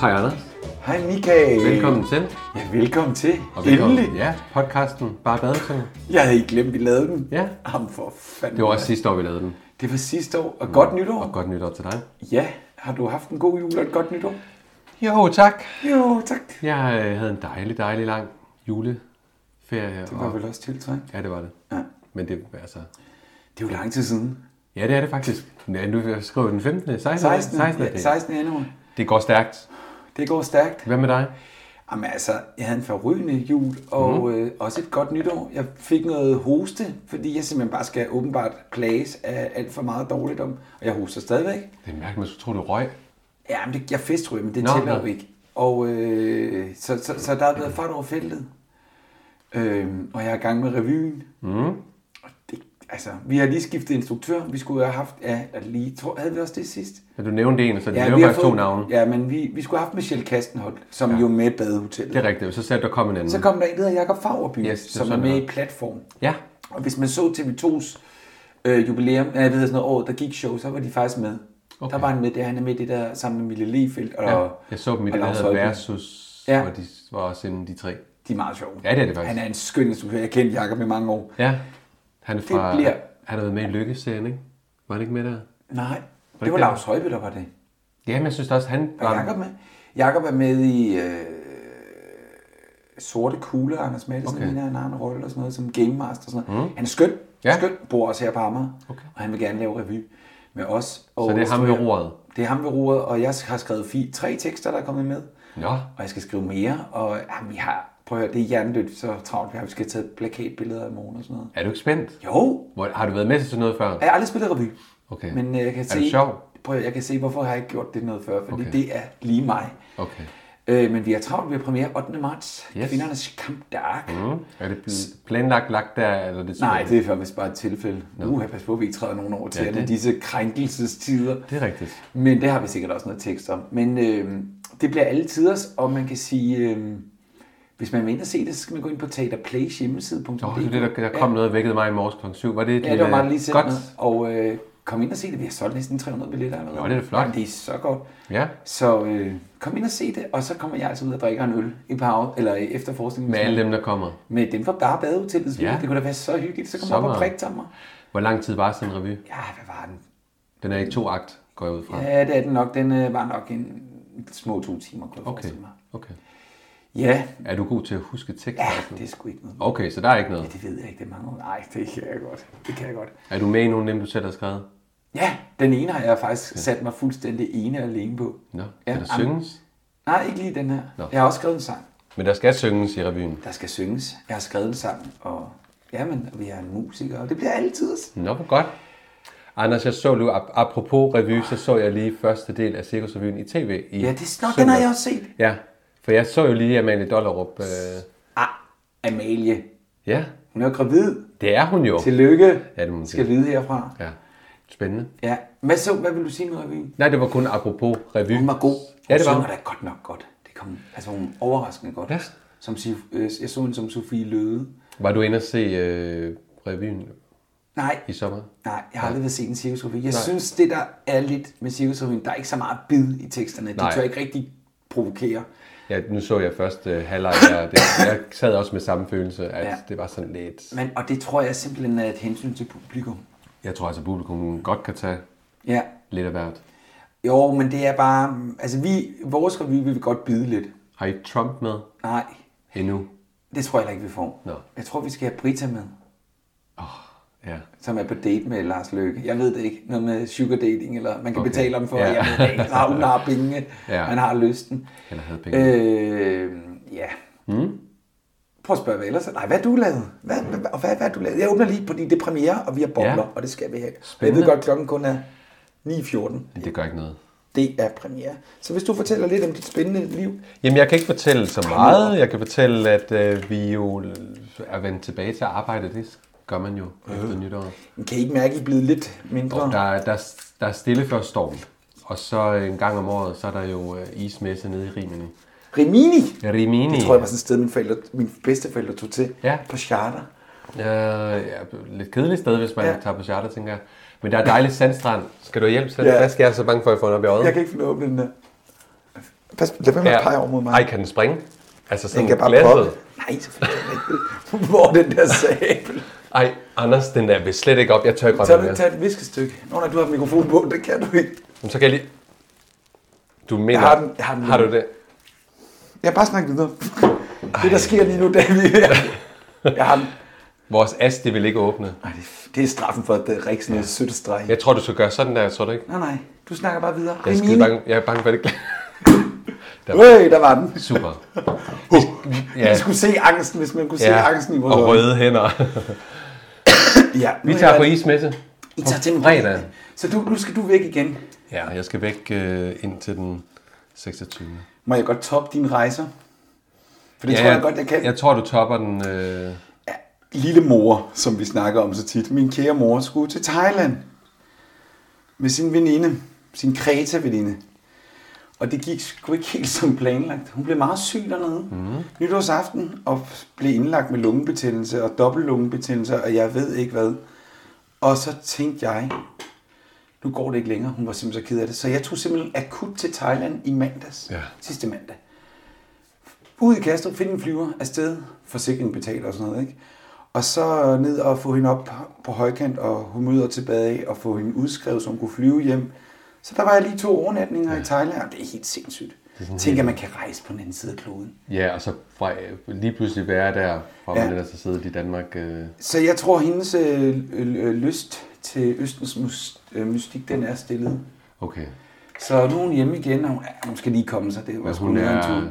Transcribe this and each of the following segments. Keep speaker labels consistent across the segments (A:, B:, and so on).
A: Hej Anders,
B: Hej Michael.
A: velkommen til.
B: Ja, velkommen til.
A: Og velkommen,
B: Endelig.
A: Ja, podcasten Bare Badehotellet.
B: Jeg havde ikke glemt, vi lavede den.
A: Ja,
B: Jamen for fanden.
A: det var også sidste år, vi lavede den. Mm.
B: det var sidste år. Og godt nytår.
A: Og godt nytår til dig.
B: Ja, har du haft en god jul og et godt nytår?
A: Jo, tak.
B: Jo, tak.
A: Jeg øh, havde en dejlig, dejlig lang juleferie.
B: Det var vel også tiltrængt.
A: Ja, det var det.
B: Ja.
A: Men det, altså...
B: Det er jo lang tid siden.
A: Ja, det er det faktisk. Ja, nu skriver vi den 15. 16.
B: 16.
A: 16.
B: Ja, 16. januar.
A: Det går stærkt.
B: Det går stærkt.
A: Hvad med dig?
B: Jamen altså, jeg havde en forrygende jul, og
A: Mhm.
B: mm. øh, også et godt nytår. Jeg fik noget hoste, fordi jeg simpelthen bare skal åbenbart plages af alt for meget dårligt om. Og jeg hoster stadigvæk.
A: Det er mærkeligt, man skulle tro, du røg.
B: Ja, men det, jeg festryger, men det
A: Nå,
B: Nå, tæller
A: nå.
B: jo ikke. Og øh, så, så, så der er blevet fart over feltet. Øhm, og jeg er i gang med revyen.
A: Mm.
B: Og det, altså, vi har lige skiftet instruktør. Vi skulle have haft, ja, eller lige, tror, havde vi også det sidst?
A: Men du nævnte en, så de
B: Ja,
A: nævner faktisk to navne.
B: ja, men vi, vi skulle have haft Michelle Kastenholt, som ja. jo er med i badehotellet.
A: Det er rigtigt. Så sagde du, der kom en anden.
B: Så kom der en, der hedder Jacob Fagerby,
A: Yes,
B: yes,
A: det er
B: som er
A: sådan, det
B: med
A: var.
B: i Platform.
A: Ja.
B: Og hvis man så TV2's øh, jubilæum, ja, det hedder sådan noget år, der gik show, så var de faktisk med.
A: Okay.
B: Okay. Der var han med, det er- han er med i det der sammen med Mille Lefeldt og,
A: ja. Jeg så dem i
B: og
A: det, der
B: Lars
A: hedder
B: Højbye.
A: Versus,
B: Ja.
A: hvor de var også inden de tre.
B: De er meget sjove.
A: Ja, det er det faktisk.
B: Han er en skøn instruktør. Jeg kendte Jacob i mange år.
A: Ja, han er fra...
B: bliver-
A: Han har været med i Lykkescenen, ikke? Var han ikke med der?
B: Nej, det
A: ikke
B: var
A: det?
B: Lars Højbe, der var det.
A: Jamen, jeg synes da også, han
B: Var
A: var...
B: Jacob med? Jacob er med i øh, Sorte Kugler, Anders Madsen,
A: Okay.
B: okay. han har en rolle og sådan noget, som Game Master og sådan noget. Mm. Han er skøn.
A: Ja.
B: Ja. Skøn, bor også her på Amager.
A: Okay.
B: Og han vil gerne lave revy med os. Og
A: Så det er ham ved
B: instruere.
A: roret.
B: Det er ham ved roret, og jeg har skrevet fi- tre tekster, der er kommet med.
A: Nå,
B: Og jeg skal skrive mere, og jamen, vi har... Prøv at høre, det er hjernedødt, så travlt vi har. Vi skal tage plakatbilleder i morgen og sådan noget.
A: er du ikke spændt?
B: Jo,
A: Hvor, har du været med til sådan noget før?
B: Jeg har aldrig spillet revy.
A: Okay.
B: Men øh, jeg kan
A: Er
B: se...
A: du sjov?
B: Prøv, at- jeg kan se, hvorfor har jeg ikke gjort det noget før, fordi
A: Okay.
B: okay. det er lige mig.
A: Okay.
B: Øh, men vi er travlt, vi har premiere 8. marts.
A: Yes.
B: Yes. Kvindernes kamp dark. Mm.
A: Mm. Er det bl- planlagt lagt der, eller er det
B: Nej, det er faktisk bare et tilfælde. No. Uh, pas på, at vi ikke træder nogen over til
A: det-
B: ja, disse krænkelsestider.
A: Det er rigtigt.
B: Men det har vi sikkert også noget tekst om. Men øh, det bliver alle tiders, og man kan sige, øh, hvis man vil ind og se det, så skal man gå ind på teaterplays hjemmeside.dk.
A: Nå, det er det, der, der kom noget og vækkede mig i morges kl. 7. Var det et
B: Ja, det var
A: lille-
B: mig, der lige selv
A: Godt.
B: med. Og øh, kom ind og se det. Vi har solgt næsten 300 billetter allerede.
A: Nå, det er da flot.
B: Jamen, det er så godt.
A: Ja,
B: Så øh, kom ind og se det, og så kommer jeg altså ud og drikker en øl i pause, eller i efterforskningen.
A: med alle dem, der kommer.
B: Med dem fra Bare Badehotellet. Ja.
A: Ja.
B: Det kunne da være så hyggeligt. Så kom
A: Så
B: op og
A: meget.
B: prik til mig.
A: Hvor lang tid var sådan en revy?
B: Ja, hvad var den?
A: Den er i to akt. går jeg ud fra.
B: Ja, det er den nok. Den øh, var nok en små to timer, kunne jeg
A: okay.
B: forestille mig.
A: okay.
B: Ja,
A: Er du god til at huske tekster? og sådan
B: ja,
A: noget?
B: det er sgu ikke noget.
A: Okay, så der er ikke noget.
B: Ja, det ved jeg ikke, det er mange år. Nej, det kan jeg godt. Det kan jeg godt.
A: Er du med i nogle af dem, du selv har skrevet?
B: Ja, den ene har jeg faktisk sat mig fuldstændig ene og alene på.
A: Nå,
B: Ja,
A: ja, der
B: jamen.
A: synges?
B: Nej, ikke lige den her.
A: Nå.
B: Jeg har også skrevet en sang.
A: Men der skal synges i revyen.
B: Der skal synges. Jeg har skrevet en sang, og jamen, og vi er en musiker, og det bliver altid.
A: Nå, hvor godt. Anders, jeg så lige, ap- apropos revy, så så jeg lige første del af Cirkusrevyen i tv. I
B: Ja, det er snart, den
A: søndags.
B: har jeg også set.
A: Ja, for jeg så jo lige Amalie Dollerup. Øh,
B: Ah, Amalie.
A: ja,
B: Hun er gravid.
A: det er hun jo.
B: Tillykke.
A: Ja, det må man sige.
B: skal vide herfra.
A: Ja, spændende.
B: Ja. Hvad så? Hvad vil du sige med revyen?
A: Nej, det var kun apropos revy.
B: Hun var god. Hun
A: Ja, det var
B: synger
A: hun.
B: da godt nok godt. Det kom, altså, hun er overraskende godt.
A: Ja.
B: Som, Si- øh, jeg så hende som Sofie Løde.
A: Var du inde og se øh, revyen
B: Nej,
A: i sommer?
B: Nej, jeg har aldrig været set en cirkusrevy. Jeg Nej. synes, det der er lidt med cirkusrevyen, der er ikke så meget bid i teksterne. De
A: Nej.
B: tør ikke rigtig provokere.
A: Ja, nu så jeg først øh, halvleg, og det, jeg sad også med samme følelse, at
B: Ja.
A: ja. det var sådan lidt...
B: Men, og det tror jeg simpelthen er et hensyn til publikum.
A: Jeg tror altså, publikum godt kan tage
B: Ja.
A: lidt af hvert.
B: Jo, men det er bare... Altså, vi, vores revy vil vi godt bide lidt.
A: Har I Trump med
B: Nej,
A: endnu?
B: det tror jeg heller ikke, vi får.
A: Nå.
B: Jeg tror, vi skal have Brita med,
A: Ja.
B: som er på date med Lars Løkke. Jeg ved det ikke. Noget med sugar dating, eller man kan okay.
A: Okay.
B: betale om for, ja.
A: Ja.
B: jeg ved det ikke. Så har hun har penge, ja.
A: Ja.
B: man har lysten.
A: Eller havde penge. Hmm?
B: Øh, ja. Mm. Prøv at spørge, hvad ellers? Nej, hvad har du lavet? Hvad, hvad, og hvad, hvad har du lavet? Jeg åbner lige, fordi det er premiere, og vi har bobler, ja.
A: Ja.
B: og det skal vi have. Spændende. Jeg ved godt, klokken
A: Spændende.
B: kun er 9.14.
A: Men det gør ikke noget.
B: Det er premiere. Så hvis du fortæller lidt om dit spændende liv.
A: Jamen, jeg kan ikke fortælle så meget. Jeg kan fortælle, at øh, vi jo er vendt tilbage til arbejde. Det gør man jo efter nytår.
B: Men Kan I ikke mærke, at I er blevet lidt mindre?
A: Og der, er- der, er- der er stille før stormen. Og så øh, en gang om året, så er der jo øh, ismesse nede i Rimini.
B: Rimini!
A: Rimini?
B: Det tror jeg var sådan et sted, mine, forældre, mine bedsteforældre tog til
A: Ja.
B: på charter.
A: Øh, ja, lidt kedeligt sted, hvis man
B: Ja.
A: ja. tager på charter, tænker jeg. Men der er dejlig sandstrand. Skal du hjælpe selv?
B: Ja.
A: Ja. Hvad skal jeg så bange for, at jeg får den op i øjet?
B: Jeg kan ikke finde at åbne den der. Pas, lad være med at pege over mod mig.
A: Ej, kan den springe? Altså sådan
B: den kan bare
A: glasset.
B: poppe. Nej, selvfølgelig ikke. Hvor er den der sabel?
A: Ej, Anders, den der vil slet ikke op. Jeg tør ikke røre
B: Tag,
A: den mere.
B: du, tag et viskestykke. Nå, nej, du har mikrofonen på, det kan du ikke.
A: Jamen, så kan jeg lige... Du mener...
B: har den- jeg har den
A: har
B: lige
A: du det?
B: Jeg bare snakker videre. Det, der sker lige nu, det er vi er... Jeg har den.
A: Vores as, det vil ikke åbne.
B: Ej, det, er- det er straffen for, at det er rigtig sådan noget sødt streg.
A: Jeg tror, du skal gøre sådan der, tror du ikke?
B: Nej, nej, du snakker bare videre.
A: Jeg er, skide bange, jeg er bange for det.
B: Øh, der var den.
A: Super.
B: Ja.
A: Ja.
B: Man skulle se angsten, hvis man kunne se angsten i vores
A: og
B: øjne.
A: røde hænder.
B: Ja, nu
A: Vi
B: er
A: tager
B: jeg-
A: på ismesse.
B: I tager til en
A: fredag.
B: Så du, nu skal du væk igen.
A: Ja, jeg skal væk øh, indtil den 26.
B: Må jeg godt toppe dine rejser? For det ja, tror jeg godt, jeg kan.
A: Jeg tror, du topper den... Øh...
B: lille mor, som vi snakker om så tit, min kære mor, skulle til Thailand med sin veninde, sin Kreta-veninde. Og det gik sgu ikke helt som planlagt. Hun blev meget syg dernede. Mm. Nytårsaften og blev indlagt med lungebetændelse og dobbelt lungebetændelse, og jeg ved ikke hvad. Og så tænkte jeg, nu går det ikke længere. Hun var simpelthen så ked af det. Så jeg tog simpelthen akut til Thailand i mandags.
A: Ja.
B: Sidste mandag. Ud i Kastrup, finde en flyver afsted. Forsikring betaler og sådan noget, ikke? Og så ned og få hende op på højkant og humøret tilbage og få hende udskrevet, så hun kunne flyve hjem. Så der var jeg lige to overnatninger ja. i Thailand, og det er helt sindssygt. Tænk, at man kan rejse på den anden side af kloden.
A: Ja, og så fra, lige pludselig være der, fra
B: Ja.
A: man ellers har siddet i Danmark. Øh...
B: Så jeg tror, hendes øh, øh, øh, lyst til Østens mus- øh, mystik, den er stillet.
A: Okay.
B: Så nu er hun hjemme igen, og hun, ja, hun skal lige komme sig. Det var sgu
A: hun
B: noget af
A: er-
B: en tur.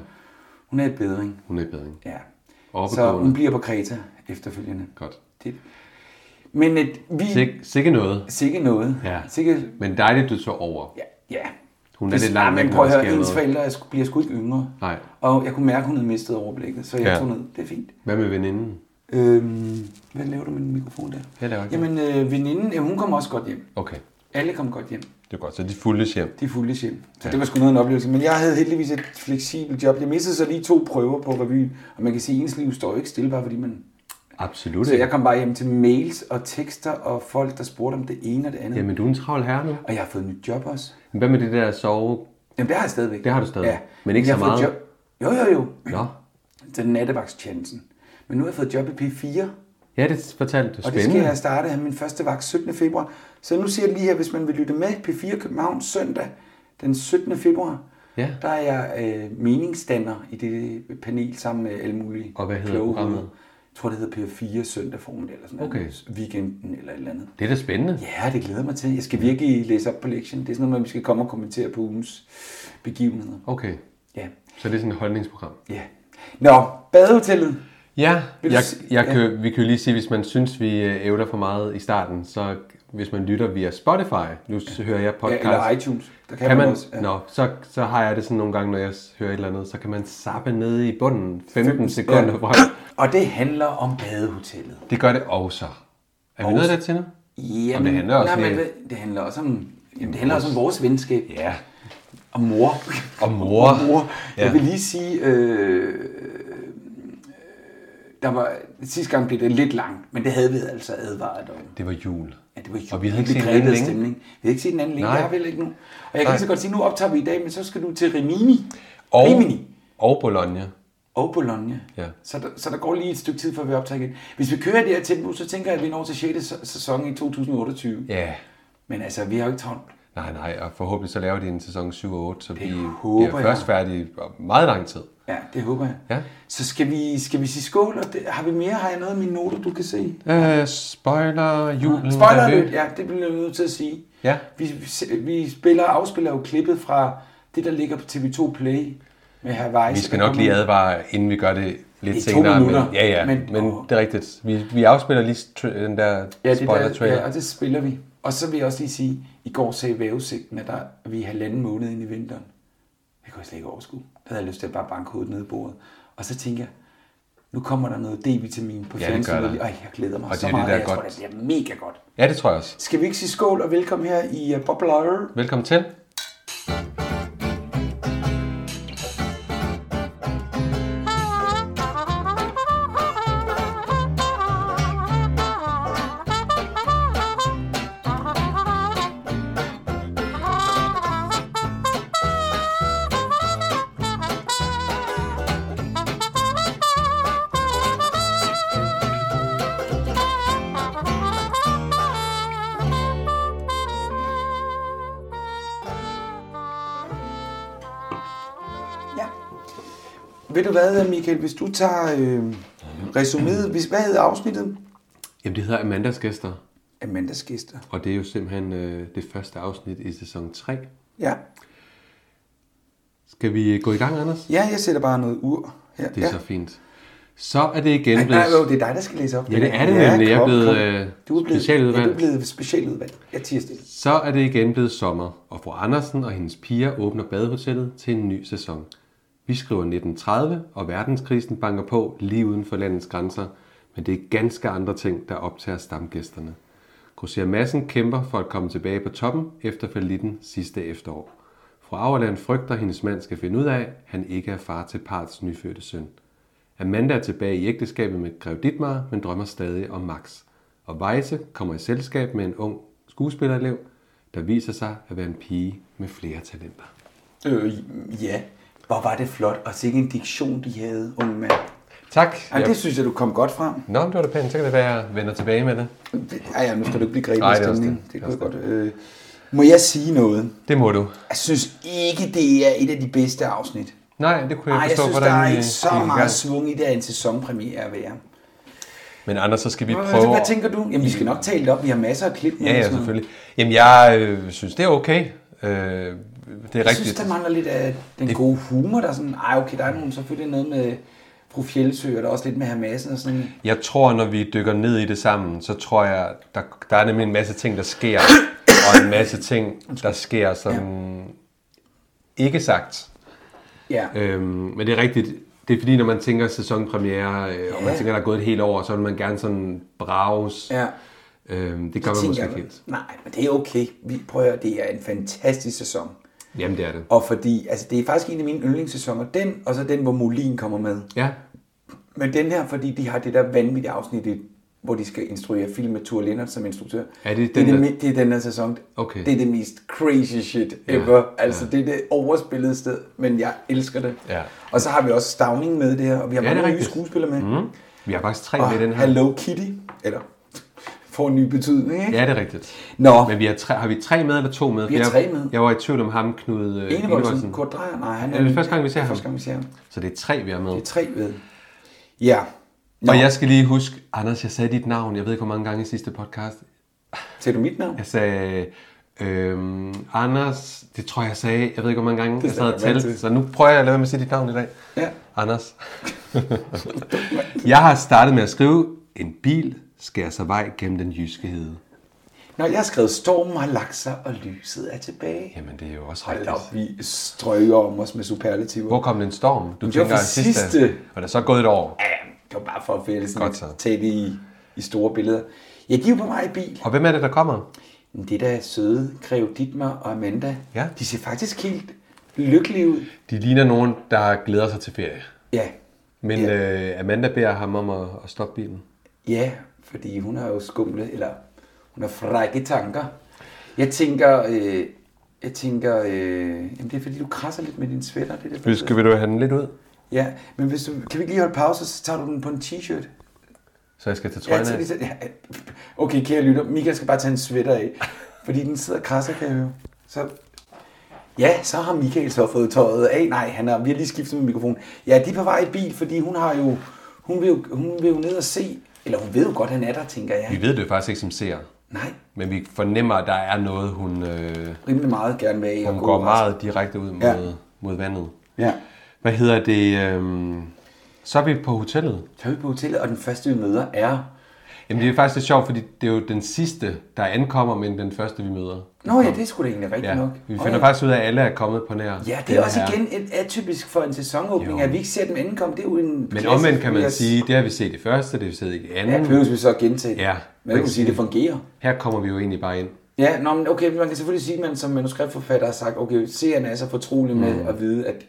B: Hun er i bedring.
A: Hun er i bedring.
B: Ja. Så
A: Oppegående.
B: hun bliver på Kreta efterfølgende.
A: Godt.
B: Det. Men et, vi...
A: Sik, sikke noget.
B: Sikke noget.
A: Ja.
B: Sikke...
A: Men dejligt, du så over.
B: Ja. ja.
A: Hun er
B: Hvis-
A: lidt langt
B: Ah,
A: væk,
B: men
A: når
B: prøv at
A: der
B: høre,
A: sker
B: hendes
A: noget.
B: forældre er sgu- bliver sgu ikke yngre.
A: Nej.
B: Og jeg kunne mærke, at hun havde mistet overblikket, så jeg
A: Ja.
B: tog ned. Det er fint.
A: Hvad med veninden?
B: Øhm, hvad laver du med din mikrofon der?
A: Jeg laver ikke
B: Jamen, øh, veninden, ja, hun kom også godt hjem.
A: Okay,
B: Alle kom godt hjem.
A: det er godt. Så de fuldes hjem.
B: De fulgte hjem. Så ja. det var sgu noget af en oplevelse. Men jeg havde heldigvis et fleksibelt job. Jeg missede så lige to prøver på revyen. Og man kan sige, at ens liv står jo ikke stille, bare fordi man...
A: Absolut.
B: Så jeg kom bare hjem til mails og tekster og folk, der spurgte om det ene og det andet. Jamen.
A: Jamen, du er en travl herre nu.
B: Og jeg har fået nyt job også.
A: Men Hvad med det der sove?
B: Jamen, det har jeg stadigvæk.
A: Det har du stadig.
B: Ja.
A: Men ikke
B: jeg
A: så
B: har fået
A: meget.
B: Job... Jo, jo, jo.
A: Nå.
B: Til nattevagtstjenesten. Men nu har jeg fået job i P4,
A: Ja, det fortalte du.
B: og det skal
A: Spændende.
B: jeg starte her min første vagt 17. februar. Så nu siger jeg lige her, hvis man vil lytte med, P4 København søndag den 17. februar,
A: Ja.
B: der er jeg øh, meningsstander i det panel sammen med alle mulige
A: Og hvad hedder programmet?
B: hoveder. Jeg tror, det hedder P4 søndag formiddag eller sådan
A: Okay.
B: noget. Weekenden eller et eller andet.
A: Det er da spændende.
B: Ja, det glæder jeg mig til. Jeg skal virkelig læse op på lektien. Det er sådan noget, med, at vi skal komme og kommentere på ugens begivenheder.
A: Okay,
B: Ja,
A: så det er sådan et holdningsprogram.
B: ja. Nå, badehotellet.
A: Ja,
B: Vil du
A: jeg,
B: si-
A: jeg kan, vi kan jo lige sige, hvis man synes, vi øh, ævler for meget i starten, så hvis man lytter via Spotify, nu s- hører jeg
B: Ja,
A: podcast.
B: eller iTunes. Der kan,
A: Kan man,
B: også. Ja.
A: Nå, så, så har jeg det sådan nogle gange, når jeg s- hører et eller andet, så kan man zappe nede i bunden 15 sekunder.
B: ja.
A: Ja.
B: Og det handler om badehotellet.
A: Det gør det også. Er vi nået der til nu?
B: Jamen,
A: det handler også
B: nej,
A: lidt-
B: men, hvad- det handler også om, jamen, det handler også om vores venskab.
A: Ja.
B: Og mor.
A: Og mor.
B: Og mor. Ja.
A: Ja.
B: Jeg vil lige sige, øh, øh, der var, sidste gang blev det lidt langt, men det havde vi altså advaret om.
A: Det var jul.
B: Ja, det var jo
A: Og vi havde ikke set
B: begrebet
A: hinanden længe.
B: stemning. Vi havde ikke set den anden længe,
A: Nej.
B: det har vi heller ikke nu. Og jeg kan
A: Nej.
B: lige så godt sige, nu optager vi i dag, men så skal du til Rimini.
A: Og,
B: Rimini.
A: og Bologna.
B: Og Bologna.
A: Ja.
B: Så, der, så der går lige et stykke tid, før vi optager igen. Hvis vi kører i det her tempo, så tænker jeg, at vi når til 6. sæ- sæson i 2028.
A: Ja.
B: Men altså, vi har jo ikke travlt.
A: Nej, nej, og forhåbentlig så laver de en sæson 7 og 8, så vi
B: håber
A: bliver
B: jeg.
A: først færdige om meget lang tid.
B: Ja, det håber jeg.
A: Ja.
B: Så skal vi, skal vi sige skål, og det, har vi mere? Har jeg noget af mine noter, du kan se?
A: Øh, spoiler, julen
B: Spoiler
A: er
B: alert,
A: løb.
B: ja, det bliver jeg nødt til at sige.
A: Ja.
B: Vi, vi spiller afspiller jo klippet fra det, der ligger på TV2 Play med Hawaii.
A: Vi skal nok lige advare, inden vi gør det
B: Det er
A: lidt
B: to
A: senere.
B: minutter,
A: men, ja, ja,
B: men-
A: men, men det er rigtigt. Vi, vi afspiller lige tr- den der
B: Ja, det
A: spoiler
B: der,
A: trailer.
B: ja, og det spiller vi. Og så vil jeg også lige sige, i går sagde vævesigten, at der, at vi er halvanden måned ind i vinteren. Det kunne jeg slet ikke overskue. Der havde jeg lyst til at bare banke hovedet ned i bordet. Og så tænker jeg, nu kommer der noget D-vitamin på
A: det gør
B: fjernsynet.
A: der.
B: Ej, jeg glæder mig
A: Og det
B: så
A: er det,
B: meget.
A: der er
B: jeg
A: godt.
B: tror, det bliver mega godt.
A: Ja, det tror jeg også.
B: Skal vi ikke sige skål og velkommen her i uh, Bobler?
A: Velkommen til.
B: Ja. Ved du hvad, Michael, hvis du tager øh, resuméet, hvis, hvad hedder afsnittet?
A: Jamen, det hedder Amandas Gæster,
B: Amandas gæster.
A: og det er jo simpelthen øh, det første afsnit i sæson 3.
B: Ja.
A: Skal vi øh, gå i gang, Anders?
B: ja, jeg sætter bare noget ur her.
A: Det er
B: ja.
A: ja. så fint. Så er det igen
B: Nej,
A: blevet...
B: nej, jo, det er dig, der skal læse op.
A: Ja, det er det nemlig. Jeg er blevet, øh,
B: du er blevet
A: specialudvalgt.
B: Ja, du er blevet specialudvalgt. Jeg tiger stille.
A: Så er det igen blevet sommer, og fru Andersen og hendes piger åbner badehotellet til en ny sæson. Vi skriver 1930, og verdenskrisen banker på lige uden for landets grænser, men det er ganske andre ting, der optager stamgæsterne. Grosser Madsen kæmper for at komme tilbage på toppen efter fallitten sidste efterår. Fru Auerland frygter, at hendes mand skal finde ud af, at han ikke er far til parts nyfødte søn. Amanda er tilbage i ægteskabet med Grev Ditmar, men drømmer stadig om Max. Og Weisse kommer i selskab med en ung skuespillerelev, der viser sig at være en pige med flere talenter.
B: Øh, ja. Hvor var det flot, og sikke en diktion, de havde, unge mand.
A: Tak.
B: Ej, det synes jeg, du kom godt frem.
A: Nå, men det var da pænt. Så kan det være, at jeg vender tilbage med det.
B: Ej, ja, nu skal du ikke blive grebet
A: Ej,
B: af
A: det er også
B: stemningen.
A: det.
B: Det, det,
A: Det er
B: det godt. Øh, må jeg sige noget?
A: Det må du.
B: Jeg synes ikke, det er et af de bedste afsnit.
A: Nej, det kunne jeg
B: Ej, jeg
A: forstå,
B: synes,
A: hvordan
B: der er
A: I-
B: ikke
A: I
B: så
A: gik i
B: meget
A: gang.
B: svung i det, at en sæsonpremiere er værd.
A: Men Anders, så skal vi prøve...
B: Hvad tænker du? Jamen, vi skal nok tale det op. Vi har masser af klip. med
A: Ja,
B: og
A: ja,
B: sådan noget.
A: selvfølgelig. Jamen, jeg øh, synes, det er okay. Øh, det er
B: Jeg
A: rigtigt.
B: synes, der mangler lidt af den det... gode humor, der er sådan, ej okay, der er nogen, selvfølgelig noget med fru Fjeldsø, og der er også lidt med Hamassen og sådan.
A: Jeg tror, når vi dykker ned i det sammen, så tror jeg, der, der er nemlig en masse ting, der sker, og en masse ting, der sker, som ikke sagt.
B: Ja, øh,
A: Øhm, men det er rigtigt. Det er fordi, når man tænker sæsonpremiere, øh, og man
B: Ja.
A: tænker, der er gået et helt år, så vil man gerne sådan braves.
B: ja.
A: Øhm, det gør man måske ikke helt.
B: nej, men det er okay. Vi prøver, det er en fantastisk sæson.
A: Jamen, det er det.
B: Og fordi, altså det er faktisk en af mine yndlingssæsoner, den, og så den, hvor Molin kommer med.
A: Ja,
B: Men den her, fordi de har det der vanvittige afsnit, i- hvor de skal instruere film med Thor Lennart som instruktør.
A: Er det
B: det,
A: den
B: er det,
A: der-
B: mi- det er den her sæson.
A: Okay.
B: Det er det mest crazy shit ever. altså, det er det overspillede sted, men jeg elsker det.
A: Ja.
B: Og så har vi også Stavning med det her, og vi har mange
A: Ja, det er Mm-hmm.
B: nye
A: rigtigt.
B: skuespillere med. Mm.
A: vi har faktisk tre
B: Og
A: med i den her.
B: Hello Kitty, eller får en ny betydning, ikke?
A: Ja, det er rigtigt.
B: Nå,
A: Men vi har, tre, har vi tre med eller to med?
B: Vi har
A: jeg,
B: tre med.
A: Jeg var i tvivl om ham, Knud øh,
B: Enevoldsen,
A: Enevoldsen.
B: Kurt Dreyer, nej, han
A: Er det første gang, vi ser ham?
B: Første gang, vi ser ham.
A: Så det er tre, vi har med.
B: Det er tre ved. Ja. Nå,
A: Og jeg skal lige huske, Anders, jeg sagde dit navn, jeg ved ikke, hvor mange gange i sidste podcast.
B: ser du mit navn?
A: Jeg sagde, øhm, Anders, det tror jeg, jeg sagde, jeg ved ikke, hvor mange gange jeg sad og
B: sagde jeg
A: talte.
B: altid.
A: Så nu prøver jeg at lade være med at sige dit navn i dag.
B: Ja.
A: Anders. jeg har startet med at skrive, en bil skærer sig vej gennem den jyske hede.
B: Når jeg har skrevet, stormen har lagt sig, og lyset er tilbage.
A: Jamen, det er jo også
B: Hold op,
A: rigtigt.
B: vi strøger om os med superlativer.
A: Hvor kom den storm? Du
B: det var
A: tænker
B: for
A: sidste.
B: sidste.
A: Og der er så gået et år.
B: Ja, det var bare for at fælde sådan,
A: Godt så.
B: tage det i, i store billeder. Ja, de er jo på vej i bil.
A: Og hvem er det, der kommer?
B: Men det der søde, Grev Ditmar og Amanda,
A: Ja.
B: de ser faktisk helt lykkelige ud.
A: De ligner nogen, der glæder sig til ferie.
B: Ja,
A: Men ja. øh, Amanda beder ham om at, at stoppe bilen.
B: ja, fordi hun har jo skumle, eller hun har frække tanker. Jeg tænker, øh, jeg tænker, øh, jamen det er fordi, du krasser lidt med din sweater. Det er derfor,
A: Skal vi du have den lidt ud?
B: Ja, men hvis du, kan vi ikke lige holde pause, så tager du den på en t-shirt?
A: Så jeg skal tage trøjen
B: Ja,
A: af?
B: så, så, ja. Okay, kære lytter, Michael skal bare tage en sweater af, fordi den sidder og krasser, kan jeg høre. Så, ja, så har Michael så fået tøjet af. Nej, han har, vi har lige skiftet med mikrofonen. Ja, de er på vej i bil, fordi hun har jo, hun vil jo, hun vil jo ned og se, eller hun ved jo godt, han er der, tænker jeg.
A: Vi ved det jo faktisk ikke som ser,
B: Nej,
A: men vi fornemmer, at der er noget, hun, øh,
B: rimelig meget gerne med af.
A: hun
B: og gå
A: går
B: og
A: meget direkte ud mod,
B: Ja.
A: ja. mod vandet.
B: Ja.
A: Hvad hedder det? Øh, så er vi på hotellet.
B: Så er vi på hotellet, og den første, vi møder, er...
A: Jamen det er faktisk lidt sjovt, fordi det er jo den sidste, der ankommer, men den første, vi møder.
B: Nå ja, det er sgu da egentlig rigtigt
A: Ja,
B: nok.
A: vi
B: Åh,
A: finder
B: ja.
A: faktisk ud af, at alle er kommet på nær.
B: Ja, det
A: denne
B: er også
A: her.
B: igen et atypisk for en sæsonåbning,
A: Jo.
B: at vi ikke ser dem ankomme. Det er jo en
A: Men
B: klassisk-
A: omvendt kan
B: vi
A: man
B: har-
A: sige, det har vi set i første, det har vi set i det
B: Ja,
A: andet.
B: behøves vi så at gentage det.
A: Ja.
B: Men kan man sige, det fungerer.
A: Her kommer vi jo egentlig bare ind.
B: Ja, nå, men okay, man kan selvfølgelig sige, at man som manuskriptforfatter har sagt, okay, serien er så fortrolig med
A: Mm.
B: at vide, at,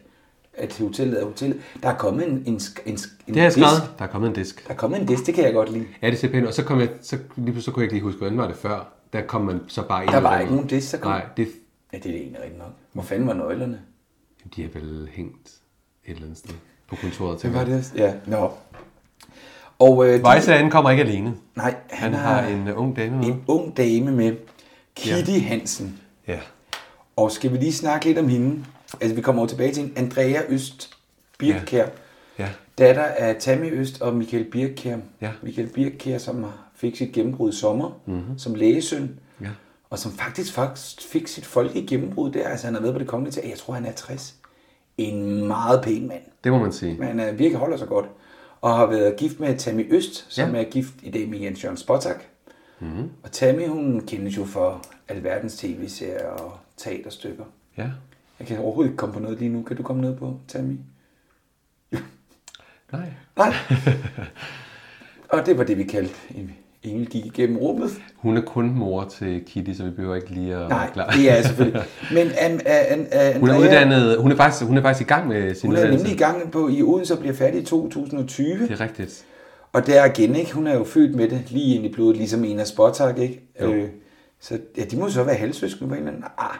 B: at hotellet er hotellet. Der er kommet en, en, sk- en, sk- en
A: Det har jeg
B: disk.
A: skrevet. Der er kommet en disk.
B: Der er kommet en disk, det kan jeg godt lide.
A: Ja, det ser pænt ud. Og så, kom jeg, så lige pludselig kunne jeg ikke lige huske, hvordan var det før. Der kom man så bare ind.
B: Der
A: i
B: var
A: rummet.
B: ikke nogen disk, så kom-
A: Nej, det,
B: Ja, det er det egentlig rigtigt nok. Hvor fanden var nøglerne?
A: de er vel hængt et eller andet sted på kontoret.
B: Det
A: Til
B: var det. Ja, nå. Og øh, de-
A: Vejse ankommer ikke alene.
B: nej, han,
A: Han har en uh, ung dame med.
B: en ung dame med, Kitty ja. Hansen.
A: Ja.
B: Og skal vi lige snakke lidt om hende? Altså, vi kommer jo tilbage til hende. Andrea Øst Birkkær.
A: Ja.
B: Datter af Tammy Øst og Michael Birkkær.
A: Ja.
B: Michael Birkkær, som fik sit gennembrud i sommer,
A: Mhm.
B: mm-hmm. som lægesøn.
A: Ja.
B: Og som faktisk, faktisk fik sit folkelige gennembrud der. Altså, han har været på det kongelige teater. Jeg tror, han er 60. En meget pæn mand.
A: Det må man sige.
B: Men han øh, virkelig holder sig godt. Og har været gift med Tammy Øst, som
A: Ja.
B: ja. er gift i dag med Jens Jørgen Spottak.
A: Mhm.
B: Mm-hmm. Og Tammy, hun kendes jo for alverdens tv-serier og teaterstykker.
A: Ja.
B: Jeg kan overhovedet ikke komme på noget lige nu. Kan du komme noget på, Tammy?
A: Nej.
B: Nej. og det var det, vi kaldte en engel gik igennem rummet.
A: Hun er kun mor til Kitty, så vi behøver ikke lige at
B: Nej,
A: være klar.
B: det er jeg selvfølgelig. Men an, an, an, an,
A: Hun er uddannet. Hun er faktisk, hun er faktisk i gang med sin
B: Hun er
A: uddannelse.
B: nemlig i gang på i Odense og bliver færdig i 2020.
A: Det er rigtigt.
B: Og der igen, ikke? Hun er jo født med det lige ind i blodet, ligesom en af Spottak, ikke?
A: Jo.
B: Øh, så ja, de må så være halvsøskende på en eller anden. Ah,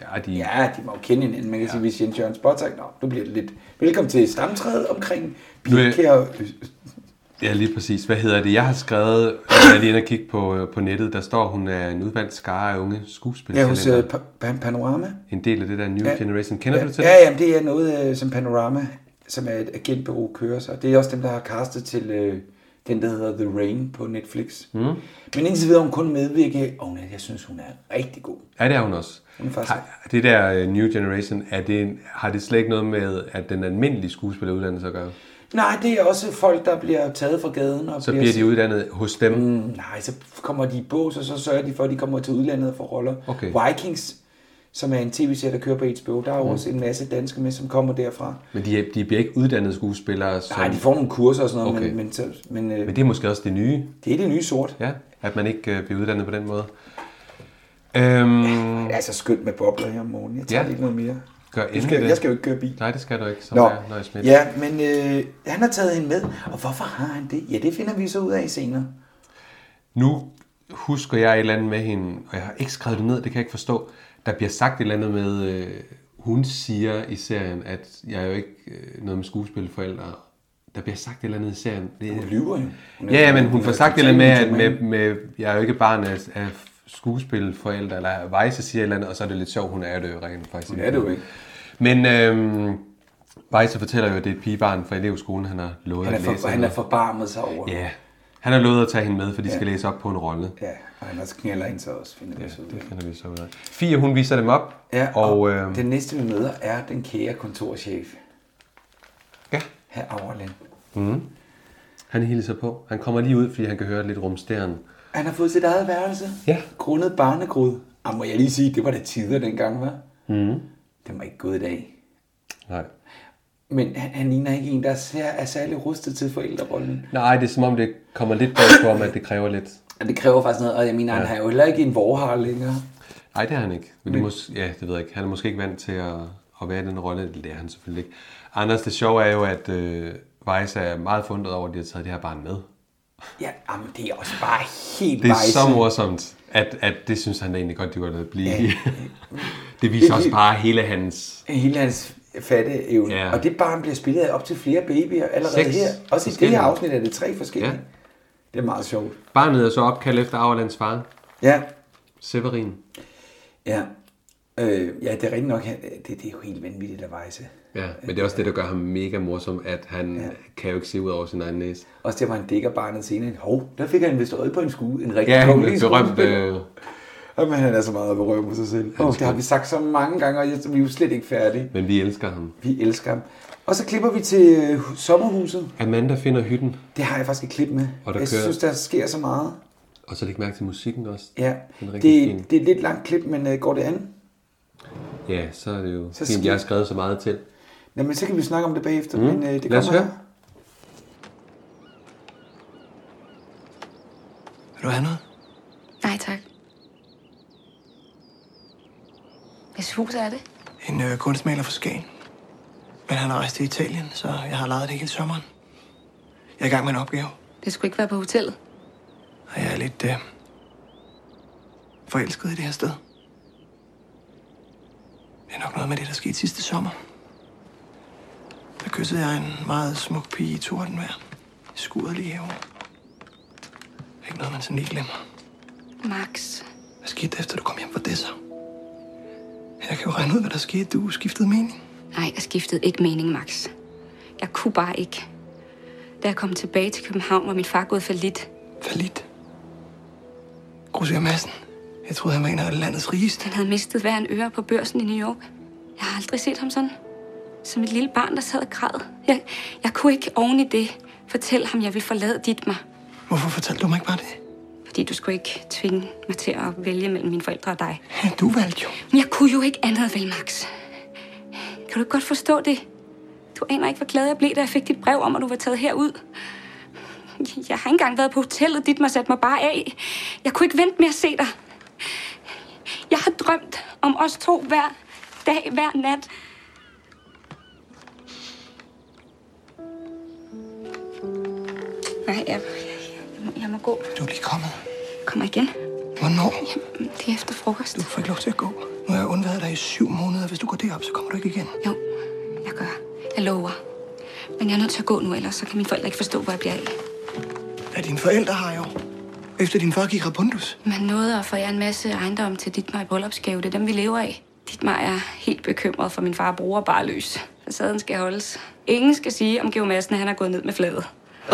A: Ja, de, ja.
B: ja, de må jo kende hinanden. Man kan ja. sige, hvis Jens Jørgen Spottak, nå, nu bliver det lidt... Velkommen til stamtræet omkring Birkær. og-
A: ja, lige præcis. Hvad hedder det? Jeg har skrevet, øh, jeg er lige inde og kigge på, øh, på nettet, der står, hun er en udvalgt skare af unge
B: Ja, hos
A: skuespillere.
B: øh, Pa- Pa- Panorama.
A: en del af det der New ja. Generation. Kender ja. du til det?
B: Ja, jamen, det er noget, øh, som Panorama, som er et agentbureau, kører sig. Det er også dem, der har castet til øh, den, der hedder The Rain på Netflix. Mm. Men indtil videre har hun kun medvirket, og hun er- jeg synes, hun er rigtig god.
A: Ja, det er hun også.
B: Hun er faktisk-
A: Har, det der øh, New Generation, er det, en- har det slet ikke noget med, at den almindelige skuespilleruddannelse at gøre?
B: Nej, det er også folk, der bliver taget fra gaden. Og
A: Så bliver de uddannet hos dem. Mm.
B: Mm, nej, så kommer de i bås, og så sørger de for, at de kommer til udlandet for roller.
A: Okay. Mm.
B: Vikings, som er en tv-serie, der kører på HBO, der er jo også en masse danskere med, som kommer derfra.
A: Men de, er- de bliver ikke uddannet skuespillere. Som,
B: Nej, de får nogle kurser og sådan noget,
A: Okay.
B: men, men, så, men, øh,
A: Men det er måske også det nye,
B: det er det nye sort.
A: ja, at man ikke øh, bliver uddannet på den måde. Øhm,
B: Det er så skønt med bobler her om morgenen. Altså, Jeg tager
A: Ja.
B: ja. ikke noget mere.
A: gør
B: Jeg
A: endelig
B: skal,
A: det.
B: jeg skal jo ikke køre bil.
A: Nej, det skal du ikke. Så
B: Nå,
A: er jeg nøjes med det.
B: ja, men øh, han har taget hende med. Og hvorfor har han det? Ja, det finder vi så ud af senere.
A: Nu husker jeg et eller andet med hende, og jeg har ikke skrevet det ned, det kan jeg ikke forstå. Der bliver sagt et eller andet med, øh, hun siger i serien, at jeg er jo ikke øh, noget med skuespilforældre der bliver sagt et eller andet i serien. Det,
B: Hun lyver jo. Hun er-
A: Ja, men hun
B: er
A: får sagt det med, at
B: gentleman.
A: med, med, jeg er jo ikke barn af, af skuespilforældre, eller Weisse siger et eller andet, og så er det lidt sjovt, hun er det jo rent faktisk.
B: Hun er det jo ikke.
A: Men øhm, Weisse fortæller jo, at det er et pigebarn fra elevskolen, han har lovet
B: Han er,
A: at læse.
B: for, han er forbarmet sig over.
A: Ja, han har lovet at tage hende med, for de skal læse op på en rolle.
B: ja og han også knælder hende så også, finder vi så ud
A: Det
B: af.
A: finder vi så ud af. Fie, hun viser dem op,
B: Ja, og,
A: og
B: og
A: øhm,
B: den næste, vi møder, er den kære kontorchef,
A: ja,
B: herr Auerland.
A: Mm. han hilser på. Han kommer lige ud, fordi han kan høre lidt rumsteren.
B: Han har fået sit eget værelse.
A: Ja.
B: Grundet barnegrud. Ah, må jeg lige sige, det var da tider dengang, var. Mm. Det var ikke gået i dag.
A: Nej.
B: Men han, han ligner ikke en, der er, sær, er særlig rustet til forældrerollen.
A: Nej, det er som om, det kommer lidt bag på ham, at det kræver lidt.
B: Og det kræver faktisk noget, og jeg mener, ja. han har jo heller ikke en vorhar længere.
A: Nej, det er han ikke. Men, men... Mås- ja, det ved jeg ikke. Han er måske ikke vant til at, at være i den rolle. Det er han selvfølgelig ikke. Anders, det sjove er jo, at øh, Weisse er meget fundet over, at de har taget det her barn med.
B: Ja, jamen, det er også bare helt
A: Det er
B: vejse.
A: så morsomt, at, at det synes han da egentlig godt, de var at blive. Ja. det viser også bare hele hans...
B: Hele hans fatte evne.
A: Ja.
B: Ja. Og det barn bliver spillet af op til flere babyer allerede
A: Seks
B: Seks her. Også i det
A: forskellige.
B: her afsnit er det tre forskellige.
A: Ja.
B: Ja. Det er meget sjovt.
A: Barnet er så opkaldt efter Auerlands far,
B: Ja,
A: Severin.
B: ja. Øh, ja, det er rigtigt nok. han- Det, det er jo helt vanvittigt at vejse.
A: Ja, men det er også det, der gør ham mega morsom, at han ja. kan jo ikke se ud over sin egen næse.
B: Også der, hvor han dækker barnet senere. Hov, der fik han vist øje på en skue. En rigtig
A: Ja, han
B: kongelig
A: er berømt...
B: skuespiller.
A: Øh,
B: Jamen, han er så meget berømt på sig selv. Oh, det har vi sagt så mange gange, og jeg, vi er jo slet ikke færdige.
A: øh, men vi elsker ham.
B: Vi elsker ham. Og så klipper vi til øh, sommerhuset.
A: Amanda finder hytten,
B: Det har jeg faktisk et klip med.
A: Og der
B: jeg
A: kører-
B: synes, der sker så meget.
A: og så læg mærke til musikken også.
B: Ja,
A: Den er
B: det,
A: rigtig fin.
B: det er et lidt langt klip, men øh, går det an?
A: Ja, så er det jo
B: Så
A: så fint,
B: skal-
A: jeg har skrevet så meget til.
B: Jamen, så kan vi snakke om det bagefter, mm. men øh, det
A: Lad os
B: kommer
A: høre.
B: her.
C: Vil du have noget?
D: Nej, tak. Hvis hus er det?
C: En øh, kunstmaler fra Skagen. Men han er rejst til Italien, så jeg har lejet det hele sommeren. Jeg er i gang med en opgave,
D: Det skulle ikke være på hotellet.
C: og jeg er lidt øh, forelsket i det her sted. Det er nok noget med det, der skete sidste sommer. Der kyssede jeg en meget smuk pige i tordenvejr. I skuret lige herovre. Ikke noget, man sådan lige glemmer.
D: Max.
C: Hvad skete der, efter, du kom hjem fra det så? Jeg kan jo regne ud, hvad der skete. Du skiftede mening.
D: Nej, jeg skiftede ikke mening, Max. Jeg kunne bare ikke. Da jeg kom tilbage til København, var min far gået for lidt.
C: Falit. Grusør Madsen. Jeg troede, han var en af landets rigeste.
D: Han havde mistet hver en øre på børsen i New York. Jeg har aldrig set ham sådan. Som et lille barn, der sad og græd. Jeg, jeg kunne ikke oven i det fortælle ham, jeg ville forlade dit mig.
C: Hvorfor fortalte du mig ikke bare det?
D: Fordi du skulle ikke tvinge mig til at vælge mellem mine forældre og dig.
C: Ja, du valgte jo.
D: Men jeg kunne jo ikke andet, vel, Max? Kan du ikke godt forstå det? Du aner ikke, hvor glad jeg blev, da jeg fik dit brev om, at du var taget herud. Jeg har ikke engang været på hotellet, dit mig sat mig bare af. Jeg kunne ikke vente med at se dig. Jeg har drømt om os to hver dag, hver nat. Nej, jeg, jeg, må, jeg må gå.
C: Du er lige kommet.
D: Kommer igen.
C: Hvornår?
D: Det er efter frokost.
C: Du får ikke lov til at gå. Nu har jeg undværet dig i syv måneder. Hvis du går derop, så kommer du ikke igen.
D: Jo, jeg gør. Jeg lover. Men jeg er nødt til at gå nu, ellers så kan mine forældre ikke forstå, hvor jeg bliver af.
C: Ja, dine forældre har jo. Efter din far gik Rabundus.
D: Man nåede at få jer en masse ejendom til dit mig i bryllupsgave. Det er dem, vi lever af. Dit mig er helt bekymret for, at min far bruger bare løs. Facaden skal holdes. Ingen skal sige, om Geo Madsen han er gået ned med fladet.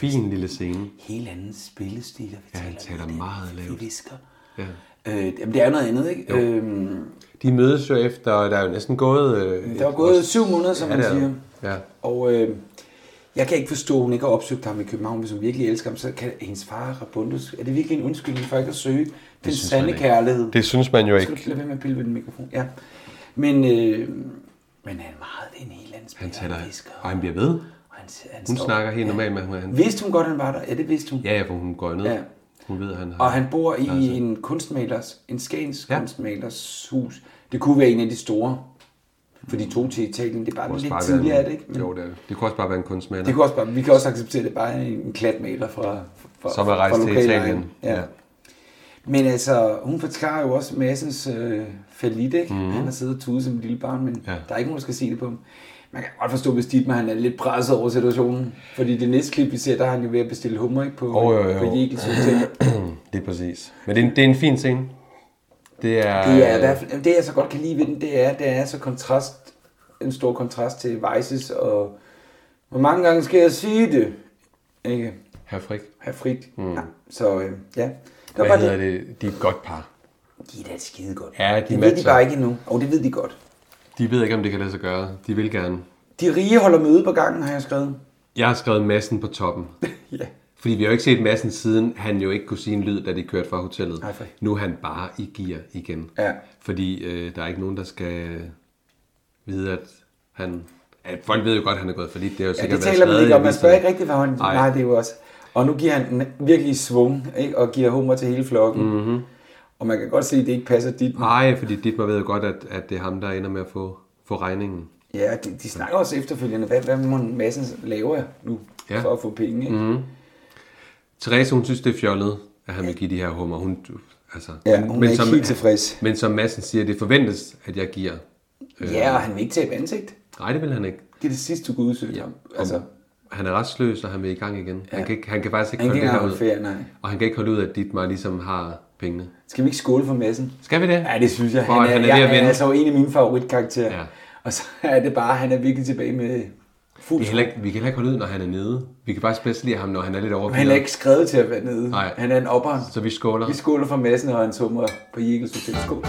A: Fin lille scene.
B: Helt anden spillestil, og vi
A: Ja, han taler meget lavt.
B: Fisker.
A: Ja.
B: Øh, jamen, det er jo noget andet, ikke? Øhm,
A: De mødes jo efter, og der er jo næsten gået... Øh,
B: der er gået syv måneder, som
A: Ja,
B: man
A: det er
B: siger.
A: der. Ja.
B: Og øh, jeg kan ikke forstå, at hun ikke har opsøgt ham i København. Hvis hun virkelig elsker ham, så kan hendes far, Rabundus... Er det virkelig en undskyldning for ikke at søge den
A: synes man
B: sande
A: ikke.
B: kærlighed?
A: Det synes man jo
B: Skal du
A: ikke.
B: ikke lade være med at pille ved den mikrofon? Ja. Men, øh, men han er meget det er en helt anden spiller.
A: Han taler,
B: han fisker,
A: og han bliver ved.
B: og han, han
A: Hun
B: står-
A: snakker helt normalt med ham. og Han,
B: Vidste hun godt, han var der? Ja, det vidste hun.
A: ja, ja, for hun går ned.
B: Ja.
A: Hun ved, at han har...
B: Og han bor i
A: Altså.
B: en kunstmalers, en skans
A: Ja.
B: ja. kunstmalers hus. Det kunne være en af de store. For de to til Italien, det er bare
A: kunne også
B: lidt
A: bare være
B: tidligere,
A: en-
B: er det ikke? Men
A: Jo, det er det. Det kunne også bare være en kunstmaler.
B: det kunne også bare, vi kan også acceptere, at det er bare en klatmaler fra, fra,
A: Som er rejst
B: fra
A: til
B: lokalejeren.
A: Italien.
B: Ja.
A: Ja.
B: ja. Men altså, hun forklarer jo også Massens øh, falit, ikke?
A: Mhm.
B: Mm. Han har siddet og tudet som et lille barn, men ja. der er ikke nogen, der skal se det på ham. Man kan godt forstå, hvis Dietmar han er lidt presset over situationen. Fordi det næste klip, vi ser, der er han jo ved at bestille hummer ikke? på,
A: Jo, jo, jo.
B: på Jekels Hotel.
A: Det er præcis. Men det er en, det er en fin scene. Det er...
B: Det, er, der, er- det, jeg så godt kan lide ved den, det er, det er så kontrast, en stor kontrast til Weises og... Hvor mange gange skal jeg sige det? Ikke?
A: Herr Frick.
B: Herr Frit. Mm. Nej. Så øh, ja, der
A: Hvad
B: var
A: hedder
B: det.
A: det? De er et godt par.
B: De er da skide godt.
A: Ja, de
B: det ved de
A: matcher.
B: bare ikke endnu. Og det ved de godt.
A: De ved ikke, om det kan lade sig gøre. De vil gerne.
B: De rige holder møde på gangen, har jeg skrevet.
A: Jeg har skrevet massen på toppen.
B: Ja.
A: Fordi vi har jo ikke set massen siden, han jo ikke kunne sige en lyd, da de kørte fra hotellet.
B: Nej, for-
A: Nu er han bare i gear igen.
B: Ja.
A: Fordi øh, der er ikke nogen, der skal vide, at han... At folk ved jo godt, at han er gået for lidt. Det er jo
B: Ja,
A: sikkert
B: det taler
A: været
B: man
A: skrevet
B: ikke om.
A: i
B: Man
A: aviserne.
B: spørger ikke rigtigt, hvad han...
A: Nej.
B: Nej, det er jo også... Og nu giver han den virkelig svung, ikke? og giver humor til hele flokken. Mm-hmm. Og man kan godt se, at det ikke passer dit.
A: Nej, fordi Dietmar ved jo godt, at, at det er ham, der ender med at få, få regningen.
B: Ja, de, de snakker også efterfølgende. Hvad, hvad må massen lave nu
A: Ja.
B: ja. for at få penge? Ikke? Mm-hmm.
A: Therese, hun synes, det er fjollet, at han vil give de her hummer. Hun, altså,
B: Ja, hun er ikke helt tilfreds.
A: Men som Madsen siger, det forventes, at jeg giver. øh, Mm.
B: Ja, og han vil ikke tabe ansigt.
A: Nej, det vil han ikke.
B: Det er det sidste, du kan udsøge ja. ham. Altså,
A: Han er restløs, og han vil i gang igen. Ja. Han, kan ikke, han kan faktisk ikke
B: han kan
A: holde
B: ikke
A: det her
B: have
A: ud.
B: ferie, nej.
A: Og han kan ikke holde ud, at Dietmar ligesom har pengene.
B: Skal vi ikke skåle for massen?
A: Skal vi det?
B: Ja, det synes jeg.
A: For
B: Han er,
A: at
B: han
A: ved
B: er,
A: at
B: jeg, er
A: vinde.
B: altså en af mine favoritkarakterer.
A: Ja.
B: Ja. Og så er det bare, at han er virkelig tilbage med fuld
A: Vi kan, heller ikke, vi kan heller ikke holde ud, når han er nede. Vi kan faktisk bedst lide ham, når han er lidt
B: Men Han er
A: overgivet.
B: ikke skrevet til at være nede.
A: Nej.
B: Han er en opperen.
A: Så vi skåler.
B: Vi skåler for massen og hans hummer på Jekels Hotel. Skål.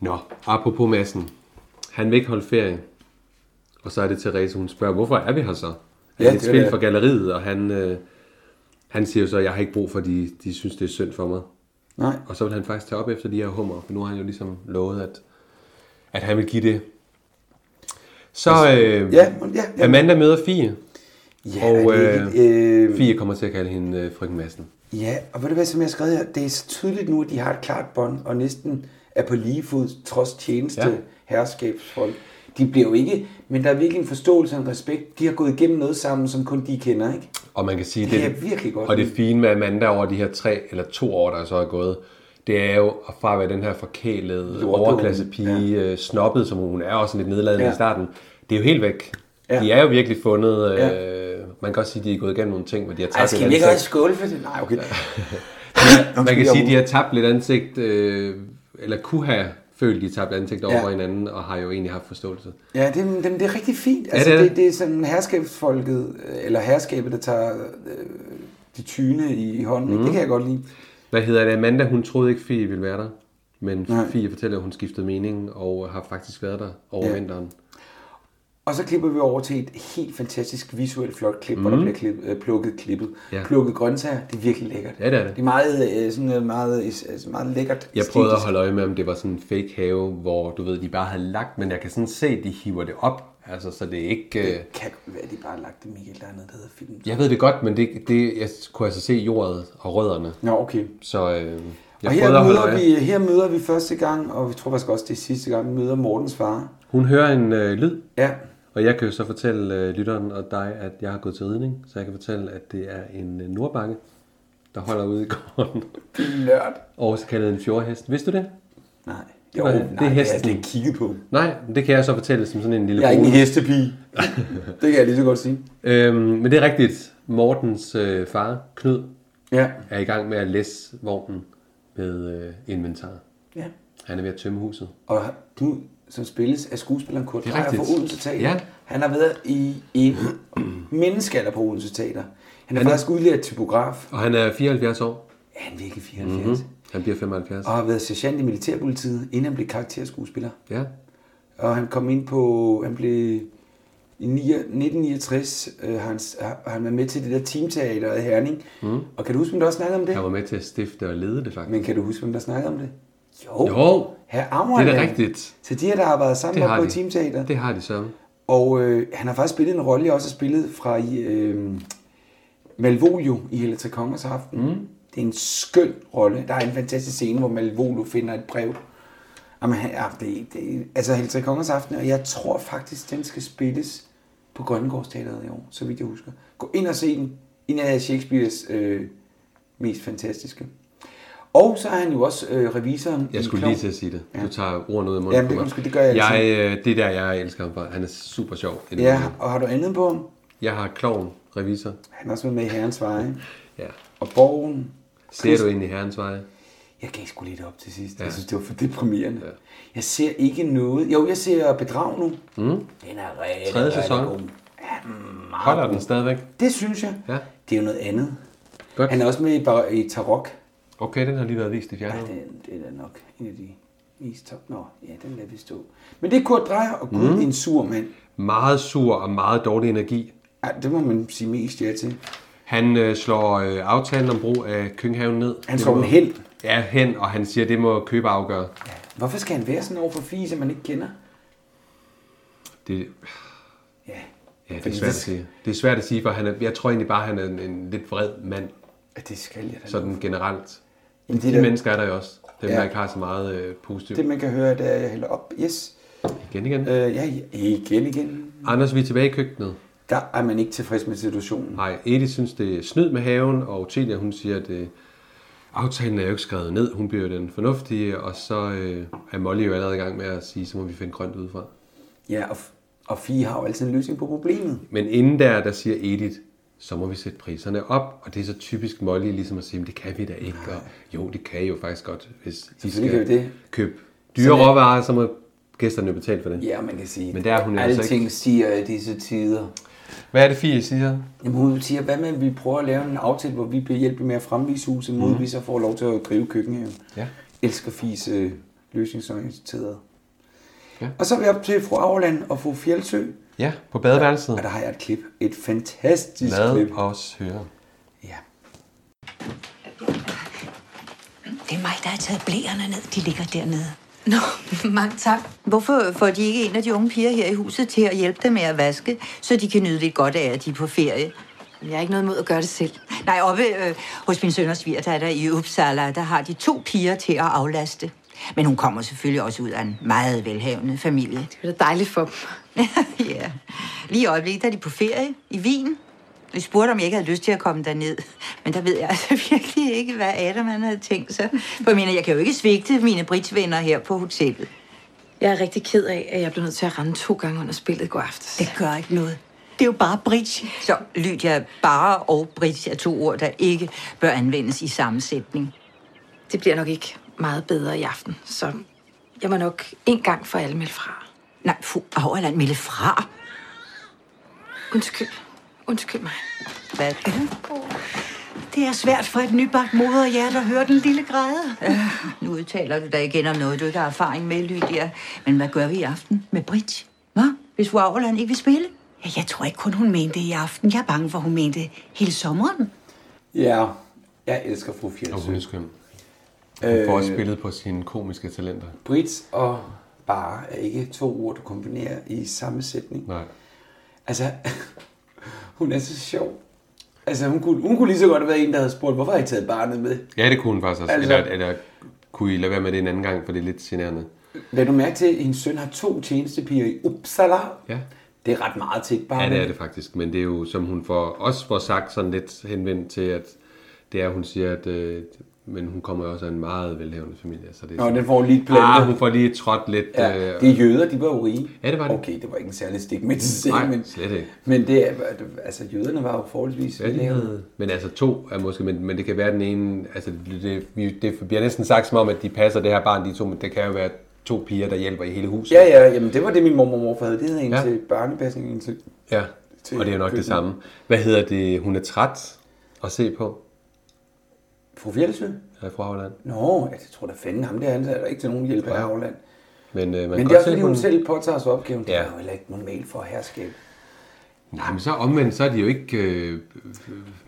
A: Nå, apropos Madsen. Han vil ikke holde ferie. Og så er det Therese, hun spørger, hvorfor er vi her så?
B: Ja,
A: Ja, det er et
B: det
A: spil
B: er-
A: for galleriet, og han, øh, han siger jo så, at jeg har ikke brug for, de, de synes, det er synd for mig.
B: Nej.
A: Og så vil han faktisk tage op efter de her hummer, for nu har han jo ligesom lovet, at, at han vil give det. Så øh,
B: Altså, Ja, ja, ja.
A: Amanda møder Fie.
B: Ja,
A: Og,
B: og, øh, ikke, øh,
A: Fie kommer til at kalde hende øh, frøken Madsen.
B: ja, og ved du hvad, som jeg har skrevet her, det er så tydeligt nu, at de har et klart bånd, og næsten er på lige fod, trods tjeneste,
A: Ja.
B: ja. herskabsfolk. De bliver jo ikke, men der er virkelig en forståelse og en respekt. De har gået igennem noget sammen, som kun de kender, ikke?
A: Og man kan sige,
B: Det kan jeg virkelig godt
A: og det
B: lide.
A: fine med Amanda over de her tre eller to år, der så er gået, det er jo at fra at være den her forkælede
B: Jordbund.
A: overklassepige, ja. snobbet, som hun er, og sådan lidt nedladende ja.
B: Ja.
A: i starten, det er jo helt væk. Ja.
B: Ja.
A: De er jo virkelig fundet, øh, man kan også sige, at de er gået igennem nogle ting, hvor de har tabt
B: Ej, Altså, skal vi
A: lidt
B: ikke også
A: ansigt.
B: skåle for det? Nej, okay.
A: Man kan
B: Undskyld,
A: sige,
B: jeg
A: at de har tabt lidt ansigt, øh, eller kunne have følt, de tabt ansigt over
B: Ja.
A: for hinanden, og har jo egentlig haft forståelse.
B: Ja, det, det, det er rigtig fint. Altså,
A: det er
B: det,
A: det.
B: det. det er sådan herskabsfolket, øh, eller herskabet, der tager øh, de tyne i hånden.
A: Mhm.
B: Mm. Det kan jeg godt lide.
A: Hvad hedder det? Amanda, hun troede ikke, Fie ville være der. Men
B: Nej.
A: Fie fortæller, at hun skiftede mening og har faktisk været der over ja.
B: Ja.
A: vinteren.
B: Og så klipper vi over til et helt fantastisk visuelt flot klip, mm. hvor der bliver klip, øh, plukket klippet.
A: Mhm. Ja.
B: Ja. Plukket grøntsager, det er virkelig lækkert.
A: Ja, det er det.
B: Det er meget, øh, sådan noget meget, altså meget lækkert.
A: Jeg prøvede at
B: æstetisk.
A: holde øje med, om det var sådan en fake have, hvor du ved, de bare havde lagt, men jeg kan sådan se, at de hiver det op. Altså, så det er ikke... Øh...
B: Det kan godt være, de bare har lagt det, Michael, der er noget, der hedder film.
A: Jeg ved det godt, men det, det jeg kunne altså se jordet og rødderne.
B: Nå, okay.
A: Så øh, jeg
B: Og her
A: prøvede at holde
B: møder,
A: øje.
B: vi, her møder vi første gang, og vi tror faktisk også, det er sidste gang, vi møder Mortens far.
A: Hun hører en øh, lyd,
B: Ja,
A: og jeg kan jo så fortælle øh, lytteren og dig, at jeg har gået til ridning, så jeg kan fortælle, at det er en øh, nordbakke, der holder ude i gården.
B: nørd.
A: Og så kaldet en fjordhest. Vidste du det?
B: Nej.
A: var- det er
B: det har jeg
A: hesten.
B: slet ikke kigget på.
A: Nej, men det kan jeg så fortælle som sådan en lille
B: Jeg er ikke en
A: bonus.
B: hestepige. det kan jeg lige så godt sige.
A: øhm, Men det er rigtigt. Mortens øh, far, Knud,
B: Ja.
A: er i gang med at læsse vognen med øh, inventar.
B: ja.
A: Han er ved at tømme huset.
B: Og du, som spilles af skuespilleren Kurt
A: Det er
B: Dreyer
A: rigtigt.
B: fra Odense Teater,
A: Ja.
B: han har været i en menneskealder på Odense Teater. Han er
A: Han er-
B: faktisk udlært typograf.
A: Og han er 74 år. Mhm.
B: Ja, han er virkelig 74. Mm-hmm.
A: Han bliver 75.
B: Og har været sergeant i militærpolitiet, inden han blev karakterskuespiller.
A: Ja.
B: Og han kom ind på, han blev I 9- 1969 øh, har, han, s- har har han været med til det der teamteater i Herning. Mm. Og kan du huske, hvem der også snakkede om det?
A: Han var med til at stifte og lede det, faktisk.
B: Men kan du huske, hvem der snakkede om det? Jo,
A: Jo,
B: herre
A: det
B: Ammerland.
A: er da rigtigt.
B: Så de her, der har været sammen
A: Det
B: op
A: har
B: på
A: de.
B: et teamteater.
A: Det har de så.
B: Og øh, han har faktisk spillet en rolle, jeg også har spillet fra i, øh, Malvolio i Helle til Kongers Aften. Mm. Det er en skøn rolle. Der er en fantastisk scene, hvor Malvolio finder et brev. Jamen, han, ja, det, det, altså Helle til Kongers Aften, og jeg tror faktisk, den skal spilles på Grønnegårdsteateret i år, så vidt jeg husker. Gå ind og se den. En af Shakespeares øh, mest fantastiske. Og så er han jo også øh, revisoren i
A: Jeg skulle
B: Klovn.
A: lige til at sige det.
B: Ja.
A: Du tager ordene ud af munden
B: Jamen,
A: på
B: det-
A: mig.
B: undskyld, det gør jeg
A: jeg øh, Det er der, jeg elsker ham for. Han er super sjov. Det er det,
B: Ja,
A: jeg mener.
B: og har du andet på ham?
A: Jeg har klovn, revisor.
B: Han har også været med i Herrens Veje.
A: Ja.
B: Og Borgen.
A: Ser du ind i herrens veje? Mhm.
B: Jeg gav sgu lidt op til sidst. Ja.
A: Ja.
B: Jeg synes, det var for deprimerende. Ja.
A: Ja.
B: Jeg ser ikke noget. Jo, jeg ser Bedrag nu. Mm. Den er rigtig,
A: Tredje
B: rigtig
A: sæson.
B: god.
A: Holder den stadigvæk?
B: Det synes jeg.
A: Ja.
B: Det er jo noget andet.
A: Godt.
B: Han er også med i, bar- i Tarok.
A: Okay, den har lige været vist i
B: Ja,
A: fjernet.
B: det, er- det er da nok en af de mest top. Nå, ja, den lader vi stå. Men det er Kurt Drejer og Gud, mm. en sur mand.
A: Meget sur og meget dårlig energi.
B: Ja, det må man sige mest ja til.
A: Han øh, slår øh, aftalen om brug af Kønghaven ned.
B: Han
A: Det
B: slår
A: må-
B: den hen.
A: Ja, hen, og han siger, det må køber afgøre.
B: Hvorfor skal han være sådan over for fie, som man ikke kender?
A: Det,
B: Ja,
A: ja, det er
B: Fordi
A: svært at sige. Det er svært at sige, for han er, jeg tror egentlig bare, han er en, en lidt vred mand,
B: at det skal jeg da.
A: sådan generelt.
B: Jamen, det,
A: De
B: er da-
A: mennesker er der jo også. Dem,
B: Ja.
A: der ikke har så meget øh, positivt.
B: det, man kan høre, det er, at jeg hælder op. Yes.
A: Igen, igen.
B: Øh, ja, ja, igen, igen.
A: Anders, vi er tilbage i køkkenet.
B: Der er man ikke tilfreds med situationen.
A: Nej, Edith synes, det er snyd med haven, og Otelia, hun siger, at øh, aftalen er jo ikke skrevet ned. Hun bliver jo den fornuftige, og så øh, er Molly jo allerede i gang med at sige, så må vi finde grønt udefra.
B: Ja, og, f- og Fie har jo altid en løsning på problemet.
A: Men inden der, der siger Edith, så må vi sætte priserne op, og det er så typisk Molly ligesom at sige, "Men det kan vi da ikke, og jo, det kan I jo faktisk godt, hvis I skal
B: Selvfølgelig kan vi det.
A: købe dyre råvarer, så må gæsterne jo betale for det.
B: Ja, man kan sige.
A: Men der er hun jo altså
B: Alting
A: ikke-
B: siger i disse tider.
A: Hvad er det, Fie siger?
B: Jamen, hun siger, hvad med, at vi prøver at lave en aftale, hvor vi bliver hjælpet med at fremvise huset, mod vi så får lov til at drive køkkenhaven.
A: Mhm. Ja.
B: Elsker Fies øh, løsningsorienteret.
A: Ja.
B: Og så er vi op til fru Auerland og fru Fjeldsø,
A: Ja, på badeværelset.
B: og der har jeg et klip. Et fantastisk klip.
A: Lad os høre.
B: Ja.
E: Det er mig, der har taget blæerne ned. De ligger dernede.
F: Nå, mange tak.
E: Hvorfor får de ikke en af de unge piger her i huset til at hjælpe dem med at vaske, så de kan nyde lidt godt af, at de er på ferie?
F: Jeg har ikke noget imod at gøre det selv.
E: Nej, oppe øh, hos min sønners svigerdatter i Uppsala, der har de to piger til at aflaste. Men hun kommer selvfølgelig også ud af en meget velhavende familie.
F: Det er da dejligt for dem.
E: ja. Lige i øjeblikket der er de på ferie i Wien. Jeg spurgte, om jeg ikke havde lyst til at komme derned. Men der ved jeg altså virkelig ikke, hvad Adam han havde tænkt sig. For jeg mener, jeg kan jo ikke svigte mine britsvenner her på hotellet.
F: Jeg er rigtig ked af, at jeg blev nødt til at rende to gange under spillet i går aftes.
G: Det gør ikke noget. Det er jo bare bridge.
E: Så lyt jeg bare og bridge er to ord, der ikke bør anvendes i sammensætning.
F: Det bliver nok ikke meget bedre i aften, så jeg må nok en gang for alle melde fra.
E: Nej, fru Auerland melde fra.
F: Undskyld. Undskyld mig.
E: Hvad?
G: Det er svært for et nybagt moderhjerte at høre den lille græde.
E: Nu udtaler du dig igen om noget, du ikke har erfaring med, Lydia. Men hvad gør vi i aften med bridge? Hvad? Hvis fru Auerland ikke vil spille?
G: Ja, jeg tror ikke kun, hun mente det i aften. Jeg er bange for, hun mente det hele sommeren.
B: ja, jeg elsker fru Fjeldsø. Øh,
A: Og hun er skøn. Hun får også spillet på sine komiske talenter.
B: Brits og bare er ikke to ord, du kombinerer i samme sætning.
A: Nej.
B: Altså, hun er så sjov. Altså, hun kunne, hun kunne lige så godt have været en, der havde spurgt, hvorfor har I taget barnet med?
A: Ja, det kunne hun faktisk også.
B: Altså-
A: Altså... Eller, eller kunne I lade være med det en anden gang, for det er lidt generende.
B: Lad du mærke til, at hendes søn har to tjenestepiger i Uppsala.
A: Ja.
B: Det er ret meget til et barn.
A: Ja, det er det faktisk. Men det er jo, som hun får, også får sagt sådan lidt henvendt til, at det er, hun siger, at øh, men hun kommer jo også af en meget velhavende familie. Så det er
B: Nå,
A: sådan,
B: den får lige et
A: ah,
B: blandet.
A: hun får lige trådt lidt.
B: Ja,
A: øh,
B: det er jøder, de var jo rige.
A: Ja, det var det.
B: Okay, det var ikke en særlig stik med til sig,
A: Nej,
B: men,
A: slet ikke.
B: men det er, altså, jøderne var jo forholdsvis
A: Ja, de havde- Men altså to er måske, men, men det kan være den ene, altså det, det, vi- det bliver næsten sagt som om, at de passer det her barn, de to, men det kan jo være to piger, der hjælper i hele huset.
B: Ja, ja, jamen det var det, min mormor og morfar havde. Det havde en ja.
A: Ja.
B: til børnepasning, en til
A: Ja,
B: til
A: og det er jo nok
B: køkkenet.
A: det samme. Hvad hedder det? Hun er træt at se på
B: fru Fjeldsø.
A: øh, fra Holland.
B: Nå, jeg tror da fanden, ham der ansat er der ikke til nogen hjælp af Havland.
A: Men, øh, man
B: Men
A: kan godt
B: det er også,
A: se,
B: fordi
A: at
B: hun selv påtager sig opgaven. Det
A: Ja.
B: er jo heller ikke normalt for herskab.
A: Nej, men så omvendt, så er de jo ikke øh,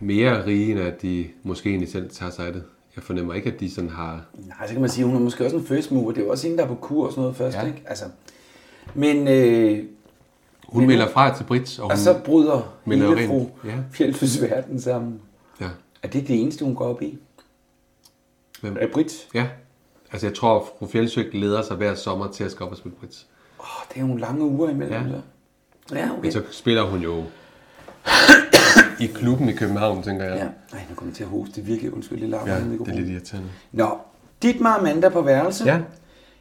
A: mere rige, end at de måske egentlig selv tager sig af det. Jeg fornemmer ikke, at de sådan har...
B: Nej, så kan man sige, hun er måske også en first mover. Det er jo også hende, der er på kur og sådan noget først, ja. ikke? Altså, men, øh,
A: Hun
B: Men-
A: melder fra til Brits, og hun...
B: og så bryder
A: Men er jo
B: hele
A: rent-
B: fru
A: ja.
B: ja. Fjeldsøs verden sammen.
A: ja.
B: Er det det eneste, hun går op i?
A: Hvem?
B: Er Brit?
A: ja. Altså, jeg tror, at fru Fjeldsøg leder sig hver sommer til at skal op og spille Brits.
B: Åh, det er nogle lange uger imellem.
A: Ja.
B: Ja, ja Ah, okay.
A: Men så spiller hun jo i klubben i København, tænker jeg.
B: Ja. Ej, nu kommer jeg til at hoste. Det er virkelig undskyld, det larmer.
A: ja
B: i
A: det er
B: mikrofonen.
A: lidt irriterende.
B: Nå, Dietmar Amanda på værelset.
A: Ja.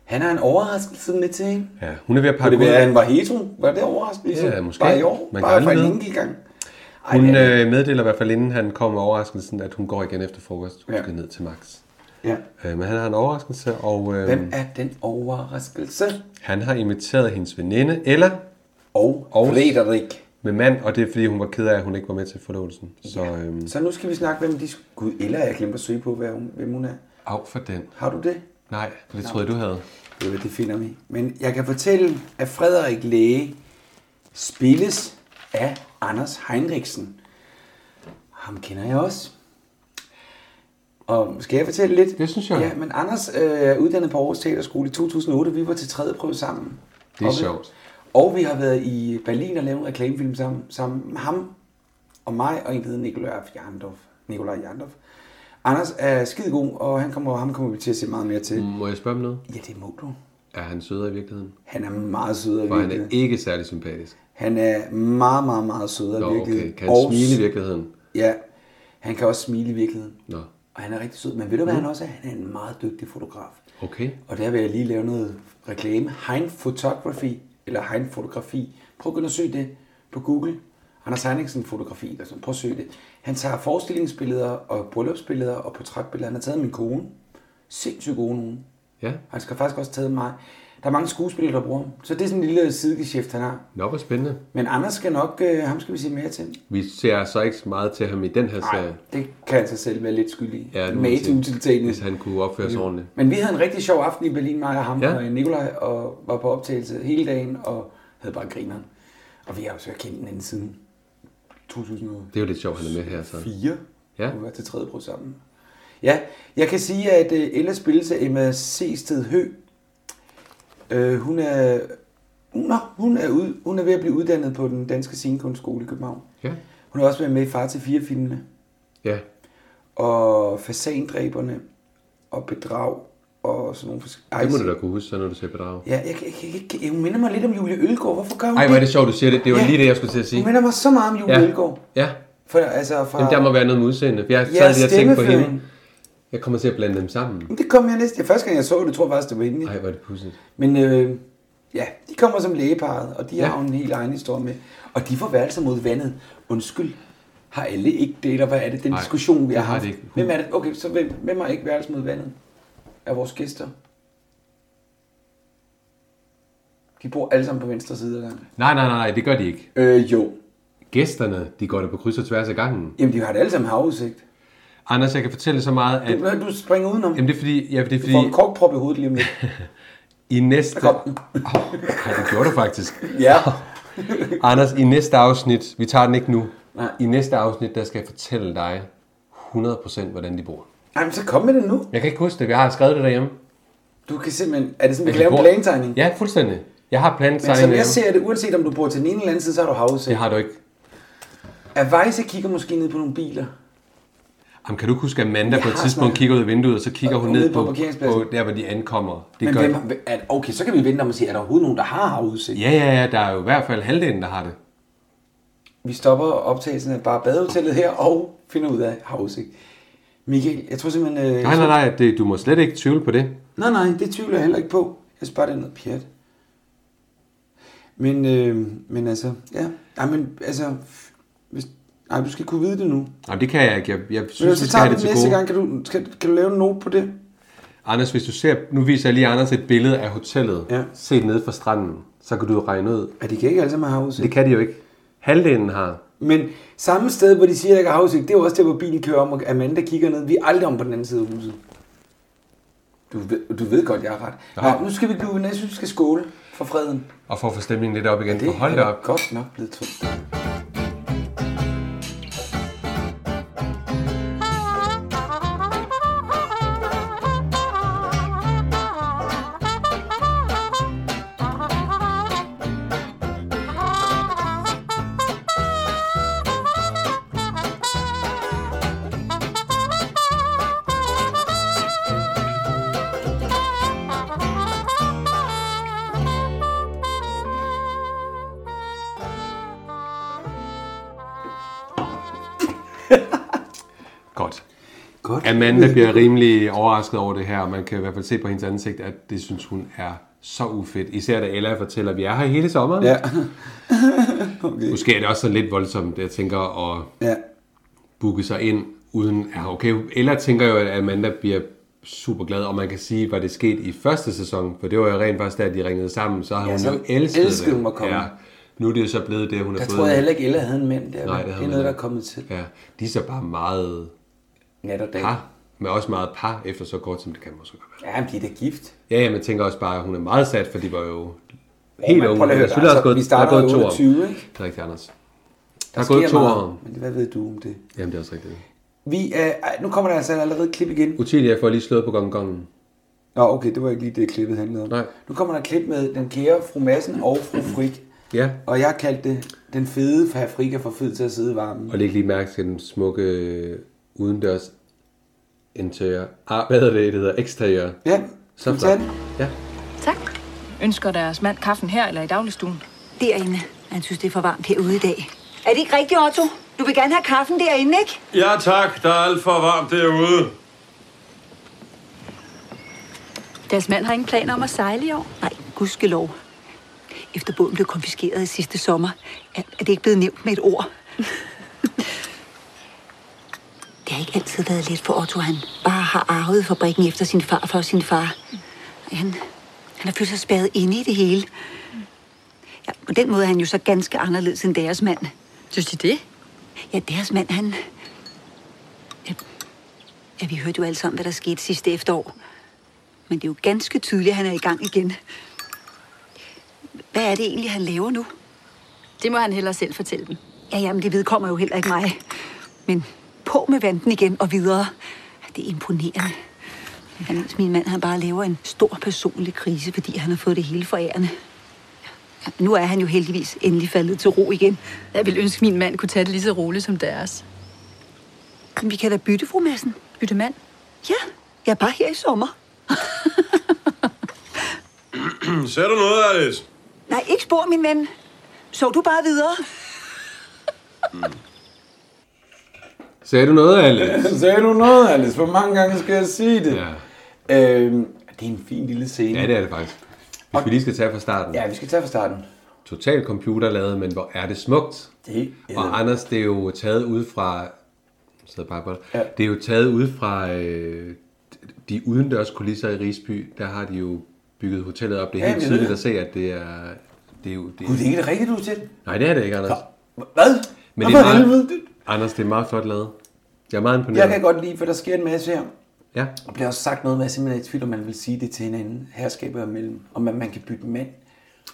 B: Han har en overraskelse med til hende.
A: Ja, hun er ved at
B: Kunne
A: pakke
B: det være,
A: ud.
B: at han var hetero? Var det overraskende? Ligesom
A: Ja, måske.
B: Bare i år? Man
A: Man Øhm. kan
B: bare for en
A: aldrig vide.
B: enkelt gang? Ej,
A: Hun
B: det er-
A: øh, meddeler i hvert fald, inden han kommer overraskelsen, at hun går igen efter frokost. Hun
B: Ja.
A: skal ned til Max.
B: ja.
A: Øh, men han har en overraskelse, og øh,
B: Hvem er den overraskelse?
A: han har inviteret hendes veninde, eller
B: Og,
A: Og-
B: og Frederik.
A: med mand, og det er fordi, hun var ked af, at hun ikke var med til forlovelsen. Så øh,
B: Så nu skal vi snakke, hvem de... sk- Gud, eller jeg glemte at søge på, hvad hun, hvem hun er.
A: af for den.
B: Har du det?
A: Nej, det troede jeg, du havde.
B: Det ved, det finder vi. Men jeg kan fortælle, at Frederik Læge spilles af Anders Heinrichsen. Ham kender jeg også. Og skal jeg fortælle lidt?
A: Det synes jeg.
B: Ja, men Anders øh, er uddannet på Aarhus Teaterskole i 2008. Vi var til tredje prøve sammen.
A: Det er
B: Og vi-
A: sjovt.
B: Og vi har været i Berlin og lavet en reklamefilm sammen, sammen med ham og mig og en, der hedder Nikolaj Jandorf. Nikolaj Jandorf. Anders er skidegod, og han kommer, ham kommer vi til at se meget mere til. Mm.
A: Må jeg spørge om noget?
B: Ja, det må du.
A: Er han sødere i virkeligheden?
B: Han er meget sød og
A: For han er
B: virkelig.
A: ikke særlig sympatisk.
B: Han er meget, meget, meget sød og
A: Nå, okay.
B: virkelig.
A: Kan han smile i virkeligheden?
B: Ja, han kan også smile i virkeligheden.
A: Nå,
B: Og han er rigtig sød. Men ved du,
A: Mm.
B: hvad han også er? Han er en meget dygtig fotograf.
A: okay.
B: Og der vil jeg lige lave noget reklame. Hein Photography, eller Hein Fotografi. Prøv at gå ind og søg det på Google. Anders Heiningsen Fotografi, eller sådan. prøv at søg det. Han tager forestillingsbilleder og bryllupsbilleder og portrætbilleder. Han har taget min kone. Sindssygt gode nogen.
A: Ja.
B: Han skal faktisk også taget mig. Der er mange skuespillere, der bruger ham. Så det er sådan en lille sidegeschæft, han har.
A: Nå, hvor spændende.
B: Men Anders skal nok, øh, ham skal vi se mere til.
A: Vi ser så ikke så meget til ham i den her
B: Nej,
A: serie.
B: det kan altså selv være lidt skyldig.
A: Ja,
B: Ja,
A: det må man
B: Mage
A: sige.
B: utiltagende.
A: Hvis han kunne opføre sig ordentligt.
B: Men vi havde en rigtig sjov aften i Berlin, mig og ham
A: Ja.
B: ja. og Nikolaj, og var på optagelse hele dagen, og havde bare grineren. Og vi har jo så kendt hinanden siden 2004.
A: Det er jo lidt sjovt, han er med her. Så. Ja.
B: Ja. Vi var til tredje prøve sammen. Ja, jeg kan sige, at øh, Ella spilles af Emma Sted Hø. Øh, hun er... Hun er, hun, er ud, hun er ved at blive uddannet på den danske scenekunstskole i København.
A: Ja.
B: Hun har også været med i Far til fire filmene
A: Ja.
B: og fasandræberne og bedrag og sådan nogle forskellige...
A: Det må du da kunne huske, så når du ser bedrag.
B: Ja, jeg, jeg, jeg, jeg, jeg, hun minder mig lidt om Julie Ølgaard. Hvorfor gør hun
A: Ej, hvor er det sjovt, du siger det. Det var
B: Ja.
A: lige det, jeg skulle til at sige.
B: Hun minder mig så meget om Julie
A: Ja.
B: ja. Ølgaard.
A: Ja.
B: For, altså, fra...
A: Jamen, der må være noget med udseende. for Jeg
B: Ja,
A: sad lige og tænkte på hende.
B: stemmeføring.
A: Jeg kommer til at blande dem sammen.
B: Det kom jeg næsten... Ja, første gang jeg så det, tror jeg faktisk, det var hende.
A: Ej, hvor er det pudsigt.
B: Men øh, ja, de kommer som lægeparet, og de
A: Ja.
B: ja. har jo en helt egen historie med. Og de får værelser mod vandet. Undskyld, har alle ikke det, eller hvad er det, den
A: Nej,
B: Ej, diskussion, vi
A: det
B: har
A: har
B: haft?
A: de ikke.
B: Hvem er det? Okay, så hvem, hvem har ikke værelse mod vandet? Af vores gæster? De bor alle sammen på venstre side af gangen.
A: Nej, nej, nej, nej, det gør de ikke.
B: Øh, jo.
A: Gæsterne, de går der på kryds og tværs af gangen.
B: Jamen, de har da alle sammen havudsigt.
A: Anders, jeg kan fortælle så meget, at...
B: Du, du springer udenom.
A: Jamen, det er fordi... Ja, det er
B: Du får en
A: fordi
B: korkprop i hovedet lige om lidt.
A: i næste...
B: Der kom den.
A: Åh, nej, det gjorde du faktisk.
B: Ja.
A: Anders, i næste afsnit... Vi tager den ikke nu.
B: Nej.
A: I næste afsnit, der skal jeg fortælle dig 100% hvordan de bor.
B: Ej, men så kom med det nu.
A: Jeg kan ikke huske det. Jeg har skrevet det derhjemme.
B: Du kan simpelthen... Er det sådan, vi
A: Men
B: kan lave
A: de
B: en
A: bor-
B: plantegning?
A: Ja, fuldstændig. Jeg har
B: Men
A: plantegning
B: som jeg
A: derhjemme.
B: ser det, uanset om du bor til den ene eller anden side, så har du
A: Det
B: havudsigt.
A: har du ikke.
B: Avejse kigger måske ned på nogle biler.
A: Jamen, kan du ikke huske, at Amanda på et
B: har
A: tidspunkt
B: snakket-
A: kigger ud af vinduet, og så kigger hun
B: Og
A: ned
B: ned på
A: på,
B: parkeringspladsen.
A: på der, hvor de ankommer. Det
B: Men
A: gør
B: hvem, er, okay, så kan vi vente om at sige, er der overhovedet nogen, der har havudsigt?
A: Ja, ja, ja, der er jo i hvert fald halvdelen, der har det.
B: Vi stopper optagelsen af bare badehotellet her og finder ud af havudsigt. Michael, jeg tror simpelthen... Øh,
A: Nej, nej, nej, det, du må slet ikke tvivle på det.
B: Nej, nej, det tvivler jeg heller ikke på. Jeg synes bare, det er noget pjat. Men, øh, men altså, ja. Nej, men altså... Hvis, nej, du skal kunne vide det nu.
A: Jamen, det kan jeg ikke. Jeg, jeg
B: Men
A: synes, vi
B: så
A: skal
B: tager
A: have
B: vi
A: det
B: det
A: til
B: næste
A: gode.
B: gang. Kan du, skal, kan du lave en note på det?
A: Anders, hvis du ser... Nu viser jeg lige Anders et billede af hotellet.
B: Ja.
A: Set ned fra stranden. Så kan du regne ud.
B: Ja, de kan ikke alle sammen have havudsigt.
A: Det kan de jo ikke. Halvdelen har...
B: Men samme sted, hvor de siger, at jeg ikke har havudsigt, det er jo også der, hvor bilen kører om, og Amanda kigger ned. Vi er aldrig om på den anden side af huset. Du ved, du ved godt, jeg har ret.
A: Nej.
B: Nej. Nå, nu skal vi blive, jeg synes, vi skal skåle for freden.
A: Og for at få stemningen lidt op igen.
B: Det
A: Hold
B: er
A: da
B: da
A: op.
B: godt nok blevet tungt.
A: Amanda bliver rimelig overrasket over det her, og man kan i hvert fald se på hendes ansigt, at det synes hun er så ufedt. Især da Ella fortæller, at vi er her hele sommeren.
B: Ja. okay.
A: Måske er det også sådan lidt voldsomt, jeg tænker, at
B: Ja.
A: booke sig ind uden... Ja, okay, Ella tænker jo, at Amanda bliver super glad, og man kan sige, var det sket i første sæson, for det var jo rent faktisk, da de ringede sammen, så har
B: Ja,
A: hun
B: så
A: jo elsket
B: elskede
A: det.
B: hun at komme.
A: Ja. Nu er det jo så blevet det, hun har
B: Der
A: fået.
B: tror jeg heller ikke, Ella havde en mand der.
A: Nej,
B: Nej, det,
A: det havde
B: det er
A: hun
B: noget, der
A: ikke.
B: er kommet til
A: Ja, de er så bare meget
B: nat og dag.
A: par, men også meget par efter så kort, som det kan måske godt være.
B: Ja, men de er da gift.
A: Ja, ja, men jeg tænker også bare, at hun er meget sat, for de var jo helt
B: men
A: unge.
B: prøv lige at høre,
A: Jeg synes, der er
B: altså,
A: gået-
B: vi starter
A: der er gået
B: jo
A: to år.
B: 28, ikke?
A: Det er rigtigt, Anders. Der,
B: Der
A: er gået
B: sker
A: to
B: meget,
A: år.
B: Men hvad ved du om det?
A: Jamen, det er også rigtigt.
B: Vi er, ej, nu kommer der altså allerede et klip igen.
A: Utilia får lige slået på gongongen.
B: Nå, okay, det var ikke lige det, klippet handlede om.
A: Nej.
B: Nu kommer der et klip med den kære fru Madsen og fru Frik.
A: Ja,
B: Og jeg kaldte det den fede, for Frik er for fed til at sidde i varmen.
A: og læg lige mærke til den smukke øh, udendørs interiør. Ah, hvad hedder det? Det hedder eksteriør.
B: Ja,
A: Så
B: skal vi
A: flot.
B: tage den?
A: Ja.
D: Tak.
H: Ønsker deres mand kaffen her eller i dagligstuen?
E: Derinde. Han synes, det er for varmt herude i dag. Er det ikke rigtigt, Otto? Du vil gerne have kaffen derinde, ikke?
I: Ja tak, der er alt for varmt derude.
D: Deres mand har ingen planer om at sejle i år.
E: Nej, gudskelov. Efter båden blev konfiskeret i sidste sommer, er, er det ikke blevet nævnt med et ord. det har ikke altid været let for Otto. Han bare har arvet fabrikken efter sin far for sin far. Han, han har følt sig spadet inde i det hele. Ja, på den måde er han jo så ganske anderledes end deres mand.
H: Synes de det?
E: Ja, deres mand, han... Ja, ja, vi hørte jo alle sammen, hvad der skete sidste efterår. Men det er jo ganske tydeligt, at han er i gang igen. Hvad er det egentlig, han laver nu?
H: Det må han hellere selv fortælle dem.
E: Ja, jamen, det vedkommer jo heller ikke mig. Men på med vanten igen og videre. Det er imponerende. Han, mens min mand han bare laver en stor personlig krise, fordi han har fået det hele for ærende. Ja, nu er han jo heldigvis endelig faldet til ro igen.
H: Jeg vil ønske, at min mand kunne tage det lige så roligt som deres.
E: Men vi kan da bytte, fru Madsen.
H: Bytte mand?
E: Ja, jeg er bare her i sommer.
I: Ser du noget, Alice?
E: Nej, ikke spor, min ven. Så du bare videre.
A: Sagde du noget, Alice?
B: Sagde du noget, Alice? Hvor mange gange skal jeg sige det?
A: Ja.
B: Øhm, det er en fin lille scene.
A: ja, det er det faktisk. Hvis vi lige skal tage fra starten.
B: Ja, vi skal tage fra starten.
A: Totalt computerlavet, men hvor er det smukt.
B: Det er
A: Og Anders, det er jo taget ud fra... Jeg sidder bare på det.
B: Ja.
A: det er jo taget ud fra øh, de udendørs kulisser i Risby. Der har de jo bygget hotellet op. Det er
B: Ja,
A: helt
B: jeg ved
A: tydeligt
B: det.
A: at se, at det er... Det er jo, det
B: Gud, det er
A: er,
B: ikke det rigtige, du er til.
A: nej, det er det ikke, Anders.
B: Hvad?
A: Men
B: Nå,
A: det er
B: for helvede.
A: meget, Anders, det er meget flot lavet. Jeg er meget imponeret.
B: Jeg kan godt lide, for der sker en masse her.
A: Ja,
B: Der bliver også sagt noget med, at jeg simpelthen er i tvivl, om man vil sige det til hinanden. Herskaber er mellem, og man, man kan bytte mand.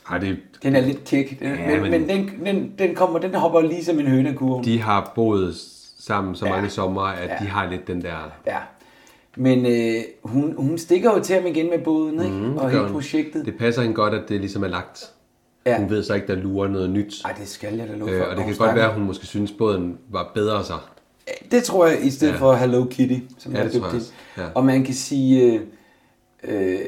A: Ej, det,
B: Den er lidt kæk, den, ja, men,
A: men-
B: men, men den, den, den, kommer, den hopper lige som en hønekurve.
A: de har boet sammen så mange somre, at
B: Ja.
A: de har lidt den der...
B: Ja. Men øh, hun, hun stikker jo til ham igen med båden, ikke? Mm, og
A: Det gør
B: hele
A: hun.
B: projektet.
A: Det passer hende godt, at det ligesom er lagt.
B: Ja.
A: Hun ved så ikke, der lurer noget nyt.
B: Ej, det skal jeg da love for.
A: Øh, og det kan
B: hun
A: godt
B: snakker-
A: være, at hun måske synes, båden var bedre så.
B: Det tror jeg, i stedet ja. for Hello Kitty, som
A: Ja,
B: jeg
A: det
B: har
A: tror
B: døbt
A: jeg
B: det.
A: også. Ja.
B: Og man kan sige, øh, øh,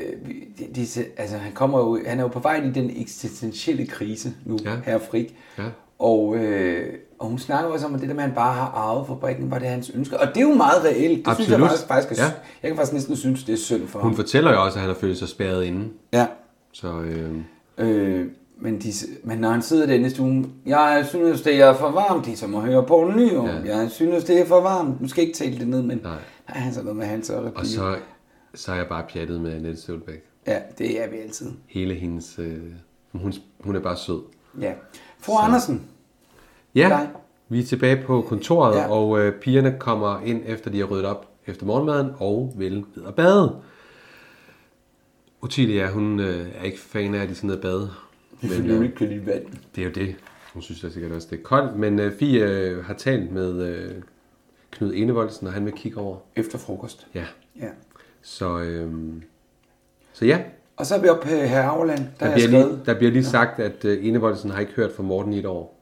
B: de, de, altså, han, kommer jo, han er jo på vej ind i den eksistentielle krise nu,
A: Ja.
B: ja. her Frik.
A: Ja.
B: Og, øh, og hun snakker også om, at det der med, at han bare har arvet fabrikken, var det hans ønske. Og det er jo meget reelt. Det synes jeg
A: Absolut.
B: faktisk, faktisk er,
A: Ja.
B: ja. jeg kan faktisk næsten synes, det er synd for
A: Hun
B: ham.
A: fortæller jo også, at han har følt sig spærret inde.
B: Ja.
A: Så øh,
B: Øh, men, de, men når han sidder der i næste uge, jeg synes, det er for varmt, det er som at høre på en ny ja. Jeg synes, det er for varmt. Nu skal jeg ikke tale det ned, men
A: Nej.
B: Ej, han så noget med hans og
A: og så, så er jeg bare pjattet med Annette Stolbæk.
B: Ja, det er vi altid.
A: Hele hendes... Øh, hun, hun er bare sød.
B: Ja. Fru så. Andersen.
A: Ja,
B: Nej.
A: vi er tilbage på kontoret, ja.
B: Ja.
A: og øh, pigerne kommer ind, efter de har ryddet op efter morgenmaden, og vil ned og bade. Utilia, hun øh, er ikke fan af, at de skal ned og bade. Men, øh,
B: Fordi hun ikke kan lide vand.
A: Det er jo det. Hun synes da sikkert også, det er koldt. Men øh, Fie øh, har talt med øh, Knud Enevoldsen, og han vil kigge over.
B: Efter frokost.
A: Ja.
B: Ja.
A: Så, øh, så ja,
B: Og så er vi oppe på her Auland, der, der
A: der
B: er jeg
A: bliver,
B: skrevet.
A: lige, der bliver lige sagt, at øh, Enevoldsen har ikke hørt fra Morten i et år.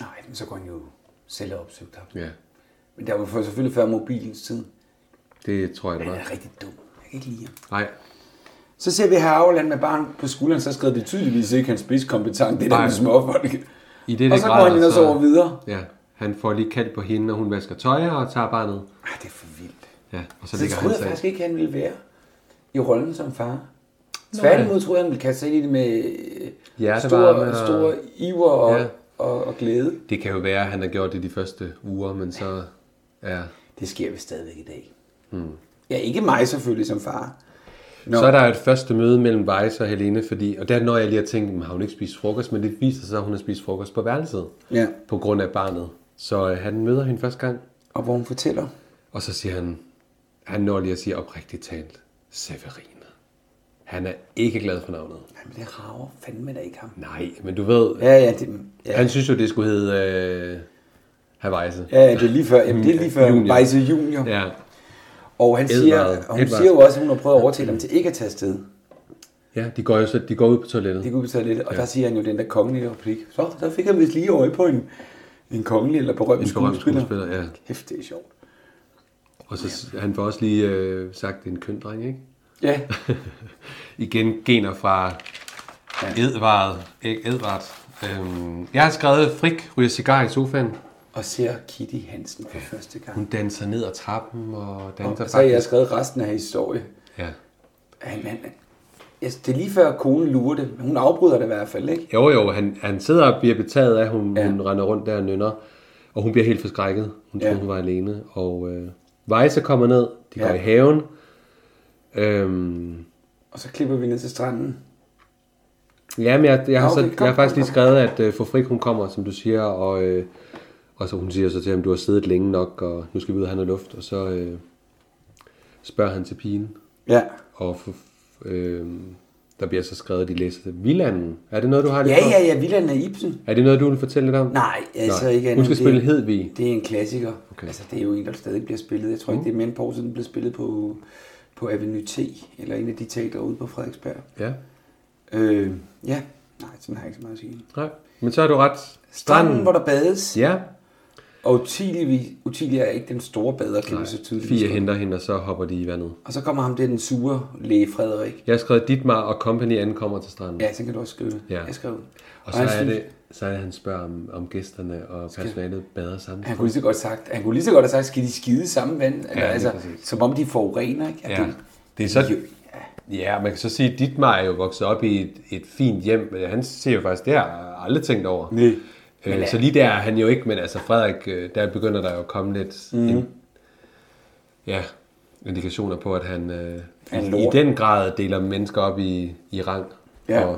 B: Nej, men så går han jo selv og opsøgt ham.
A: Ja,
B: Men der var for selvfølgelig før mobilens tid.
A: det tror jeg, det
B: Men han
A: var.
B: er rigtig dum. Jeg kan ikke lide ham.
A: Nej,
B: Så ser vi her Auland med barn på skulderen, så skrev det tydeligvis ikke hans spidskompetence, det der
A: Nej.
B: med småfolk.
A: i det,
B: og så går han ind og
A: så
B: sover videre.
A: Ja, han får lige kaldt på hende, og hun vasker tøj og tager barnet.
B: Ej, Ah, det er for vildt.
A: Ja, og
B: Så
A: så
B: det
A: ligger
B: troede
A: han
B: jeg
A: sig.
B: faktisk ikke, han ville være i rollen som far.
A: Nå,
B: Tværtimod troede jeg, han ville kaste sig ind i det med øh,
A: Hjertevarme
B: stor,
A: og-
B: stor iver og,
A: Ja.
B: ja. og, og glæde.
A: Det kan jo være, at han har gjort det de første uger, men så er...
B: Det sker vi stadigvæk i dag.
A: Hmm.
B: Ja, ikke mig selvfølgelig som far.
A: No. Så er der jo et første møde mellem Weiss og Helene, fordi, og der når jeg lige at tænke, "Men har hun ikke spist frokost, men det viser sig, at hun har spist frokost på værelset,
B: Ja.
A: på grund af barnet. Så øh, han møder hende første gang.
B: Og hvor hun fortæller.
A: Og så siger han, han når lige at sige oprigtigt talt, Severin. Han er ikke glad for navnet.
B: Jamen, det rager fandme da ikke ham.
A: Nej, men du ved,
B: Ja, ja, det, ja.
A: han synes jo, det skulle hedde øh, Havajse.
B: Ja, det er lige før, jamen, det er lige før
A: Junior.
B: Weisse Junior.
A: Ja.
B: Og han
A: Edvard.
B: siger, og hun
A: Edvard.
B: siger jo også, at hun har prøvet at overtale ham til ikke at tage afsted.
A: Ja, de går jo så, de går ud på toilettet.
B: Det kunne vi tage lidt, og
A: Ja.
B: ja. der siger han jo den der kongelige replik. Så der fik han vist lige øje på en, en kongelig eller berømt
A: En berømt
B: skuespiller.
A: skuespiller, ja.
B: Kæft, det er sjovt.
A: Og så han får også lige øh, sagt, det er en køn dreng, ikke?
B: Ja.
A: Igen gener fra Edvard. Æg- Edvard. Øhm, jeg har skrevet, Frik ryger cigar i sofaen.
B: Og ser Kitty Hansen for første gang.
A: Hun danser ned ad trappen og danser
B: Og så har jeg skrevet resten af historien.
A: Ja.
B: Han, han, han. Altså, det er lige før, at konen lurer det, men hun afbryder det i hvert fald, ikke?
A: Jo, jo, han, han sidder og bliver betaget af, at hun, ja. hun render rundt der og nynner. Og hun bliver helt forskrækket. Hun tror,
B: Ja.
A: ja. hun var alene. Og øh, Vejse kommer ned. De går
B: Ja.
A: i haven. Øhm,
B: Og så klipper vi ned til stranden.
A: Jamen, jeg, jeg, har,
B: Nå,
A: så,
B: okay, kom,
A: jeg har faktisk
B: kom,
A: lige skrevet, at øh, for Frik, hun kommer, som du siger, og, øh, og så hun siger så til ham, du har siddet længe nok, og nu skal vi ud og have noget luft, og så øh, spørger han til pigen,
B: Ja.
A: og for, øh, der bliver så skrevet, at de læser det. Villanden, er det noget, du har lidt
B: Ja,
A: for?
B: ja, ja, Villand er Ibsen.
A: Er det noget, du vil fortælle lidt om?
B: Nej, altså ikke
A: Hun skal
B: andet.
A: spille
B: Det er-
A: Hedvig.
B: Det er en klassiker. Okay. Altså, det er jo en, der stadig bliver spillet. Jeg tror
A: Mm.
B: ikke, det er mere end et par år siden, den blev spillet på, på Avenue T, eller en af de teatre ude på Frederiksberg.
A: Ja.
B: Øh, ja, nej, sådan har jeg ikke så meget at sige.
A: Nej, men så har du ret.
B: Stranden, hvor der bades.
A: Ja.
B: Og Utilia, Utilia er ikke den store bader, kan vi så tydeligt
A: Fie
B: forstå.
A: henter hende, og så hopper de i vandet.
B: Og så kommer ham der, den sure læge Frederik.
A: Jeg har skrevet, Ditmar og Company ankommer til stranden.
B: Ja, så kan du også skrive det.
A: Ja.
B: Jeg skrev det.
A: Og så
B: han
A: er,
B: synes-
A: det, så er det, han spørger, om, om gæsterne og personalet bader sammen.
B: Han kunne lige så godt sagt, han kunne lige så godt have sagt, skal de skide i samme vand? Eller,
A: lige
B: altså,
A: præcis.
B: som om de forurener, ikke?
A: Ja.
B: det,
A: Det er så... Ja, man kan så sige, at Dietmar er jo vokset op i et, et fint hjem, men han ser jo faktisk, det har jeg aldrig tænkt over.
B: Nej.
A: Øh,
B: Men,
A: så
B: øh,
A: lige der er han jo ikke, men altså Frederik, øh, der begynder der jo at komme lidt
B: Mhm.
A: en, ja, indikationer på, at han, øh,
B: Han
A: i- i
B: lort.
A: den grad deler mennesker op i, i rang.
B: Ja.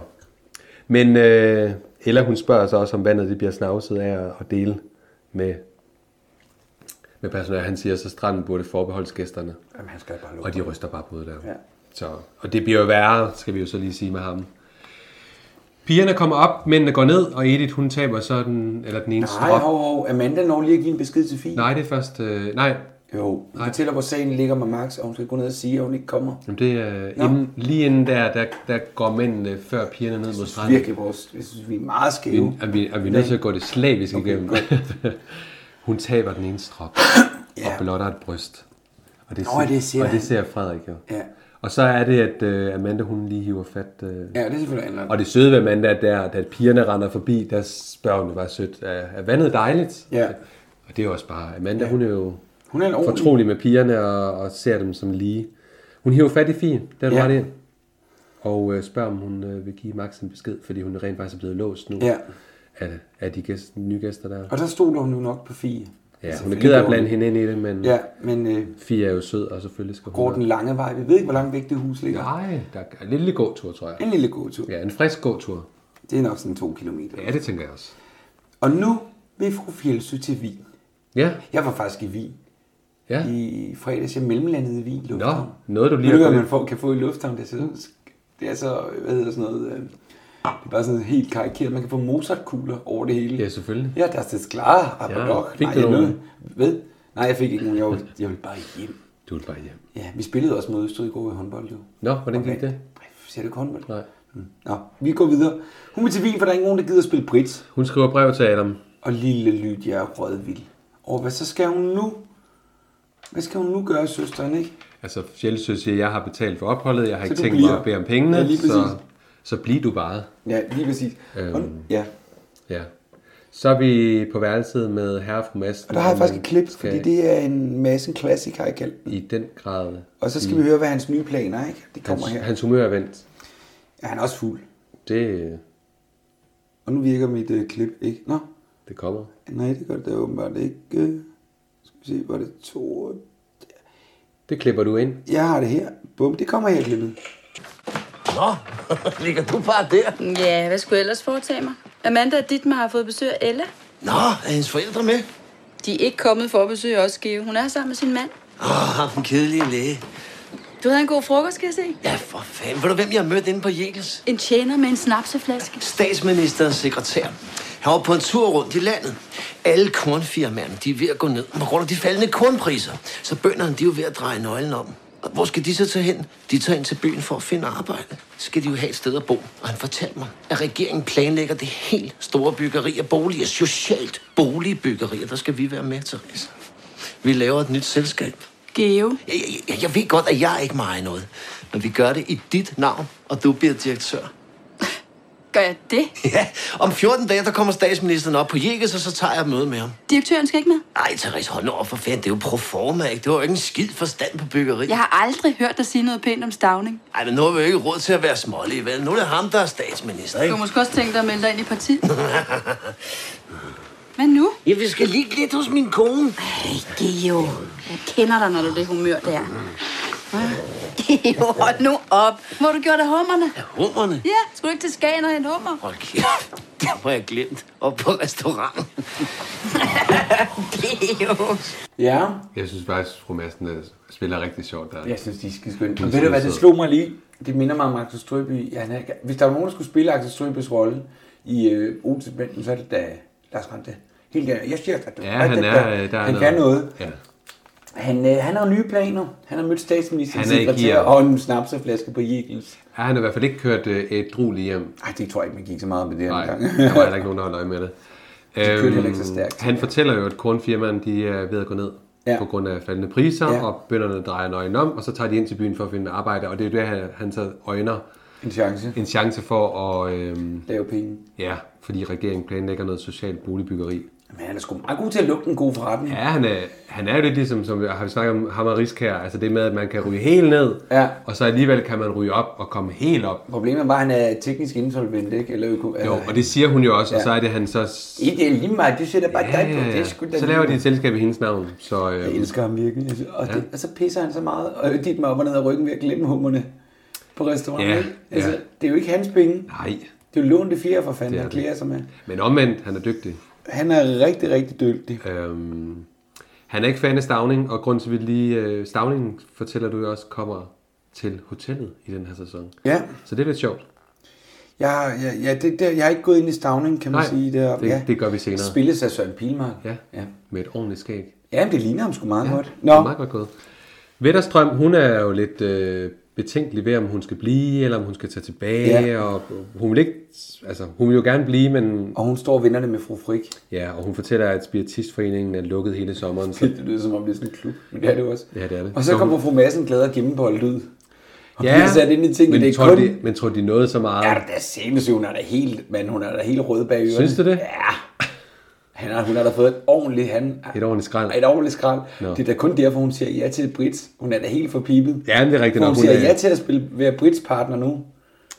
A: men øh, Ella hun spørger så også, om vandet det bliver snavset af at, at dele med, med personale. Han siger, så stranden burde forbeholdes gæsterne.
B: Jamen, han skal bare lukke.
A: Og de ryster bare på hovedet der.
B: Ja.
A: Så, og det bliver jo værre, skal vi jo så lige sige med ham. Pigerne kommer op, mændene går ned, og Edith hun taber så den, eller den ene
B: Nej, hov, hov. Amanda når lige at give en besked til Fie.
A: Nej, det er først... Øh, nej,
B: Jo, hun fortæller, hvor sagen ligger med Max, og hun skal gå ned og sige, at hun ikke kommer.
A: Jamen, det er
B: Nå.
A: inden, lige inden der, der, der går mændene før pigerne ned mod stranden.
B: Virkelig vores, jeg synes, vi er meget
A: Vi,
B: skæve.
A: er, vi, er vi nødt til at gå det slavisk okay, igennem? hun taber den ene strop
B: Ja.
A: og blotter et bryst. Og det,
B: Nå, det ser
A: og
B: han.
A: det ser Frederik jo.
B: Ja.
A: Og så er det, at øh, Amanda hun lige hiver fat. Øh,
B: Ja, det er selvfølgelig andet.
A: Og det søde ved Amanda er, der, at pigerne render forbi, der spørger hun, var sødt. Er, er vandet dejligt?
B: Ja.
A: Og det er jo også bare, Amanda hun er jo
B: Hun er en ordentlig-
A: fortrolig med pigerne og, og ser dem som lige. Hun hiver fat i Fie, der er du
B: Ja.
A: ret i. Og øh, spørger, om hun øh, vil give Max en besked, fordi hun rent faktisk er blevet låst nu
B: Ja.
A: af, af de gæst, nye gæster, der er.
B: Og der stoler hun jo nok på Fie.
A: Ja,
B: Altså,
A: hun er
B: Fie
A: ked af at
B: går-
A: blande hende ind i det, men
B: Ja, men øh,
A: Fie er jo sød, og selvfølgelig skal hun...
B: går den lange vej. Vi ved ikke, hvor langt væk det hus ligger.
A: Nej, der er en lille gåtur, tror jeg.
B: En lille god tur.
A: Ja, en frisk gåtur.
B: Det er nok sådan to kilometer.
A: Ja, det tænker jeg også.
B: Og nu vil fru Fjeldsø til Wien.
A: Ja,
B: Jeg var faktisk i Wien.
A: Ja.
B: I fredags jeg mellemlandede i Wien Lufthavn.
A: Nå, noget du
B: Ved
A: lige har
B: hvad
A: fået-
B: man får, kan få i Lufthavn? Det er, så, det er så, hvad hedder sådan noget... øh, Det er bare sådan helt karikeret. Man kan få Mozartkugler over det hele.
A: ja selvfølgelig.
B: Ja, der er det klare. Aber
A: Ja,
B: doch.
A: fik
B: Nej,
A: du
B: jeg
A: nogen?
B: nåede- Ved? Nej, jeg fik ikke nogen. Jeg ville, jeg ville bare hjem.
A: Du vil bare hjem.
B: Ja, vi spillede også mod Østrig i går i håndbold, jo.
A: Nå, hvordan gik det?
B: Ser du ikke håndbold?
A: Nej.
B: Nå, vi går videre. Hun vil til Wien, for der er ikke nogen, der gider at spille Brits.
A: Hun skriver brev til Adam.
B: Og lille Lydia er rødvild. Og hvad så skal hun nu? Hvad skal hun nu gøre, søsteren, ikke?
A: Altså, Sjælsø siger, at jeg har betalt for opholdet, jeg har
B: Så
A: ikke
B: du
A: tænkt
B: bliver.
A: mig at bede om pengene,
B: Ja, lige
A: så,
B: præcis.
A: så bliv du bare.
B: Ja, lige præcis.
A: Øhm.
B: Øhm. Ja,
A: Ja. Så er vi på værelset med herre og fru Madsen.
B: Og der har jeg faktisk et klip,
A: skal
B: fordi det er en masse klassik, har jeg kaldt den.
A: I den grad.
B: Og så skal
A: i-
B: vi høre, hvad hans nye planer er, ikke? Det kommer
A: Mm. hans,
B: her.
A: Hans humør er vendt.
B: Ja, han er også fuld.
A: Det,
B: Og nu virker mit øh, klip ikke. Nå,
A: det kommer.
B: nej, det gør det åbenbart ikke. Øh, skal vi se, var det to...
A: Det klipper du ind.
B: Jeg har det her. Bum, det kommer her klippet.
J: Nå, ligger du bare der?
H: Ja, hvad skulle jeg ellers foretage mig? Amanda og Ditmar har fået besøg af Ella.
J: Nå, er hendes forældre med?
H: De er ikke kommet for at besøge os, Geo. Hun er sammen med sin mand.
J: Åh, ham den kedelige læge.
H: Du havde en god frokost, kan jeg se.
J: Ja, for fanden. Ved du, hvem jeg har mødt inde på Jekels?
H: En tjener med en snapseflaske.
J: Statsministerens sekretær. Han var på en tur rundt i landet. Alle kornfirmaerne, de er ved at gå ned på grund af de faldende kornpriser. Så bønderne, de er jo ved at dreje nøglen om. Og hvor skal de så tage hen? De tager ind til byen for at finde arbejde. Så skal de jo have et sted at bo. Og han fortalte mig, at regeringen planlægger det helt store byggeri af boliger. Socialt boligbyggerier. Der skal vi være med, Therese. Vi laver et nyt selskab.
H: Geo.
J: Jeg, jeg, jeg ved godt, at jeg ikke må eje noget. Men vi gør det i dit navn, og du bliver direktør.
H: Gør jeg det?
J: Ja, om 14 dage, der kommer statsministeren op på Jækkes, og så tager jeg et møde med ham.
H: Direktøren skal ikke med.
J: Ej, Therese, hold nu op for fanden. Det er jo proforma, ikke? Det var jo ikke en skid forstand på byggeri.
H: Jeg har aldrig hørt dig sige noget pænt om stavning.
J: Ej, men nu har vi jo ikke råd til at være smålige, vel? Nu er det ham, der er statsminister,
H: Du
J: ikke?
H: har måske også tænkt dig at melde dig ind i partiet. Hvad nu?
J: ja, vi skal ligge lidt hos min kone.
H: Geo, jeg kender dig, når du er det humør, der. Geo, hold nu op. Hvor har du gjort af hummerne?
J: Hummerne.
H: Ja, skulle du ikke til Skagen og hente hummer?
J: Hold kæft, det må jeg glemt. Og på restaurant.
H: Geo.
B: Ja.
A: Jeg synes faktisk, at fru Madsen er- spiller rigtig sjovt der.
B: Jeg synes, de er skideskønne. Og ved du hvad, det slog mig lige. Det minder mig om Axel Strøby. Ja, han er, hvis der var nogen, der skulle spille Axel Strøbys rolle i øh, Olsenbanden, så er det da Lars Rante. Helt gerne. Jeg siger, at
A: Ja, han er, øh, der er
B: han kan noget.
A: Ja.
B: Han, øh, han har nye planer. Han har mødt statsministeren,
A: Han er i
B: sekretær
A: gear.
B: og en snapseflaske på Jekels.
A: Ja, han har i hvert fald ikke kørt øh, et drulig hjem.
B: Nej, det tror jeg ikke, man gik så meget med det
A: Nej,
B: dengang.
A: der var heller ikke nogen, der holdt øje med det. De
B: kørte heller ikke så stærkt.
A: Øhm, Han fortæller jo, at kornfirmaerne de er ved at gå ned ja. på grund af faldende priser, ja. og bønderne drejer nøglen om, og så tager de ind til byen for at finde arbejde, og det er jo det, han, han så øjner.
B: En chance.
A: En chance for at... Øhm,
B: Lave penge.
A: Ja, fordi regeringen planlægger noget socialt boligbyggeri.
B: Men han er sgu meget god til at lukke en god forretning.
A: Ja, han er, han er jo lidt ligesom, som har vi snakket om ham og Riskær, altså det med, at man kan ryge helt ned,
B: ja.
A: og så alligevel kan man ryge op og komme helt op.
B: Problemet er bare, at han er teknisk insolvent, ikke? Eller øko,
A: Jo, og det siger hun jo også, ja. og så er det han så...
B: Ikke det er lige meget, det sætter bare ja, dig på. Det er sgu da
A: så laver de
B: lige-
A: et selskab i hendes navn, så... Øh, jeg
B: elsker ham virkelig. Og, ja. det, og så pisser han så meget, og dit mig op og ned ad ryggen ved at glemme hummerne på restauranten.
A: Ja,
B: ikke? altså,
A: ja.
B: det er jo ikke hans penge.
A: Nej.
B: Det er jo lånte fire for fanden,
A: Det er
B: han
A: det.
B: klæder sig med.
A: Men omvendt, han er dygtig.
B: Han er rigtig, rigtig dygtig.
A: Øhm, han er ikke fan af Stavning, og grunden til, at vi lige... Øh, Stavningen, fortæller du jo også, kommer til hotellet i den her sæson.
B: Ja.
A: Så det er lidt sjovt.
B: Jeg, jeg, jeg, det, det, jeg har ikke gået ind i stavning, kan man
A: Nej,
B: sige. deroppe.
A: det- det gør vi senere.
B: Spilles af Søren Pilmark.
A: Ja, ja. med et ordentligt skæg.
B: Ja, men det ligner ham sgu meget ja. godt.
A: Nå. Det er meget godt gået. Vetterstrøm, hun er jo lidt øh, betænkelig ved, om hun skal blive, eller om hun skal tage
B: Ja.
A: tilbage. Ja. Og hun, vil ikke, altså, hun vil jo gerne blive, men...
B: Og hun står og vinder det med fru Frik.
A: Ja, og hun fortæller, at Spiritistforeningen er lukket hele sommeren. Så...
B: Det lyder som om, det er sådan en klub, men det er det jo også.
A: Ja, det er det.
B: Og så
A: hun-
B: kommer fru Madsen glad og gennemboldet ud. Og ja, bliver sat ind i ting, men
A: men
B: det er
A: tror,
B: kun...
A: de, men tror de nåede så meget?
B: Ja, det er sindssygt. Hun er da helt, men hun er da helt rød bag ørerne.
A: Synes du det?
B: Ja. Han har, hun har da fået et ordentligt, han,
A: Et ordentligt skrald.
B: et ordentligt skrald.
A: Nå.
B: Det er da kun derfor, hun siger ja til Brits. Hun er da helt forpipet.
A: Ja, men det er rigtigt
B: For
A: nok,
B: Hun
A: hun
B: siger
A: er-
B: ja til at spille, være Brits partner nu.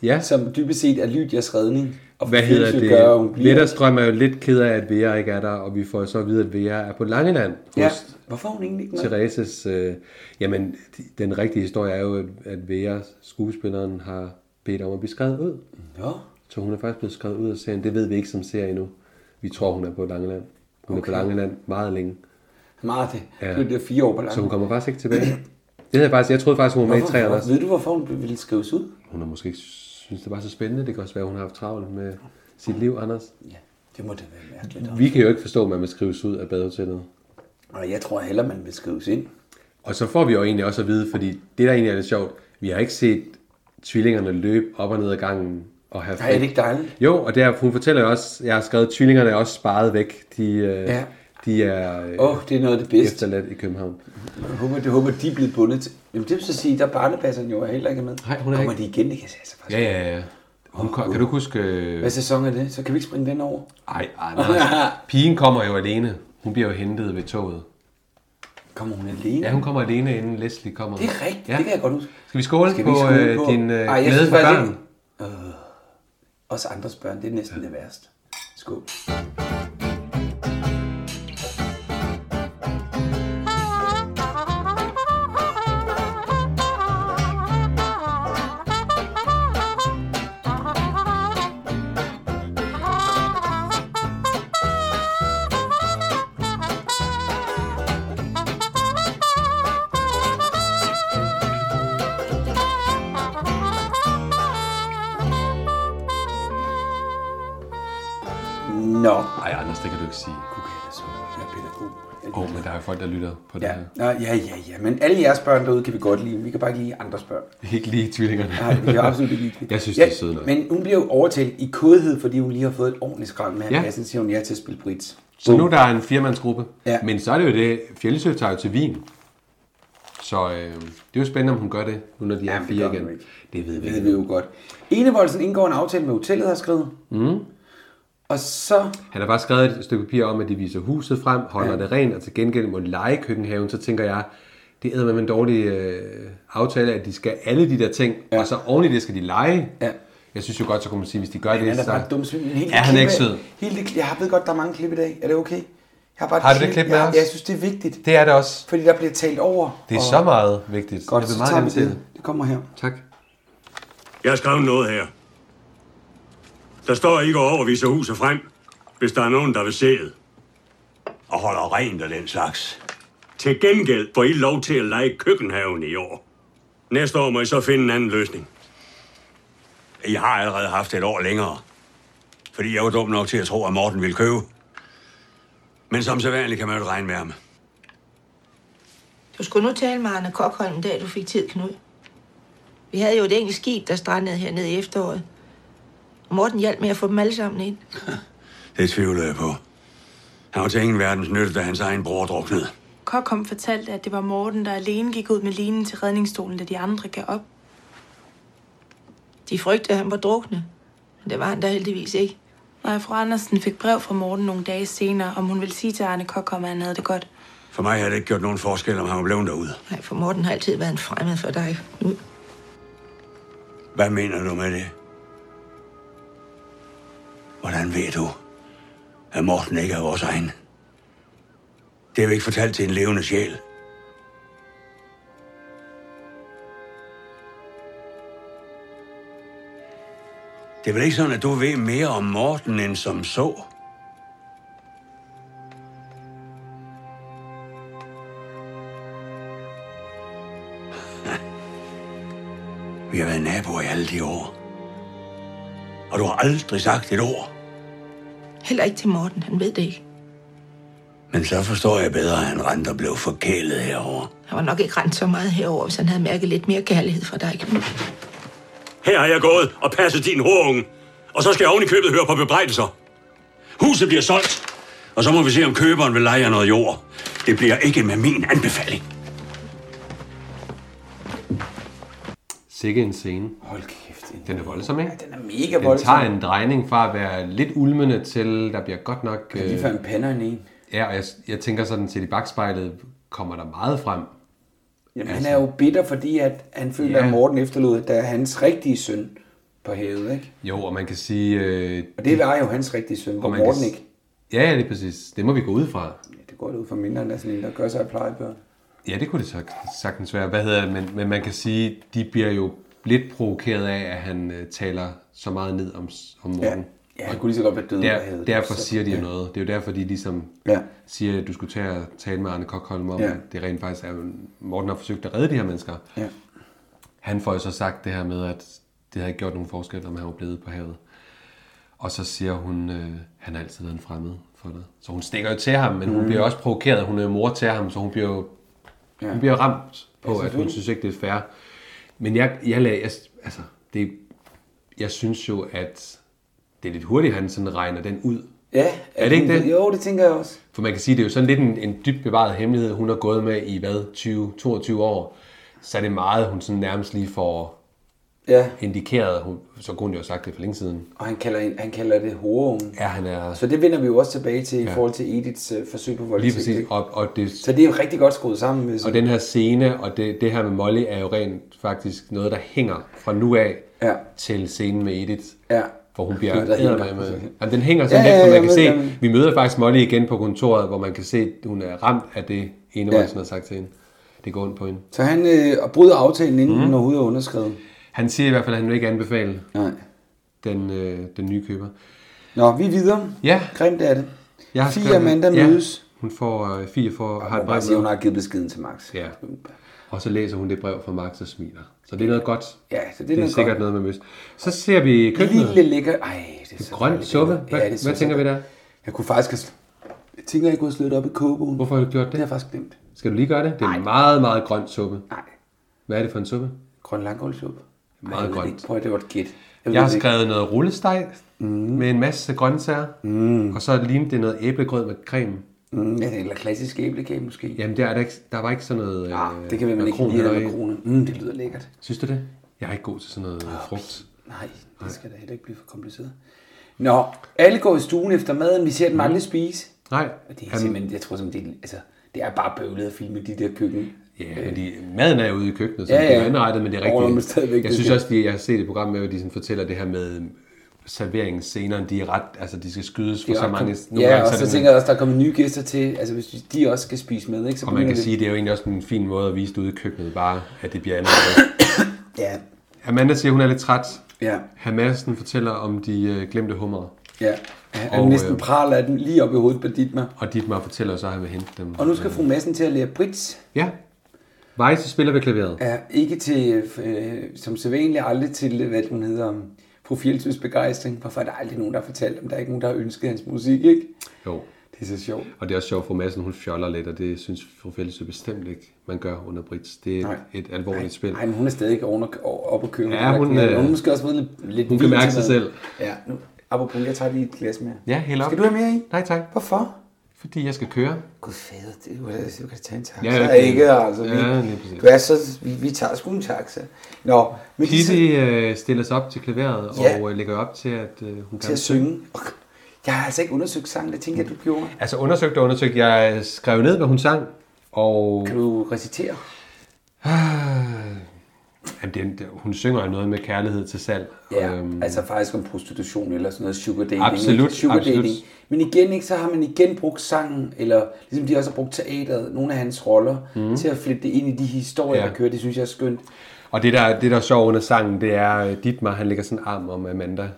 A: Ja.
B: Som dybest set er Lydias redning. Og
A: Hvad hedder
B: Fysisk
A: det?
B: Gør, at hun bliver.
A: Vetterstrøm er jo lidt ked af, at Vera ikke er der, og vi får så at vide, at Vera er på Langeland hos
B: Ja.
A: ja.
B: Hvorfor er hun egentlig ikke med?
A: Thereses... Øh, jamen, de- den rigtige historie er jo, at- at Vera, skuespilleren, har bedt om at blive skrevet ud.
B: Ja.
A: Så hun er faktisk blevet skrevet ud af serien. Det ved vi ikke som serie endnu. Vi tror, hun er på Langeland. Hun
B: Okay.
A: okay. er på Langeland meget længe.
B: Meget det. Så bliver det fire år på Langeland.
A: Så hun kommer faktisk ikke tilbage. Det havde jeg faktisk, jeg troede faktisk, hun var med i
B: Hvorfor-
A: træerne
B: hvor-
A: også.
B: Ved du, hvorfor hun ville skrives ud?
A: Hun har måske ikke synes det var så spændende. Det kan også være, hun har haft travlt med sit liv, Anders.
B: Ja, det må da være mærkeligt.
A: Vi kan jo ikke forstå, at man vil skrives ud af badehotellet.
B: Og jeg tror heller, man vil skrives ind.
A: Og så får vi jo egentlig også at vide, fordi det der egentlig er lidt sjovt, vi har ikke set tvillingerne løbe op og ned ad gangen og have
B: Nej, er det ikke dejligt?
A: Jo, og der, hun fortæller jo også, jeg har skrevet, at tvillingerne er også sparet væk. De, øh,
B: Ja.
A: ja. de er øh,
B: Åh, det er noget af det bedste.
A: efterladt i København.
B: Jeg håber, jeg håber, de er blevet bundet til. Jamen det vil så sige, der er barnepasseren jo heller ikke med.
A: Nej, hun er
B: Kommer
A: ikke.
B: de igen, det kan jeg sige.
A: Ja, ja, ja. Omkom, kan du ikke huske... øh, Ah.
B: Hvad sæson er det? Så kan vi ikke springe den over?
A: Ej, ej, nej. Pigen kommer jo alene. Hun bliver jo hentet ved toget.
B: Kommer hun alene?
A: Ja, hun kommer alene, inden Leslie kommer.
B: Det er rigtigt, det kan jeg godt huske.
A: Skal vi skåle
B: Skal vi
A: på,
B: skåle
A: øh,
B: på-
A: din øh,
B: Ej, jeg
A: glæde
B: synes
A: for
B: faktisk
A: børn?
B: ikke- Øh, Også andres børn, det er næsten det værste. Skål. Nå.
A: Ej, Anders, det kan du ikke sige.
B: Jeg er pædagog.
A: Åh, oh, men der er jo folk, der lytter på det
B: Ja.
A: her.
B: Nå, ja, ja, ja. Men alle jeres børn derude kan vi godt lide. Vi kan bare ikke lide andres børn.
A: Ikke lige tvillingerne.
B: Nej, vi kan absolut ikke lide det.
A: Jeg synes, det er søde nok.
B: Men hun bliver jo overtalt i kodhed, fordi hun lige har fået et ordentligt skrald med
A: Ja.
B: ja. Madsen, siger hun ja til at spille Brits.
A: Så nu er der en firmandsgruppe.
B: Ja.
A: Men så er det jo det, Fjeldsø tager jo til Wien. Så øh, det er jo spændende, om hun gør det, nu når de er
B: Jamen, det
A: fire
B: gør hun
A: igen.
B: ikke.
A: Det ved vi
B: Det
A: ikke.
B: ved vi jo godt. Enevoldsen indgår en aftale med hotellet, har skrevet.
A: Mm.
B: Og så...
A: Han har bare skrevet et stykke papir om, at de viser huset frem, holder ja. det rent, og til gengæld må lege køkkenhaven. Så tænker jeg, det er med en dårlig øh, aftale, at de skal alle de der ting, ja. og så oven i det skal de lege.
B: Ja.
A: Jeg synes jo godt, så kunne man sige, hvis de gør det,
B: Han er
A: så...
B: da bare dum svin. Men hele
A: Ja,
B: det
A: han er ikke
B: klip af-
A: sød.
B: Hele det, klip- jeg har ved godt, der er mange klip i dag. Er det okay? Jeg har, bare et
A: Har du det klip med
B: jeg,
A: os?
B: Jeg synes, det er vigtigt.
A: Det er det også.
B: Fordi der bliver talt over.
A: Det er
B: og-
A: så meget vigtigt.
B: Godt,
A: jeg vil
B: så
A: meget
B: tager vi
A: gerne
B: det.
A: det.
B: Det kommer her.
A: Tak.
I: Jeg har skrevet noget her. Der står ikke over, viser huset frem, hvis der er nogen, der vil se det. Og holder rent af den slags. Til gengæld får I lov til at lege køkkenhaven i år. Næste år må I så finde en anden løsning. I har allerede haft et år længere. Fordi jeg var dum nok til at tro, at Morten ville købe. Men som sædvanligt kan man jo ikke regne med ham.
F: Du skulle nu tale med Arne Kokholm, da du fik tid, Knud. Vi havde jo et enkelt skib, der strandede hernede i efteråret. Og Morten hjalp med at få dem alle sammen ind.
I: Det tvivler jeg på. Han var til ingen verdens nytte, da hans egen bror druknede.
K: Kokkom fortalte, at det var Morten, der alene gik ud med linen til redningsstolen, da de andre gav op.
F: De frygtede, at han var drukne. Men det var han da heldigvis ikke.
K: Og fru Andersen fik brev fra Morten nogle dage senere, om hun ville sige til Arne Kokkom, at han havde det godt.
I: For mig har det ikke gjort nogen forskel, om han var blevet derude.
F: Nej, for Morten har altid været en fremmed for dig. Nu.
I: Hvad mener du med det? Hvordan ved du, at Morten ikke er vores egen? Det har vi ikke fortalt til en levende sjæl. Det er vel ikke sådan, at du ved mere om Morten end som så? Vi har været naboer i alle de år. Og du har aldrig sagt et ord.
F: Heller ikke til Morten, han ved det ikke.
I: Men så forstår jeg bedre, at han rent og blev forkælet herover.
F: Han var nok ikke rent så meget herover, hvis han havde mærket lidt mere kærlighed fra dig, Knud.
I: Her har jeg gået og passet din horunge. Og så skal jeg oven i købet høre på bebrejdelser. Huset bliver solgt. Og så må vi se, om køberen vil lege jer noget jord. Det bliver ikke med min anbefaling.
A: Sikke en scene.
B: Hold kæft.
A: Den er voldsom, ikke?
B: den er mega
A: Den
B: voldsom.
A: tager en drejning fra at være lidt ulmende til, der bliver godt nok... øh,
B: Ja, lige før en pander i en.
A: Ja, og jeg, jeg tænker sådan set i bagspejlet, kommer der meget frem.
B: Jamen, han er jo bitter, fordi at han føler,
A: Altså. Ja.
B: at Morten efterlod, da hans rigtige søn på havet, ikke?
A: Jo, og man kan sige... Øh,
B: Og det var jo hans rigtige søn, hvor
A: man kan
B: Morten
A: s-
B: ikke.
A: Ja, ja, det er præcis. Det må vi gå ud fra.
B: Det går det ud for mindre, end er sådan en, der gør sig af plejebørn.
A: Ja, det kunne det sag- sagtens være. Hvad hedder det? Men, men man kan sige, de bliver jo lidt provokeret af, at han øh, taler så meget ned om, s- om morgenen.
B: Ja, han kunne lige så godt være død, hvad havde
A: Der,
B: det,
A: derfor
B: så-
A: siger de jo
B: ja.
A: noget. Det er jo derfor, de ligesom
B: Ja.
A: siger, at du skulle tage og tale med Arne Kokholm om,
B: Ja.
A: ja. det rent faktisk er, Morten har forsøgt at redde de her mennesker.
B: Ja.
A: Han får jo så sagt det her med, at det havde ikke gjort nogen forskel, om han var blevet på havet. Og så siger hun, øh, han har altid været en fremmed for dig. Så hun stikker jo til ham, men mm. hun
B: Mm.
A: bliver også provokeret. Hun er jo mor til ham, så hun bliver jo
B: Ja.
A: ja. hun bliver ramt
B: Ja,
A: på, ja, at hun
B: selvfølgelig.
A: synes ikke, det er fair. Men jeg, jeg, lag, jeg, altså, det, jeg synes jo, at det er lidt hurtigt, han sådan regner den ud.
B: Ja,
A: er det ikke
B: hun-
A: det?
B: Jo, det tænker jeg også.
A: For man kan sige, det er jo sådan lidt en, en dybt bevaret hemmelighed, hun har gået med i hvad, 20-22 år. Så er det meget, hun sådan nærmest lige får
B: Ja.
A: indikerede, hun, så kunne hun jo have sagt det for længe siden.
B: Og han kalder, hende- han kalder det horeungen.
A: Ja, han er...
B: Så det vender vi jo også tilbage til ja.
A: Ja.
B: i forhold til Ediths øh, forsøg på voldtægt.
A: Lige præcis,
B: ikke?
A: og, og det,
B: Så det er jo rigtig godt skruet sammen. Hvis
A: Og den her scene, og det, det her med Molly, er jo rent faktisk noget, der hænger fra nu af
B: ja.
A: til scenen med Edith.
B: Ja.
A: Hvor hun bliver
B: Noget, der hænger.
A: eddermame- Jamen, den hænger sådan ja, lidt, for man kan se. Vi møder faktisk Molly igen på kontoret, hvor man kan se, at hun er ramt af det, Enevoldsen ja. har sagt til hende. Det går ondt på hende.
B: Så han øh, bryder aftalen, inden
A: Mhm.
B: mm. den overhovedet er underskrevet.
A: Han siger i hvert fald, at han vil ikke anbefale
B: Nej.
A: Den, øh, den nye køber.
B: Nå, vi er videre.
A: Ja.
B: Grimt er det.
A: Jeg har
B: Fie
A: skrevet-
B: og Amanda
A: ja,
B: mødes.
A: Hun får, øh, Fie får, har
B: må
A: et
B: bare
A: brev
B: sige,
A: med.
B: hun har givet beskeden til Max.
A: Ja. Og så læser hun det brev fra Max og smiler. Så det er noget godt.
B: Ja, så Altså, det er
A: det er
B: noget
A: sikkert
B: godt.
A: noget med møs. Så ser vi køkkenet.
B: Lille lækker... Ej, det er så
A: Grøn
B: dejligt.
A: suppe.
B: Ja,
A: Hvad,
B: det
A: ja,
B: er så
A: hvad tænker vi der?
B: Jeg kunne faktisk... have sl- Jeg tænker, jeg kunne have slået det op i kogebogen.
A: Hvorfor har du gjort det? Det
B: har jeg faktisk glemt.
A: Skal du lige gøre det? Det er en meget, meget grøn suppe.
B: Nej.
A: Hvad er det for en suppe?
B: Grøn langkålsuppe. Ej,
A: Meget
B: jeg ved
A: grønt.
B: ikke. Prøv at det var et gæt. ved
A: Jeg, jeg har
B: det ikke.
A: skrevet noget rullesteg mm. med en masse grøntsager. Mm. Og så lignede det noget æblegrød med creme.
B: Mm, ja, eller klassisk æblekage måske. Ah,
A: Jamen, der, er der, ikke, der var ikke sådan noget... øh, Ja,
B: det kan være, man ikke lige have makroner. Mm, det lyder lækkert.
A: Synes du det? Jeg er ikke god til sådan noget oh, frugt.
B: Ah, Nej, det skal da heller ikke blive for kompliceret. Nå, alle går i stuen efter maden. Vi ser dem aldrig spise.
A: Mhm. Nej.
B: Og det er simpelthen, jeg tror simpelthen, det er, altså, det er bare bøvlet at filme de der køkken.
A: Ja, men de, maden er jo ude i køkkenet, så ja, ja. det er anrettet, men det er
B: Åh, men
A: rigtigt.
B: stadigvæk,
A: jeg
B: det
A: synes
B: er-
A: også, at jeg har set et program med, hvor de sådan fortæller det her med serveringsscenerne, de er ret, altså de skal skydes for
B: Det er
A: så
B: ret
A: mange...
B: kom- ja, og
A: er
B: så
A: det-
B: tænker jeg også, der kommer nye gæster til, altså hvis de- de også skal spise med, ikke? Så
A: Og man
B: begynder
A: kan
B: det-
A: sige, at det er jo egentlig også en fin måde at vise det ude i køkkenet, bare at det bliver anrettet.
B: Ja,
A: Amanda siger, at hun er lidt træt.
B: Ja.
A: Hamassen fortæller om de øh, glemte hummer.
B: ja. Han
A: Og,
B: næsten
A: øh,
B: praler af den lige op i hovedet på Dietmar.
A: Og Dietmar fortæller så, at han vil hente dem. Øh,
B: Og nu skal fru Madsen til at lære Brits.
A: Ja. Vejse spiller ved klaveret.
B: Ja, ikke til, øh, som sædvanligt aldrig til, øh, hvad hun hedder, um, fru Fjeldsøs begejstring. Hvorfor er der aldrig nogen, der har fortalt om, der er ikke nogen, der har ønsket hans musik, ikke?
A: Jo.
B: Det er så sjovt.
A: Og det er også sjovt, at fru Madsen hun fjoller lidt, og det synes fru Fælles bestemt ikke, man gør under Brits. Det er
B: Nej.
A: et, et alvorligt
B: Nej,
A: spil.
B: Nej, men hun er stadig over, op og købe.
A: Ja, hun, øh,
B: hun har måske også fået lidt, lidt
A: hun kan
B: vin
A: mærke
B: til
A: sig
B: maden.
A: selv.
B: Ja, nu, apropos, jeg tager lige et glas mere.
A: Ja, held op.
B: Skal du have mere i?
A: Nej, tak.
B: Hvorfor?
A: Fordi jeg skal køre.
B: Gud fader, det er jo ellers, jeg kan tage en taxa.
A: Ja,
B: Ja,
A: okay.
B: okay. ikke, altså. Vi,
A: Ja, lige præcis.
B: Hvad så? Vi, vi tager sgu en taxa. Nå, men de sidder
A: Kitty øh, stiller sig op til klaveret
B: Ja.
A: og øh, lægger op til, at øh, hun
B: til
A: kan
B: at synge. Okay. Jeg har altså ikke undersøgt sangen, det tænker jeg, du gjorde.
A: Altså undersøgt og undersøgt. Jeg skrev ned, hvad hun sang, og...
B: Kan du recitere?
A: Ah. Jamen, det, det- hun synger jo noget med kærlighed til salg.
B: Ja, øhm, altså faktisk om prostitution eller sådan noget sugar dating.
A: Absolut,
B: ikke? sugar
A: absolut.
B: Dating. Men igen, ikke, så har man igen brugt sangen, eller ligesom de også har brugt teateret, nogle af hans roller, mm. til at flette det ind i de historier,
A: Ja.
B: ja. der kører. Det synes jeg er skønt.
A: Og det der, det der er sjovt under sangen, det er, øh, Dietmar, han lægger sådan en arm om Amanda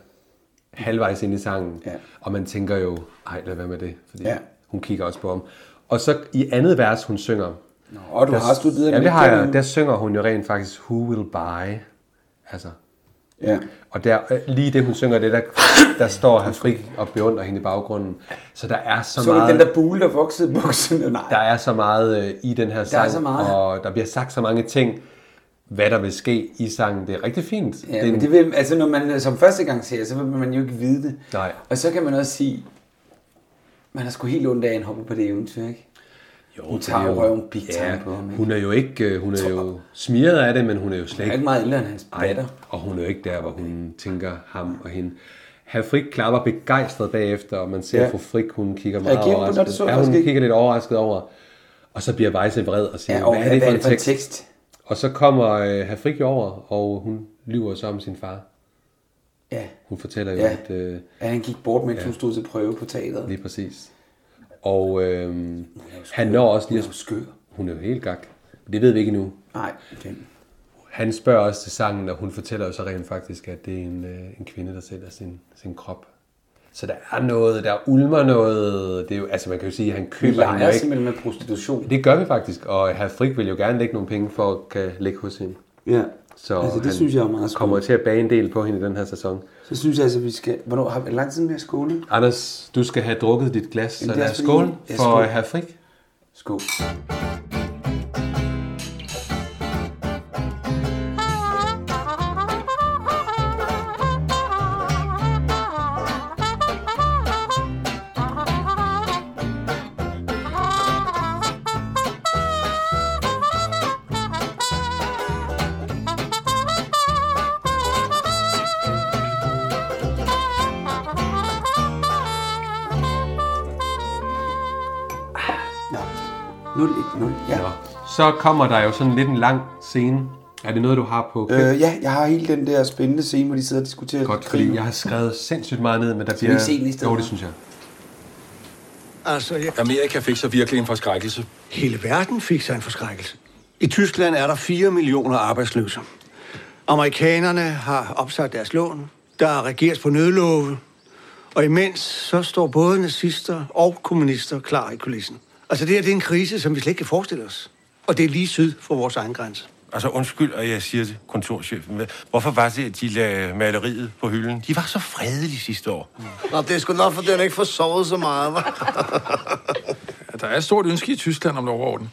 A: halvvejs ind i sangen. Ja. Og man tænker jo, ej, lad være med det, fordi ja.
B: Ja.
A: hun kigger også på ham. Og så i andet vers, hun synger. Nå,
B: og du har studeret
A: Ja,
B: lidt
A: det har jeg.
B: gennem-
A: Der synger hun jo rent faktisk, who will buy? Altså.
B: Ja.
A: Og der, øh, lige det, hun synger, det der, der står han fri og beundrer hende i baggrunden. Så der er så,
B: Så, så
A: meget...
B: du den der bule, der voksede i bukserne? Nej.
A: Der er så meget øh, i den her sang,
B: så meget.
A: og der bliver sagt så mange ting, hvad der vil ske i sangen. Det er rigtig fint.
B: Ja,
A: en-
B: men det vil, altså når man øh, som første gang ser, så vil man jo ikke vide det.
A: Nej.
B: Og så kan man også sige, man har sgu helt ondt af, at han hopper på det eventyr, ikke? Jo, hun tager jo røven big time
A: ja,
B: ja. på ham, ikke?
A: Hun er jo ikke, øh, hun er jo smiret af det, men hun er jo slet
B: er ikke meget ældre end hans
A: Ej,
B: datter.
A: Og hun er jo ikke der, hvor hun tænker ham og hende. Herr Frik klapper begejstret bagefter, og man ser,
B: Ja.
A: ja. at fru Frik, hun kigger meget
B: Reagerer hun på det?
A: overrasket.
B: Det så jeg
A: ja,
B: faktisk
A: hun
B: ikke.
A: kigger lidt overrasket over. Og så bliver Weisse vred og siger,
B: Ja, og
A: hvad, er det for en tekst?
B: tekst?
A: Og så kommer øh, herr Frik jo over, og hun lyver så om sin far.
B: Ja.
A: Hun fortæller jo,
B: Ja.
A: at... Øh,
B: At han gik bort, mens
A: Ja.
B: hun stod til prøve på teateret.
A: Lige præcis. Og øhm, han når også lige at... Hun er
B: skør.
A: Hun er jo helt gak. Det ved vi ikke nu.
B: Nej, okay.
A: Han spørger også til sangen, og hun fortæller jo så rent faktisk, at det er en, øh, en kvinde, der sælger sin, sin krop. Så der er noget, der ulmer noget. Det er jo, altså man kan jo sige, at han
B: Vi
A: køber hende jo
B: leger
A: ikke.
B: simpelthen med prostitution.
A: Det gør vi faktisk, og herr Frik vil jo gerne lægge nogle penge for at kan lægge hos hende.
B: Ja.
A: Så
B: Altså, det
A: han
B: synes jeg er meget
A: kommer til at bage en del på hende i den her sæson.
B: Så synes jeg altså, vi skal... Hvornår har vi lang tid med at skåle?
A: Anders, du skal have drukket dit glas,
B: Jamen,
A: så
B: det
A: lad
B: er
A: os
B: fordi-
A: skåle
B: Ja,
A: for
B: skål.
A: herr Frik.
B: Skål. 010, ja.
A: Nå. Så kommer der jo sådan lidt en lang scene. Er det noget, du har på?
B: Øh, ja, jeg har hele den der spændende scene, hvor de sidder og diskuterer
A: Godt, fordi jeg har skrevet sindssygt meget ned, men der
B: Skal vi
A: bliver...
B: ikke se den i stedet
A: Jo, det
B: for?
A: synes jeg.
L: Altså, jeg...
M: Amerika fik så virkelig en forskrækkelse.
L: Hele verden fik sig en forskrækkelse. I Tyskland er der 4 millioner arbejdsløse. Amerikanerne har opsagt deres lån. Der regeres på nødlove. Og imens så står både nazister og kommunister klar i kulissen. Altså det her det er en krise, som vi slet ikke kan forestille os. Og det er lige syd for vores egen grænse.
M: Altså undskyld, og jeg siger det, kontorchefen. men Hvorfor var det, at de lagde maleriet på hylden? De var så fredelige sidste år.
N: Mm.
J: Nå, det er sgu nok, for den ikke får sovet så meget, hva'?
N: Ja, Der er et stort ønske i Tyskland om lov og orden.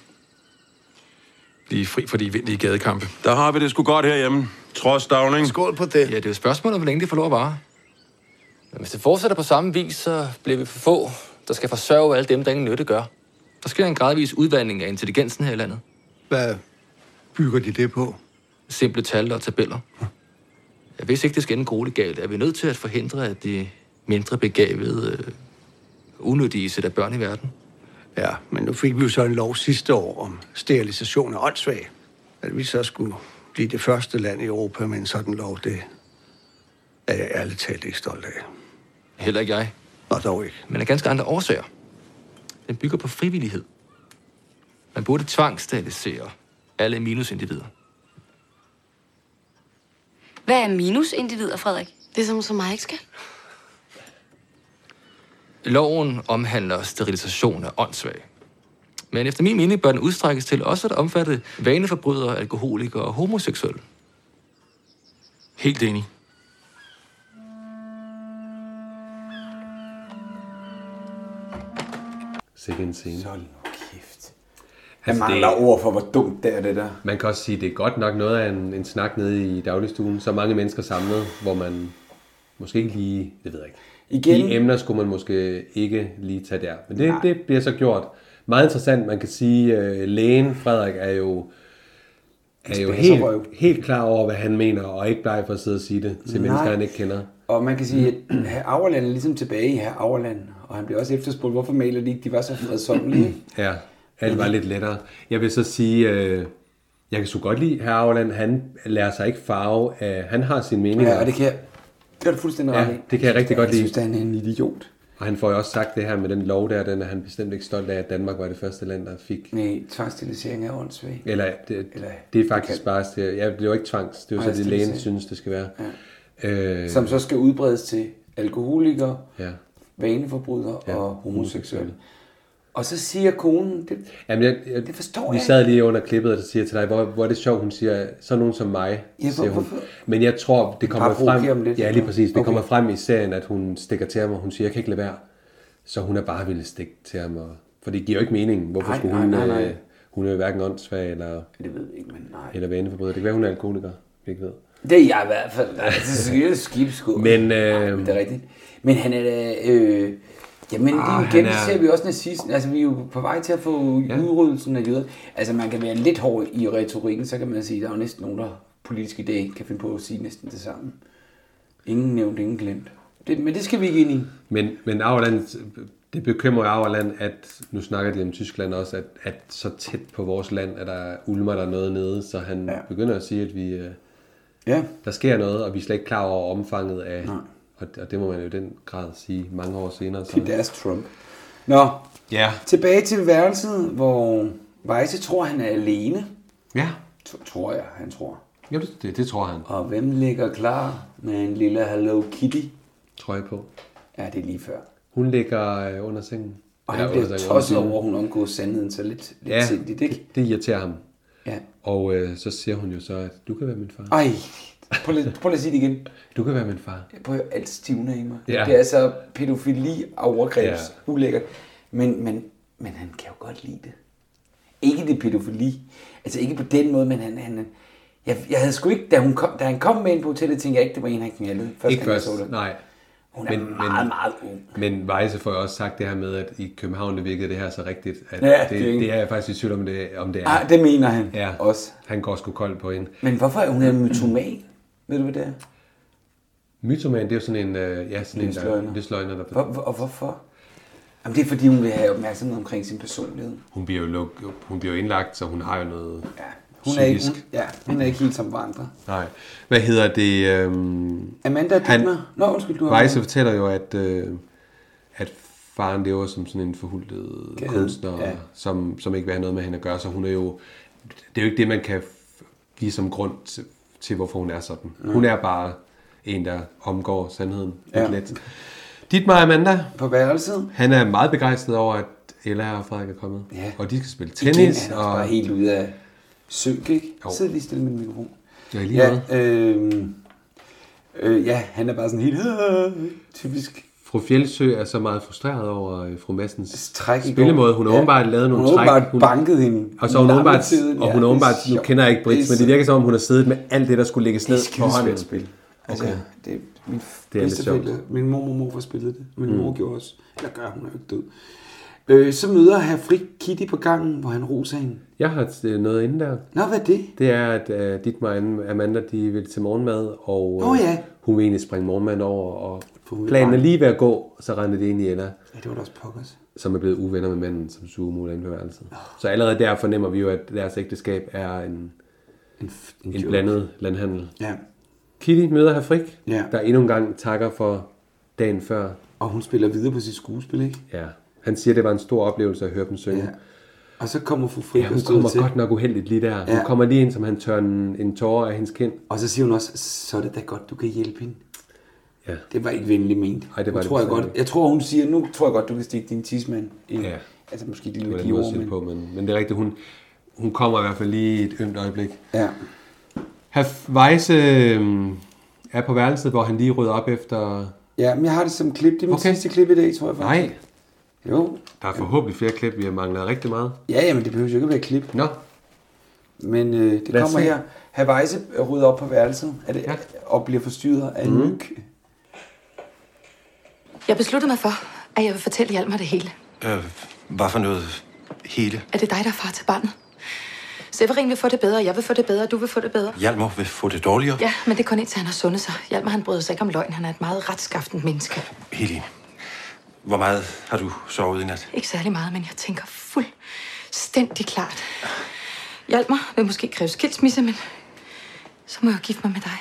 N: Blive fri for de vindelige gadekampe.
M: Der har vi det sgu godt herhjemme. Trods Downing.
L: Skål på det.
O: Ja, det er jo spørgsmålet, hvor længe det får lov at vare. Men hvis det fortsætter på samme vis, så bliver vi for få, der skal forsørge alle dem, der ingen nytte gør. Der sker en gradvis udvandring af intelligensen her i landet.
L: Hvad bygger de det på?
O: Simple tal og tabeller. Ja, hvis ikke det skal ende grueligt galt, er vi nødt til at forhindre, at de mindre begavede, øh, unødige sætter børn i verden.
L: Ja, men nu fik vi jo så en lov sidste år om sterilisation af åndssvag. At vi så skulle blive det første land i Europa med en sådan lov, det er jeg ærligt talt ikke stolt af.
O: Heller ikke jeg.
L: Nå, dog ikke.
O: Men af ganske andre årsager. Den bygger på frivillighed. Man burde tvangssterilisere alle minusindivider.
D: Hvad er minusindivider, Frederik?
H: Det er som som mig ikke skal.
O: Loven omhandler sterilisation af åndssvage. Men efter min mening bør den udstrækkes til også at omfatte vaneforbrydere, alkoholikere og homoseksuelle.
N: Helt enig.
A: Sikke en scene.
B: Så kæft.
A: Altså,
B: Han mangler ord for, hvor dumt det er, det der.
A: Man kan også sige, det er godt nok noget af en, en snak nede i dagligstuen. Så mange mennesker samlet, hvor man måske ikke lige... Det ved jeg ikke.
B: Igen-
A: De emner skulle man måske ikke lige tage der. Men det, det bliver så gjort. Meget interessant. Man kan sige, at lægen Frederik er jo, er jo helt,
B: Spadserrøv.
A: helt klar over, hvad han mener, og ikke bleg for at sidde og sige det til
B: Nej.
A: mennesker, han ikke kender.
B: Og man kan sige, at herr Auerland er ligesom tilbage i herr Auerland. Og han bliver også efterspurgt, hvorfor maler de ikke, de var så fredsommelige.
A: Ja, alt var lidt lettere. Jeg vil så sige, øh, jeg kan så godt lide herr Auerland, han lader sig ikke farve af, han har sin mening.
B: Ja, og det kan jeg, det er du fuldstændig
A: ja,
B: ret i.
A: det kan jeg rigtig godt lide.
B: Jeg synes, han er en idiot.
A: Og han får jo også sagt det her med den lov der, den er han bestemt ikke stolt af, at Danmark var det første land, der fik.
B: Nej, tvangssterilisering er åndssvagt.
A: Eller det, Eller, det er faktisk bare, det, ja, det er jo ikke tvangs, det er jo
B: Nej,
A: så det,
B: sterilisering.
A: lægen synes, det skal være. Ja. Øh,
B: Som så skal udbredes til alkoholikere,
A: Ja.
B: vaneforbrydere ja. og homoseksuelle. Og så siger konen, det,
A: Jamen, jeg, jeg,
B: det forstår
A: vi
B: jeg
A: sad lige under klippet, og så siger jeg til dig, hvor, hvor er det sjovt, hun siger, sådan nogen som mig,
B: Ja,
A: siger hun.
B: hvorfor-
A: Men jeg tror, det kommer
B: Bare provokerer
A: frem,
B: dem lidt.
A: ja, lige præcis, det
B: Okay.
A: okay. kommer frem i serien, at hun stikker til ham, og hun siger, jeg kan ikke lade være. Så hun er bare ville stikke til ham, og, for det giver jo ikke mening, hvorfor
B: Nej,
A: skulle
B: nej,
A: hun,
B: nej, nej.
A: øh, hun er jo hverken åndssvag eller,
B: det ved ikke, men nej.
A: eller vaneforbryder. Det kan være, hun er alkoholiker, vi ikke ved.
B: Det er jeg i hvert fald. Nej, Altså, det er skibskud.
A: Men, øh,
B: det er rigtigt. Men han er da... Øh, jamen, det er
A: Ah,
B: jo igen,
A: han
B: det
A: er-
B: ser vi også nazisten. Altså, vi er jo på vej til at få ja. udryddelsen af jøder. Altså, man kan være lidt hård i retorikken, så kan man sige, at der er jo næsten nogen, der politisk i dag kan finde på at sige næsten det samme. Ingen nævnt, ingen glemt. Det, men det skal vi ikke ind i.
A: Men, men Auerland, det bekymrer Auerland, at nu snakker de om Tyskland også, at, at så tæt på vores land, at der ulmer der noget nede, så han ja. begynder at sige, at vi, øh,
B: ja.
A: der sker noget, og vi er slet ikke klar over omfanget af, og, og det må man jo i den grad sige mange år senere. Så.
B: Det er deres Trump. Nå,
A: Ja.
B: tilbage til værelset, hvor Weisse tror, han er alene.
A: Ja.
B: Tror jeg, han tror.
A: Jo, det, det, det tror han.
B: Og hvem ligger klar med en lille Hello Kitty?
A: Trøje på.
B: Ja, det er lige før.
A: Hun ligger øh, under sengen.
B: Og
A: Eller
B: han bliver
A: under sengen,
B: tosset
A: under dynen.
B: over, at hun omgår sandheden så lidt, lidt
A: Ja,
B: sindigt, ikke?
A: det irriterer ham.
B: Ja.
A: Og øh, så siger hun jo så, at du kan være min far.
B: Ej, prøv lige, prøv lige at sige det igen.
A: Du kan være min far.
B: Jeg prøver alt stivner i mig.
A: Ja.
B: Det er altså pædofili, overgrebs,
A: Ja.
B: ja. ulækkert. Men, men, men han kan jo godt lide det. Ikke det pædofili. Altså ikke på den måde, men han... han jeg, jeg havde sgu ikke, da, hun kom, da han kom med ind på hotellet, tænkte jeg ikke, det var en, han knaldede.
A: Ikke
B: gang, jeg
A: først,
B: så det.
A: nej.
B: Hun er meget, meget ung.
A: Men Weisse får jo også sagt det her med, at i København det virkede det her så rigtigt. At
B: Ja,
A: det,
B: det er-
A: det, er jeg faktisk i tvivl om, det, om det er.
B: Ah, det mener han
A: ja,
B: også.
A: Han går sgu koldt på hende.
B: Men hvorfor er hun en mytoman? Ved du, hvad det er?
A: Mytoman, det er jo sådan en, øh, ja, sådan
B: En
A: en, der,
B: sløjner.
A: det sløjner der.
B: Hvor, hvor, og hvorfor? Jamen, det er fordi, hun vil have opmærksomhed omkring sin personlighed.
A: Hun bliver jo, luk, hun bliver jo indlagt, så hun har jo noget ja,
B: Hun er, ikke, hun, ja, hun er ikke helt som vandre.
A: Nej. Hvad hedder det? Øhm,
B: Amanda
A: han-
B: Dittmer. Nå, undskyld, du har-
A: Weisse fortæller jo, at, øh, at faren lever som sådan en forhultet
B: Gade,
A: kunstner,
B: ja.
A: ja. som, som ikke vil have noget med hende at gøre. Så hun er jo... Det er jo ikke det, man kan f- give som grund til, til hvorfor hun er sådan.
B: Nej.
A: Hun er bare en, der omgår sandheden ja.
B: Ja.
A: lidt let. Dit mig Amanda.
B: På værelset.
A: Han er meget begejstret over, at Ella og Frederik er kommet.
B: Ja.
A: Og de skal spille
B: Igen,
A: tennis.
B: han er
A: og
B: også bare helt ude af synk, ikke?
A: Jo.
B: Sid lige stille med din mikrofon.
A: Ja, i lige ja.
B: øh, øh, ja, han er bare sådan helt øh, typisk.
A: Fru Fjeldsø er så meget frustreret over øh, fru Massens
B: Træk i
A: spillemåde. Hun har
B: går. Ja.
A: åbenbart lavet nogle
B: Hun har
A: træk.
B: åbenbart banket hende
A: Og så har hun
B: lange
A: åbenbart,
B: tiden.
A: og
B: Ja,
A: hun har
B: det er
A: åbenbart, nu
B: sjovt.
A: kender jeg ikke
B: Det
A: Brits,
B: er
A: men det
B: sjovt.
A: virker som om, hun har siddet med alt det, der skulle lægges ned
B: Det er
A: på
B: skidesvært
A: hånden.
B: spil. Altså,
A: Okay.
B: det, min
A: Det er lidt sjovt.
B: bedsteforældre- Min mor og morfar spillede det. Min
A: Mm.
B: mm. mor gjorde også. Eller gør, hun er jo ikke død. Øh, så møder herr Frik Kitty på gangen, hvor han roser hende.
A: Jeg har øh, noget inde der.
B: Nå, hvad er det?
A: Det er, at uh, dit og Amanda, de vil til morgenmad, og øh,
B: Nå ja.
A: hun vil egentlig springe morgenmad over, og
B: hun er
A: planen er
B: bange.
A: lige ved at gå, så render det ind i Ella.
B: Ja, det var da også pokkers.
A: som er blevet uvenner med manden, som sugemuler inde på værelset. Så allerede der fornemmer vi jo, at deres ægteskab er en,
B: en,
A: en,
B: joke.
A: blandet landhandel.
B: Ja.
A: Kitty møder herr Frik,
B: Ja.
A: der endnu en gang takker for dagen før.
B: Og hun spiller videre på sit skuespil, ikke?
A: Ja. Han siger, at det var en stor oplevelse at høre dem synge.
B: Ja. Og så kommer fru Frik
A: Ja,
B: og
A: hun
B: støder
A: kommer
B: til.
A: godt nok uheldigt lige der. Ja.
B: Ja.
A: Hun kommer lige ind, som han tør en, en tårer af hendes kind.
B: Og så siger hun også, så er det da godt, du kan hjælpe hende.
A: Ja.
B: Det var ikke venligt ment.
A: Ej, det var
B: Nu
A: det
B: tror jeg,
A: bestemt
B: godt,
A: ikke.
B: jeg tror, hun siger, nu tror jeg godt, du kan stikke din tidsmand ind.
A: Ja.
B: Altså måske det
A: Det var
B: lille
A: den måde at
B: giver,
A: sige det
B: men...
A: på, men, men det er rigtigt. Hun, hun kommer i hvert fald lige et ømt øjeblik.
B: Ja.
A: Herr Weisse øh, er på værelset, hvor han lige rydder op efter...
B: ja, men jeg har det som klip. Det er min okay. sidste klip i dag, tror jeg faktisk.
A: Nej.
B: Jo.
A: Der er forhåbentlig flere klip, vi har manglet rigtig meget.
B: Ja, jamen det behøver jo ikke at være et klip.
A: Nå.
B: Men øh, det
A: Lad os
B: kommer
A: se.
B: her. Herr Weisse rydder op på værelset er det, ja. og bliver forstyrret af en
A: Mhm.
B: myg.
P: Jeg besluttede mig for, at jeg vil fortælle Hjalmar det hele.
M: Øh, hvad for noget hele?
P: At det er dig, der er far til barnet. Severin vil få det bedre, jeg vil få det bedre, du vil få det bedre.
M: Hjalmar vil få det dårligere.
P: Ja, men det er kun indtil han har sundet sig. Hjalmar han bryder sig ikke om løgn. Han er et meget retskaftent menneske.
M: Helt enig. Hvor meget har du sovet i nat?
P: Ikke særlig meget, men jeg tænker fuldstændig klart. Hjalmar vil måske kræve skilsmisse, men så må jeg jo gifte mig med dig.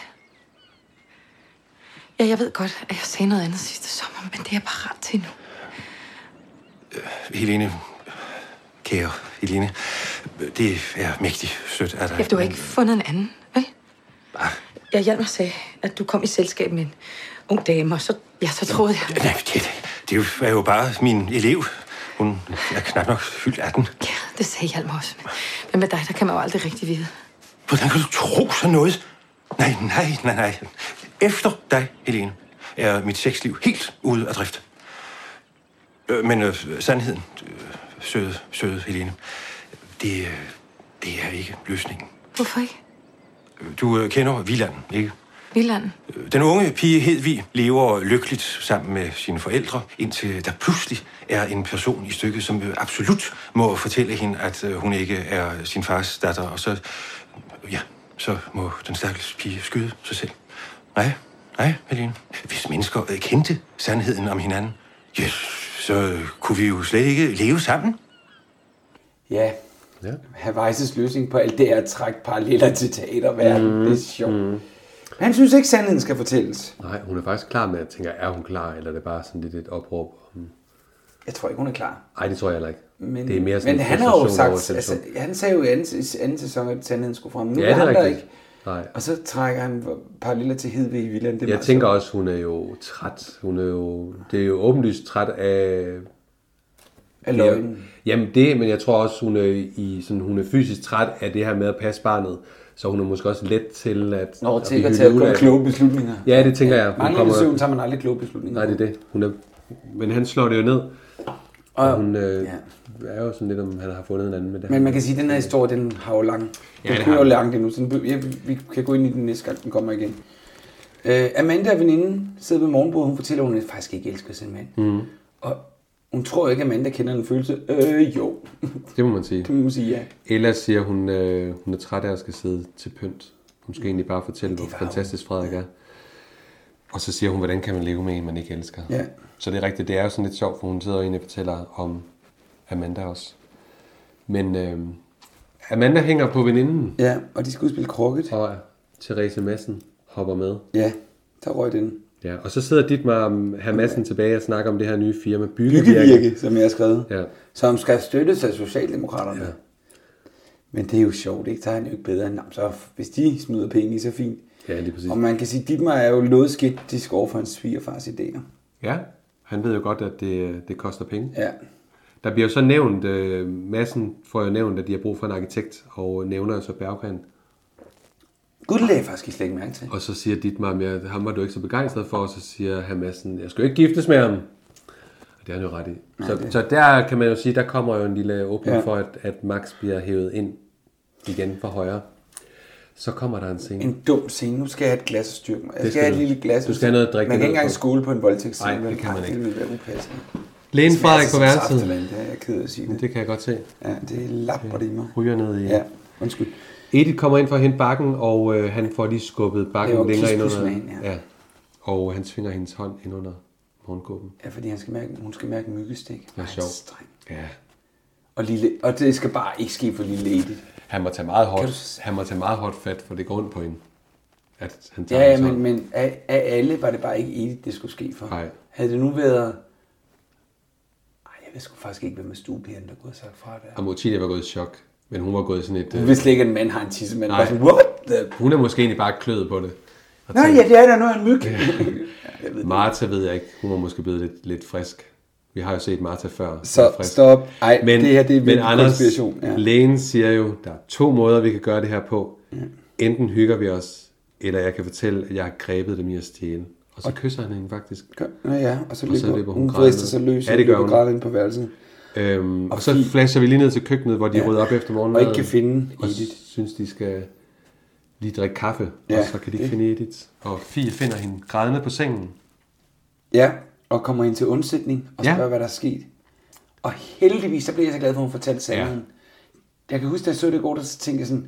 P: Ja, jeg ved godt, at jeg sagde noget andet sidste sommer, men det er jeg parat til nu.
M: Øh, Helene, kære Helene, det er mægtigt sødt af dig.
P: Ja, du har ikke fundet en anden, vel? Jeg Hjalmar sagde, at du kom i selskab med en ung dame, og så, ja, så troede jeg...
M: Nej, det, det er jo bare min elev. Hun er knap nok fyldt 18.
P: Det sagde Hjalmar også, men, men med dig, der kan man jo aldrig rigtig vide.
M: Hvordan kan du tro sådan noget? Nej, nej, nej, nej. Efter dig, Helene, er mit sexliv helt ude af drift. Øh, men øh, sandheden, øh, søde, søde Helene, det, øh, det er ikke løsningen.
P: Hvorfor ikke?
M: Du øh, kender Viland, ikke?
P: Vildanden.
M: Den unge pige Hedvig lever lykkeligt sammen med sine forældre, indtil der pludselig er en person i stykket, som øh, absolut må fortælle hende, at øh, hun ikke er sin fars datter, og så, ja, så må den stakkels pige skyde sig selv. Nej, nej, Helene. Hvis mennesker øh, kendte sandheden om hinanden, yes, så øh, kunne vi jo slet ikke leve sammen.
B: Ja. ja. Herr Weisses løsning på alt det er at trække paralleller til
A: Mhm.
B: teaterverdenen. Mm. Det er sjovt. Mm. Han synes ikke, sandheden skal fortælles.
A: Nej, hun er faktisk klar med at tænke, er hun klar, eller er det bare sådan lidt et opråb?
B: Jeg tror ikke, hun er klar.
A: Nej, det tror jeg heller ikke.
B: Men,
A: det er mere sådan
B: men
A: en
B: han har jo
A: frustration over
B: sagt, altså,
A: situationen.
B: han sagde jo i anden, i anden sæson, at sandheden skulle frem. Nu
A: Ja,
B: ja,
A: det er
B: er han der
A: rigtigt.
B: ikke.
A: Nej.
B: Og så trækker han paralleller til Hedvig i Villand. Det er
A: Jeg
B: meget
A: tænker også, hun er jo træt. Hun er jo, det er jo åbenlyst træt af...
B: Af løgnen.
A: Jamen det, men jeg tror også, hun er, i, sådan, hun er fysisk træt af det her med at passe barnet. Så hun er måske også let til at...
B: Nå, til ikke
A: blive
B: at tage
A: hyldet ud
B: kun
A: af-
B: kloge beslutninger.
A: Ja, det tænker jeg. Hun
B: Mange kommer...
A: kommer-
B: søvn tager man aldrig kloge beslutninger.
A: Nej, det er det. Hun er, men han slår det jo ned. Og, hun øh, er jo sådan lidt, om han har fundet en anden med det.
B: Men man kan sige, at den her historie, den har jo lang.
A: Ja,
B: Den
A: det
B: kører
A: har
B: jo
A: den.
B: langt endnu, så den, be- ja, vi- vi kan gå ind i den næste gang, den kommer igen. Uh, Amanda og veninden sidder ved morgenbordet, hun fortæller, at hun faktisk ikke elsker sin mand.
A: Mhm.
B: Og hun tror ikke, at Amanda kender den følelse. Øh, jo.
A: Det må man sige.
B: Det må man sige, ja.
A: Ella siger, hun, øh, hun er træt af at skal sidde til pynt. Hun skal egentlig bare fortælle, hvor fantastisk Frederik er. Og så siger hun, hvordan kan man leve med en, man ikke elsker.
B: Ja.
A: Så det er rigtigt, det er jo sådan lidt sjovt, for hun sidder egentlig og fortæller om Amanda også. Men øh, Amanda hænger på veninden.
B: Ja, og de skal udspille krukket.
A: Og Therese Madsen hopper med.
B: Ja, der røg den.
A: Ja, og så sidder dit med her Madsen tilbage og snakker om det her nye firma, Byggevirke.
B: Byggevirke, som jeg har skrevet.
A: Ja.
B: Som skal støttes af Socialdemokraterne. Ja. Men det er jo sjovt, ikke? Der er han jo ikke bedre end ham. Så hvis de smider penge i, så fint.
A: Ja, lige præcis.
B: Og man kan sige, at Dietmar er jo noget skeptisk over for hans svigerfars idéer.
A: Ja, han ved jo godt, at det, det koster penge.
B: Ja.
A: Der bliver jo så nævnt, øh, massen får jo nævnt, at de har brug for en arkitekt, og nævner jo så Berggren.
B: Gud, det lagde jeg faktisk slet ikke mærke til.
A: Og så siger Dietmar, at ham var du ikke så begejstret for, og så siger han massen, jeg skal jo ikke giftes med ham. Og det har han jo ret i.
B: Nej,
A: så,
B: det-
A: så der kan man jo sige, der kommer jo en lille åbning
B: Ja.
A: ja. for, at, at Max bliver hævet ind igen fra højre. Så kommer der en scene.
B: En dum scene. Nu skal jeg have et glas og styrke mig. Jeg skal,
A: Det skal
B: have et
A: du.
B: lille glas.
A: Du skal have noget at drikke
B: Man
A: det
B: kan
A: ned
B: ikke engang
A: på.
B: skole på en voldtægtscene.
A: Nej,
B: vel?
A: det kan man
B: Ej,
A: ikke.
B: Det ville være upassende.
A: Lægen
B: Det smager
A: Frederik
B: altså
A: på
B: som
A: værelset.
B: saftevand, Det er jeg ked af at sige.
A: Men det kan jeg godt se.
B: Ja, det lapper det i mig.
A: Ryger ned i...
B: Ja, undskyld.
A: Edith kommer ind for at hente bakken, og øh, han får lige skubbet bakken
B: Laver
A: længere ind
B: kispus
A: under.
B: med hende,
A: ja. ja. Og han svinger hendes hånd ind under morgenkåben.
B: Ja, fordi han skal mærke, hun skal mærke myggestik.
A: Det er
B: Ej,
A: sjovt.
B: streng.
A: Ja.
B: Og, lille, og det skal bare ikke ske for lille Edith.
A: Han må tage meget
B: Kan
A: hårdt, han må tage meget hårdt fat, for det går ondt på hende. At han tager
B: Ja, ja
A: hendes
B: men,
A: hånd.
B: men af, af, alle var det bare ikke Edith, det skulle ske for.
A: Nej.
B: Havde det nu været... Ej, jeg ved sgu faktisk ikke, hvem med stuepigen, der kunne have sagt fra det.
A: Og Motilia var gået i chok, men hun var gået i sådan et...
B: Hun
A: øh,
B: vidste slet ikke, at en mand har en tissemand.
A: nej.
B: Bare sådan, what the...
A: Hun er måske egentlig bare kløet på det. Og
B: Nå
A: tænkt,
B: ja, det er der nu en myg.
A: Martha ved jeg ikke, hun var måske blevet lidt, lidt frisk. Vi har jo set Martha før.
B: Så
A: Hun er frisk.
B: stop. Ej, det her, det er
A: men
B: virkelig
A: Anders,
B: konspiration, ja.
A: ja. lægen siger jo, der er to måder, vi kan gøre det her på. Enten hygger vi os, eller jeg kan fortælle, at jeg har grebet dem i at stjæle. Og så kysser han hende faktisk.
B: Nå ja, og så
A: Og så
B: løber,
A: løber hun
B: hun
A: grædende.
B: vrister sig løs,
A: Ja,
B: og
A: det gør
B: løber
A: hun.
B: grædende ind på værelset.
A: Øhm, og, og så flasher vi lige ned til køkkenet, hvor de
B: Ja.
A: ja. rydder op efter morgenmaden.
B: Og ikke kan finde
A: og
B: Edith.
A: synes, de skal lige drikke kaffe,
B: Ja,
A: og så kan de ikke
B: det.
A: finde Edith. Og Fie finder hende grædende på sengen.
B: Ja, og kommer ind til undsætning og
A: Ja.
B: spørger, hvad der er sket. Og heldigvis, så blev jeg så glad for, at hun fortalte sandheden. Ja. Jeg kan huske, da jeg så det i går, der så tænkte jeg sådan,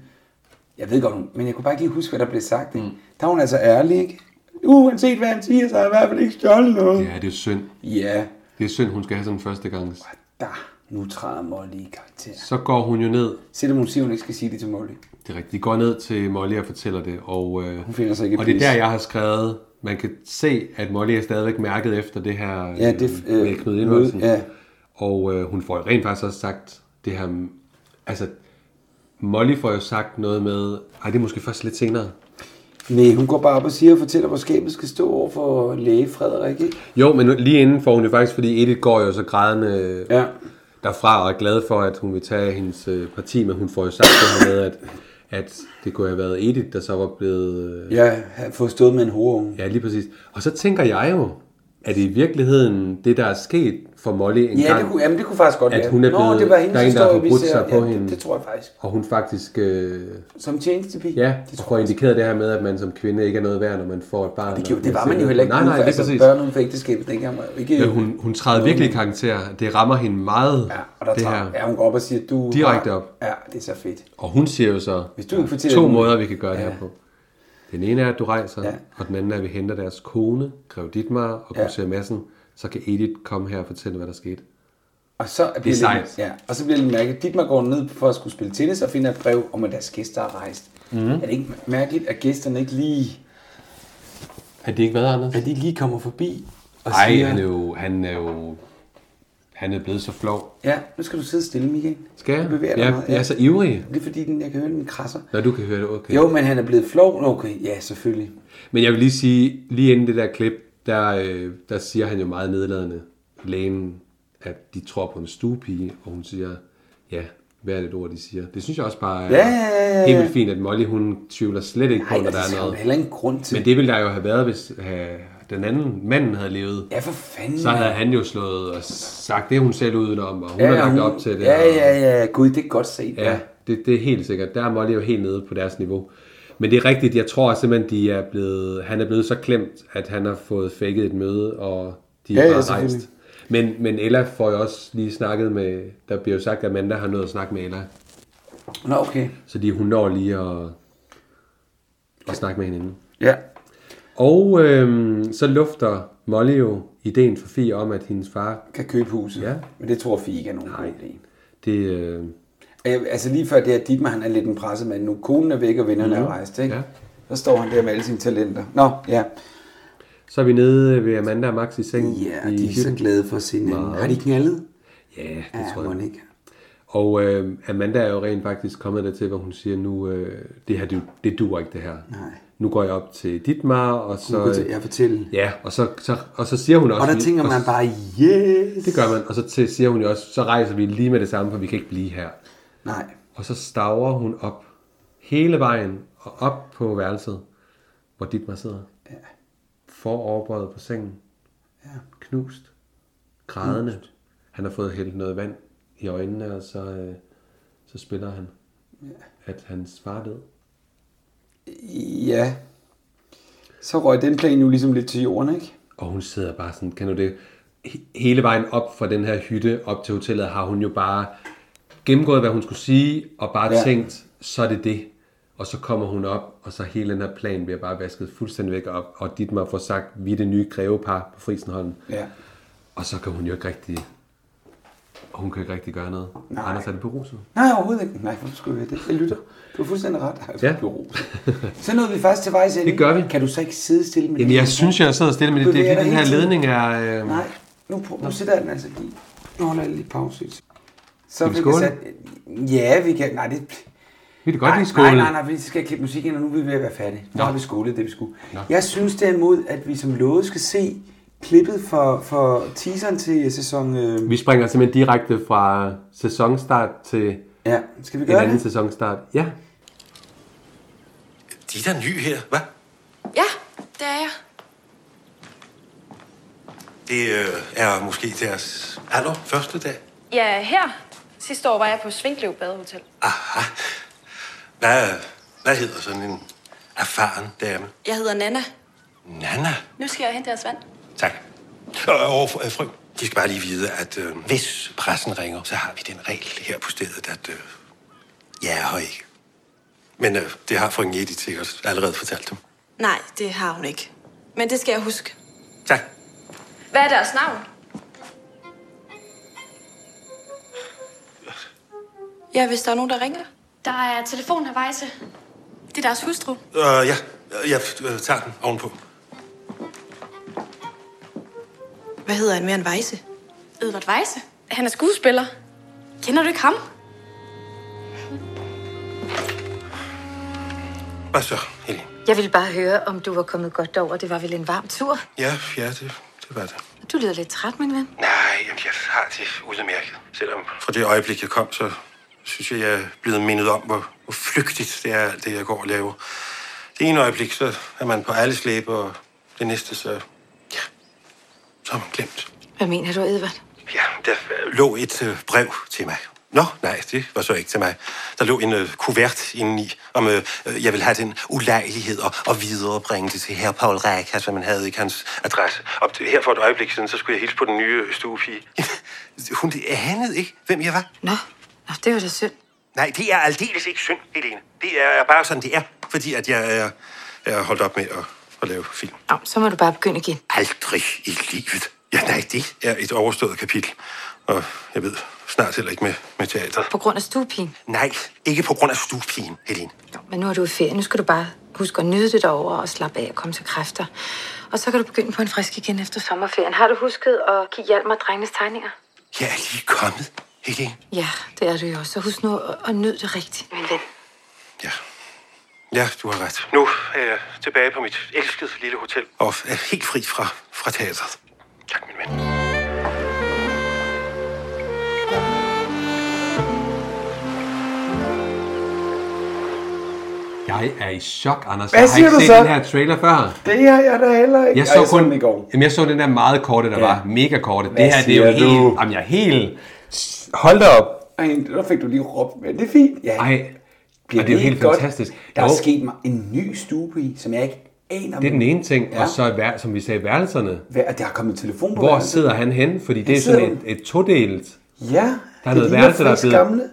B: jeg ved godt, hun- men jeg kunne bare ikke lige huske, hvad der blev sagt. Ikke? Mm. Der er hun altså ærlig, ikke? Uanset hvad han siger, så har jeg i hvert fald ikke stjålet noget.
A: Ja, det er synd.
B: Ja.
A: Det er synd, hun skal have sådan en første gang.
B: Der, nu træder Molly i karakter.
A: Så går hun jo ned.
B: Selvom hun siger, hun ikke skal sige det til Molly.
A: Det er rigtigt. De går ned til Molly og fortæller det. Og, øh,
B: Hun finder sig ikke
A: og det er
B: pis.
A: der, jeg har skrevet, man kan se, at Molly er stadigvæk mærket efter det her
B: Ja, det-
A: øh, med
B: øh,
A: Knud Indvoldsen.
B: ja.
A: Og øh, hun får jo rent faktisk også sagt det her... Altså, Molly får jo sagt noget med... Ej, det er måske først lidt senere.
B: Nej, hun går bare op og siger og fortæller, hvor skabet skal stå over for læge Frederik, ikke?
A: Jo, men nu- lige inden får hun det faktisk, fordi Edith går jo så grædende ja. derfra og er glad for, at hun vil tage hendes øh, parti, men hun får jo sagt det her med, at, at det kunne have været Edith, der så var blevet... Øh,
B: Ja, har fået stået med en horunge.
A: Ja, lige præcis. Og så tænker jeg jo, at i virkeligheden det, der er sket for Molly en
B: Ja,
A: gang,
B: det kunne, jamen, det kunne faktisk godt
A: at
B: være.
A: hun er
B: Nå,
A: blevet,
B: det var hendes
A: der er en, der har
B: historie, vi
A: forbrudt
B: ser.
A: sig på
B: Ja, det-
A: hende.
B: det tror jeg faktisk.
A: Og hun faktisk... Øh,
B: Som tjenestepige.
A: Ja, det får indikeret det her med, at man som kvinde ikke er noget værd, når man får et barn.
B: Det,
A: og
B: gjorde, det var man
A: selv-
B: jo heller ikke.
A: Nej, nej, det er
B: altså,
A: præcis.
B: Børn uden for ægteskabet dengang var jo ikke...
A: Men hun, hun træder
B: noget,
A: virkelig i
B: men-
A: karakter. Det rammer hende meget, ja,
B: Og der
A: det
B: tager,
A: her.
B: Ja, hun går op og siger, du...
A: Direkte
B: har-
A: op.
B: Ja, det er så fedt.
A: Og hun siger jo så,
B: Hvis du ikke fortæller
A: to
B: nogen-
A: måder, vi kan gøre det
B: Ja.
A: her på. Den ene er, at du rejser, ja. og den anden er, at vi henter deres kone, Grev Ditmar og
B: Ja.
A: Grosser Madsen. Så kan Edith komme her og fortælle, hvad der skete.
B: Og så
A: Det er
B: bliver
A: sejt.
B: lidt, ja, og så bliver det lidt mærkeligt. Dietmar går ned for at skulle spille tennis og finder et brev om, at deres gæster er rejst.
A: Mhm.
B: Er det ikke mærkeligt, at gæsterne ikke lige...
A: Har de ikke været, Anders?
B: At de ikke lige kommer forbi og
A: Ej,
B: siger...
A: han er jo... Han er jo han er blevet så flov.
B: Ja, nu skal du sidde stille, Michael.
A: Skal jeg?
B: Du bevæger dig
A: jeg,
B: meget.
A: jeg er så ivrig.
B: Det er fordi, den, jeg kan høre, den krasser.
A: Når du kan høre det, okay.
B: Jo, men han er blevet flov. Nå, Okay, ja, selvfølgelig.
A: Men jeg vil lige sige, lige inden det der klip, der, øh, der siger han jo meget nedladende, lægen, at de tror på en stuepige, og hun siger, ja, hvad er det ord, de siger? Det synes jeg også bare er
B: Ja, ja, ja, ja.
A: helt vildt fint, at Molly, hun tvivler slet ikke
B: Nej,
A: på, når
B: og
A: der
B: det skal
A: er
B: der
A: noget.
B: heller ingen grund til.
A: Men det ville der jo have været, hvis øh, den anden mand havde levet.
B: Ja, for fanden,
A: Så havde
B: mand.
A: han jo slået og sagt det, hun selv udenom, og hun
B: Ja,
A: har
B: ja,
A: lagt
B: hun-
A: op til det.
B: ja,
A: og-
B: ja, ja. Gud, det er godt set.
A: Ja, det, det er helt sikkert. Der er Molly jo helt nede på deres niveau. Men det er rigtigt, jeg tror simpelthen, de er blevet, han er blevet så klemt, at han har fået fækket et møde, og de er
B: Ja,
A: ja,
B: ja,
A: bare
B: selvfølgelig.
A: rejst. Men, men Ella får jo også lige snakket med, der bliver jo sagt, at Amanda har noget at snakke med Ella.
B: Nå, okay.
A: Så de, hun når lige at, at snakke med hinanden.
B: Ja.
A: Og øhm, så lufter Molly jo ideen for Fie om, at hendes far...
B: Kan købe huset.
A: Ja.
B: Men det tror Fie ikke er nogen god idé.
A: Det, øh...
B: Jeg, altså lige før det at Dietmar, han er lidt en pressemand nu. Konen er væk, og vennerne
A: Mhm.
B: er rejst, ikke? Ja. Så står han der med alle sine talenter. Nå, ja.
A: Så er vi nede ved Amanda og Max i sengen. Ja,
B: de er så glade for at se hinanden. Har de knaldet?
A: Ja, det
B: Ja,
A: tror jeg.
B: mon ikke.
A: Og øh, Amanda er jo rent faktisk kommet dertil, hvor hun siger, nu øh, det her, det, det duer ikke det her.
B: Nej.
A: Nu går jeg op til Ditmar, og så...
B: Hun går til- ja, fortæl.
A: Ja, og så, så, og så siger hun også...
B: Og der
A: lige-
B: tænker man bare, yes!
A: Det gør man, og så til, siger hun jo også, så rejser vi lige med det samme, for vi kan ikke blive her.
B: Nej.
A: Og så staver hun op hele vejen og op på værelset, hvor Ditmar sidder. Ja. Foroverbøjet på sengen.
B: Ja.
A: Knust. Grædende. Han har fået hældt noget vand i øjnene, og så, øh, så spiller han, ja. at hans far er død.
B: Ja. Så røg den plan jo ligesom lidt til jorden, ikke?
A: Og hun sidder bare sådan, kan du det? He- Hele vejen op fra den her hytte op til hotellet har hun jo bare gennemgået, hvad hun skulle sige, og bare
B: Ja.
A: ja. tænkt, så er det det. Og så kommer hun op, og så hele den her plan bliver bare vasket fuldstændig væk op, og Dietmar får sagt, vi er det nye grevepar på Frisenholm.
B: Ja.
A: Og så kan hun jo ikke rigtig... Og hun kan ikke rigtig gøre noget. Nej. Anders er det beruset.
B: Nej, overhovedet ikke. Nej, hvorfor skulle jeg det? Jeg lytter. Du har fuldstændig ret.
A: Ja.
B: Så nåede vi faktisk til vejs ende.
A: Det gør vi.
B: Kan du så ikke sidde stille med
A: Jamen,
B: din
A: jeg
B: telefon?
A: synes, jeg sidder stille med det. Det er
B: Bevæger
A: fordi,
B: dig
A: den
B: hele
A: her
B: tiden.
A: ledning er... Øh...
B: Nej, nu, prøv, nu sætter jeg den altså i. Nu holder jeg lige pause. Så
A: Skal
B: fik
A: vi
B: jeg
A: skåle?
B: sat- Ja, vi kan. Nej, det...
A: Vi kan godt
B: nej,
A: lige skåle.
B: Nej, nej, nej, vi skal klippe musik ind, og nu er vi ved at være færdige. Nu
A: Nå.
B: har vi skålet det, vi skulle.
A: Nå.
B: Jeg synes derimod, at vi som lovet skal se klippet for, for teaseren til sæson... Øh...
A: Vi springer simpelthen direkte fra sæsonstart til
B: ja. Skal vi
A: en
B: gøre
A: anden
B: det?
A: sæsonstart. Ja.
M: De er da ny her, hvad?
H: Ja, det er jeg.
M: Det øh, er måske deres allerførste dag.
H: Ja, her. Sidste år var jeg på Svinglev Badehotel.
M: Hvad, hvad hedder sådan en erfaren dame?
H: Jeg hedder Nana.
M: Nana.
H: Nu skal jeg hente jeres vand.
M: Tak. Og, og fr- øh, frø, de skal bare lige vide, at øh, hvis pressen ringer, så har vi den regel her på stedet, at øh, jeg er her ikke. Men øh, det har frøken Edith sikkert allerede fortalt dem.
H: Nej, det har hun ikke. Men det skal jeg huske.
M: Tak.
H: Hvad er deres navn? Ja, hvis der er nogen, der ringer. Der er telefonhavejse. Det er deres hustru.
M: Øh, ja, Øh, jeg øh, tager den ovenpå.
H: Hvad hedder han mere end Weisse? Edvard Weisse? Han er skuespiller. Kender du ikke ham?
M: Hvad så, Helene?
P: Jeg ville bare høre, om du var kommet godt over. Det var vel en varm tur.
M: Ja, ja, det, det var det.
P: Du lyder lidt træt, min ven.
M: Nej, jamen, jeg har det udmærket. Selvom fra det øjeblik, jeg kom, så synes jeg, jeg er blevet mindet om, hvor, hvor flygtigt det er, alt det jeg går og laver. Det ene øjeblik, så er man på alles læber, og det næste, så, ja, så er man glemt.
P: Hvad mener du, Edvard?
M: Ja, der øh, lå et øh, brev til mig. Nå, nej, det var så ikke til mig. Der lå en øh, kuvert indeni, om øh, øh, jeg ville have den ulejlighed og, og viderebringe det til herr Paul Rækas, hvad man havde ikke hans adresse. Og det- her for et øjeblik siden, så skulle jeg hilse på den nye øh, stuepige. Hun det anede ikke, hvem jeg var.
P: Nå, Nå det var da synd.
M: Nej, det er aldeles ikke synd, Helene. Det er bare sådan, det er, fordi at jeg er, er holdt op med at, at lave film.
P: Nå, så må du bare begynde igen.
M: Aldrig i livet. Ja, nej, det er et overstået kapitel. Og jeg ved snart heller ikke med, med teater.
P: På grund af stuepigen.
M: Nej, ikke på grund af stuepigen, Helene.
P: Men nu er du i ferie. Nu skal du bare huske at nyde det derovre og slappe af og komme til kræfter. Og så kan du begynde på en frisk igen efter sommerferien. Har du husket at give Hjalmar drengenes tegninger?
M: Jeg er lige kommet, Helene.
P: Ja, det er du jo også. Så husk nu at, at nyde det rigtigt, min ven.
M: Ja, du har ret. Nu er jeg tilbage på mit elskede lille hotel. Og er helt fri fra, fra teateret.
A: Jeg er i chok, Anders.
B: Hvad
A: jeg har
B: siger
A: ikke
B: du
A: set
B: så?
A: den her trailer før.
B: Det har jeg da heller ikke.
A: Jeg
B: Ej,
A: så kun
B: den i går.
A: Jamen, jeg så den der meget korte, der ja. var. Mega korte.
B: Hvad
A: det her, det er
B: siger
A: jo
B: du?
A: helt... Jamen, jeg er helt... Hold da op.
B: Ej, der fik du lige råbt. Men det er fint. Ja.
A: Ej,
B: Bliver
A: og det er jo helt
B: godt.
A: fantastisk.
B: Der er
A: Jo.
B: sket mig en ny stue i, som jeg ikke aner
A: Det er
B: om.
A: den ene ting.
B: Ja.
A: Ja. Og så, er vær- som vi sagde, værelserne.
B: Hvad, og der er kommet telefon på
A: Hvor
B: værelset.
A: sidder han henne? Fordi det
B: Han
A: er sådan
B: sidder-
A: et, et todelt.
B: Ja,
A: Der er
B: det
A: noget
B: ligner
A: værelse, der er
B: frisk
A: blevet...
B: gamle.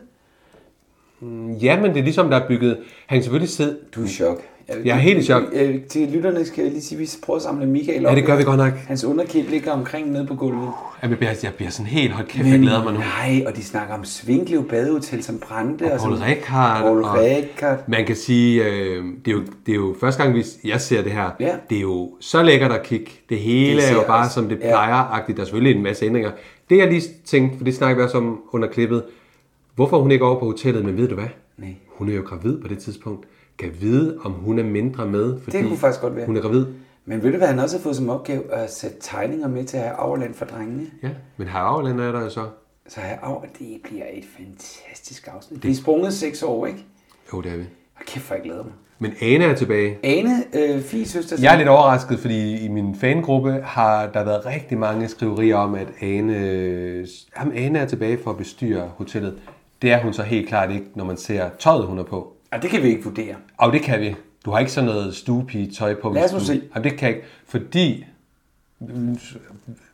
A: Mm, Ja, men det er ligesom, der er bygget... Han kan selvfølgelig sidde...
B: Du er i chok.
A: Jeg er helt i chok.
B: Øh, til lytterne skal jeg lige sige, at vi prøver at samle Michael
A: Ja,
B: op.
A: det gør vi godt nok.
B: Hans underkæb ligger omkring nede på gulvet.
A: Jeg bliver, jeg bliver sådan helt, hold kæft, jeg glæder mig nu.
B: Nej, og de snakker om Svinglev Badehotel, som brændte.
A: Og Paul Rickard.
B: Altså, Paul
A: og-
B: Rickard.
A: Man kan sige, øh, det, er jo, det er jo første gang, vi, jeg ser det her.
B: Ja.
A: Det er jo så lækkert at kigge. Det hele
B: Det
A: det er jo
B: ser
A: bare,
B: også-
A: som det
B: ja.
A: plejer-agtigt. Der er selvfølgelig en masse ændringer. Det jeg lige tænkte, for det snakker vi også om under klippet. Hvorfor er hun ikke over på hotellet, men ved du hvad?
B: Nej.
A: Hun er jo gravid på det tidspunkt. Kan vide, om hun er mindre med, fordi
B: kunne faktisk godt være.
A: hun er gravid.
B: Men ved du, hvad han også har fået som opgave? At sætte tegninger med til at have afland for drengene.
A: Ja, men her Auerland er der jo så.
B: Så have af, det bliver et fantastisk afsnit. Det er sprunget seks år, ikke?
A: Jo, det er vi.
B: Og kæft, hvor jeg glæder mig.
A: Men Ana er tilbage.
B: Ane, øh, Fies søster.
A: Jeg er lidt overrasket, fordi i min fangruppe har der været rigtig mange skriverier om, at Ane, jamen, Ane er tilbage for at bestyre hotellet. Det er hun så helt klart ikke, når man ser tøjet, hun er på.
B: Og det kan vi ikke vurdere.
A: Og det kan vi. Du har ikke sådan noget stuepige-tøj på.
B: Lad os
A: hvis
B: nu
A: du...
B: se.
A: Jamen, det kan jeg ikke, fordi...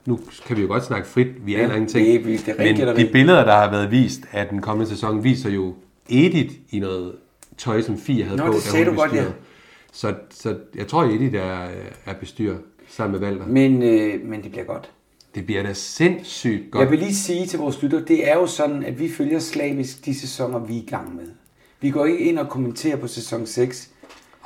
A: Nu kan vi jo godt snakke frit, vi
B: Ja,
A: aner ingenting.
B: det er- det er rigtigt,
A: Men
B: og
A: de
B: rigtigt.
A: billeder, der har været vist af den kommende sæson, viser jo Edith i noget tøj, som Fie havde
B: Nå,
A: på,
B: det sagde du
A: da hun
B: godt,
A: bestyrede.
B: ja.
A: Så, så jeg tror, Edith er, er bestyrer sammen med Valter.
B: Men, øh, men det bliver godt.
A: Det bliver da sindssygt
B: Godt.
A: godt.
B: Jeg vil lige sige til vores lytter, det er jo sådan, at vi følger slavisk de sæsoner, vi er i gang med. Vi går ikke ind og kommenterer på sæson 6.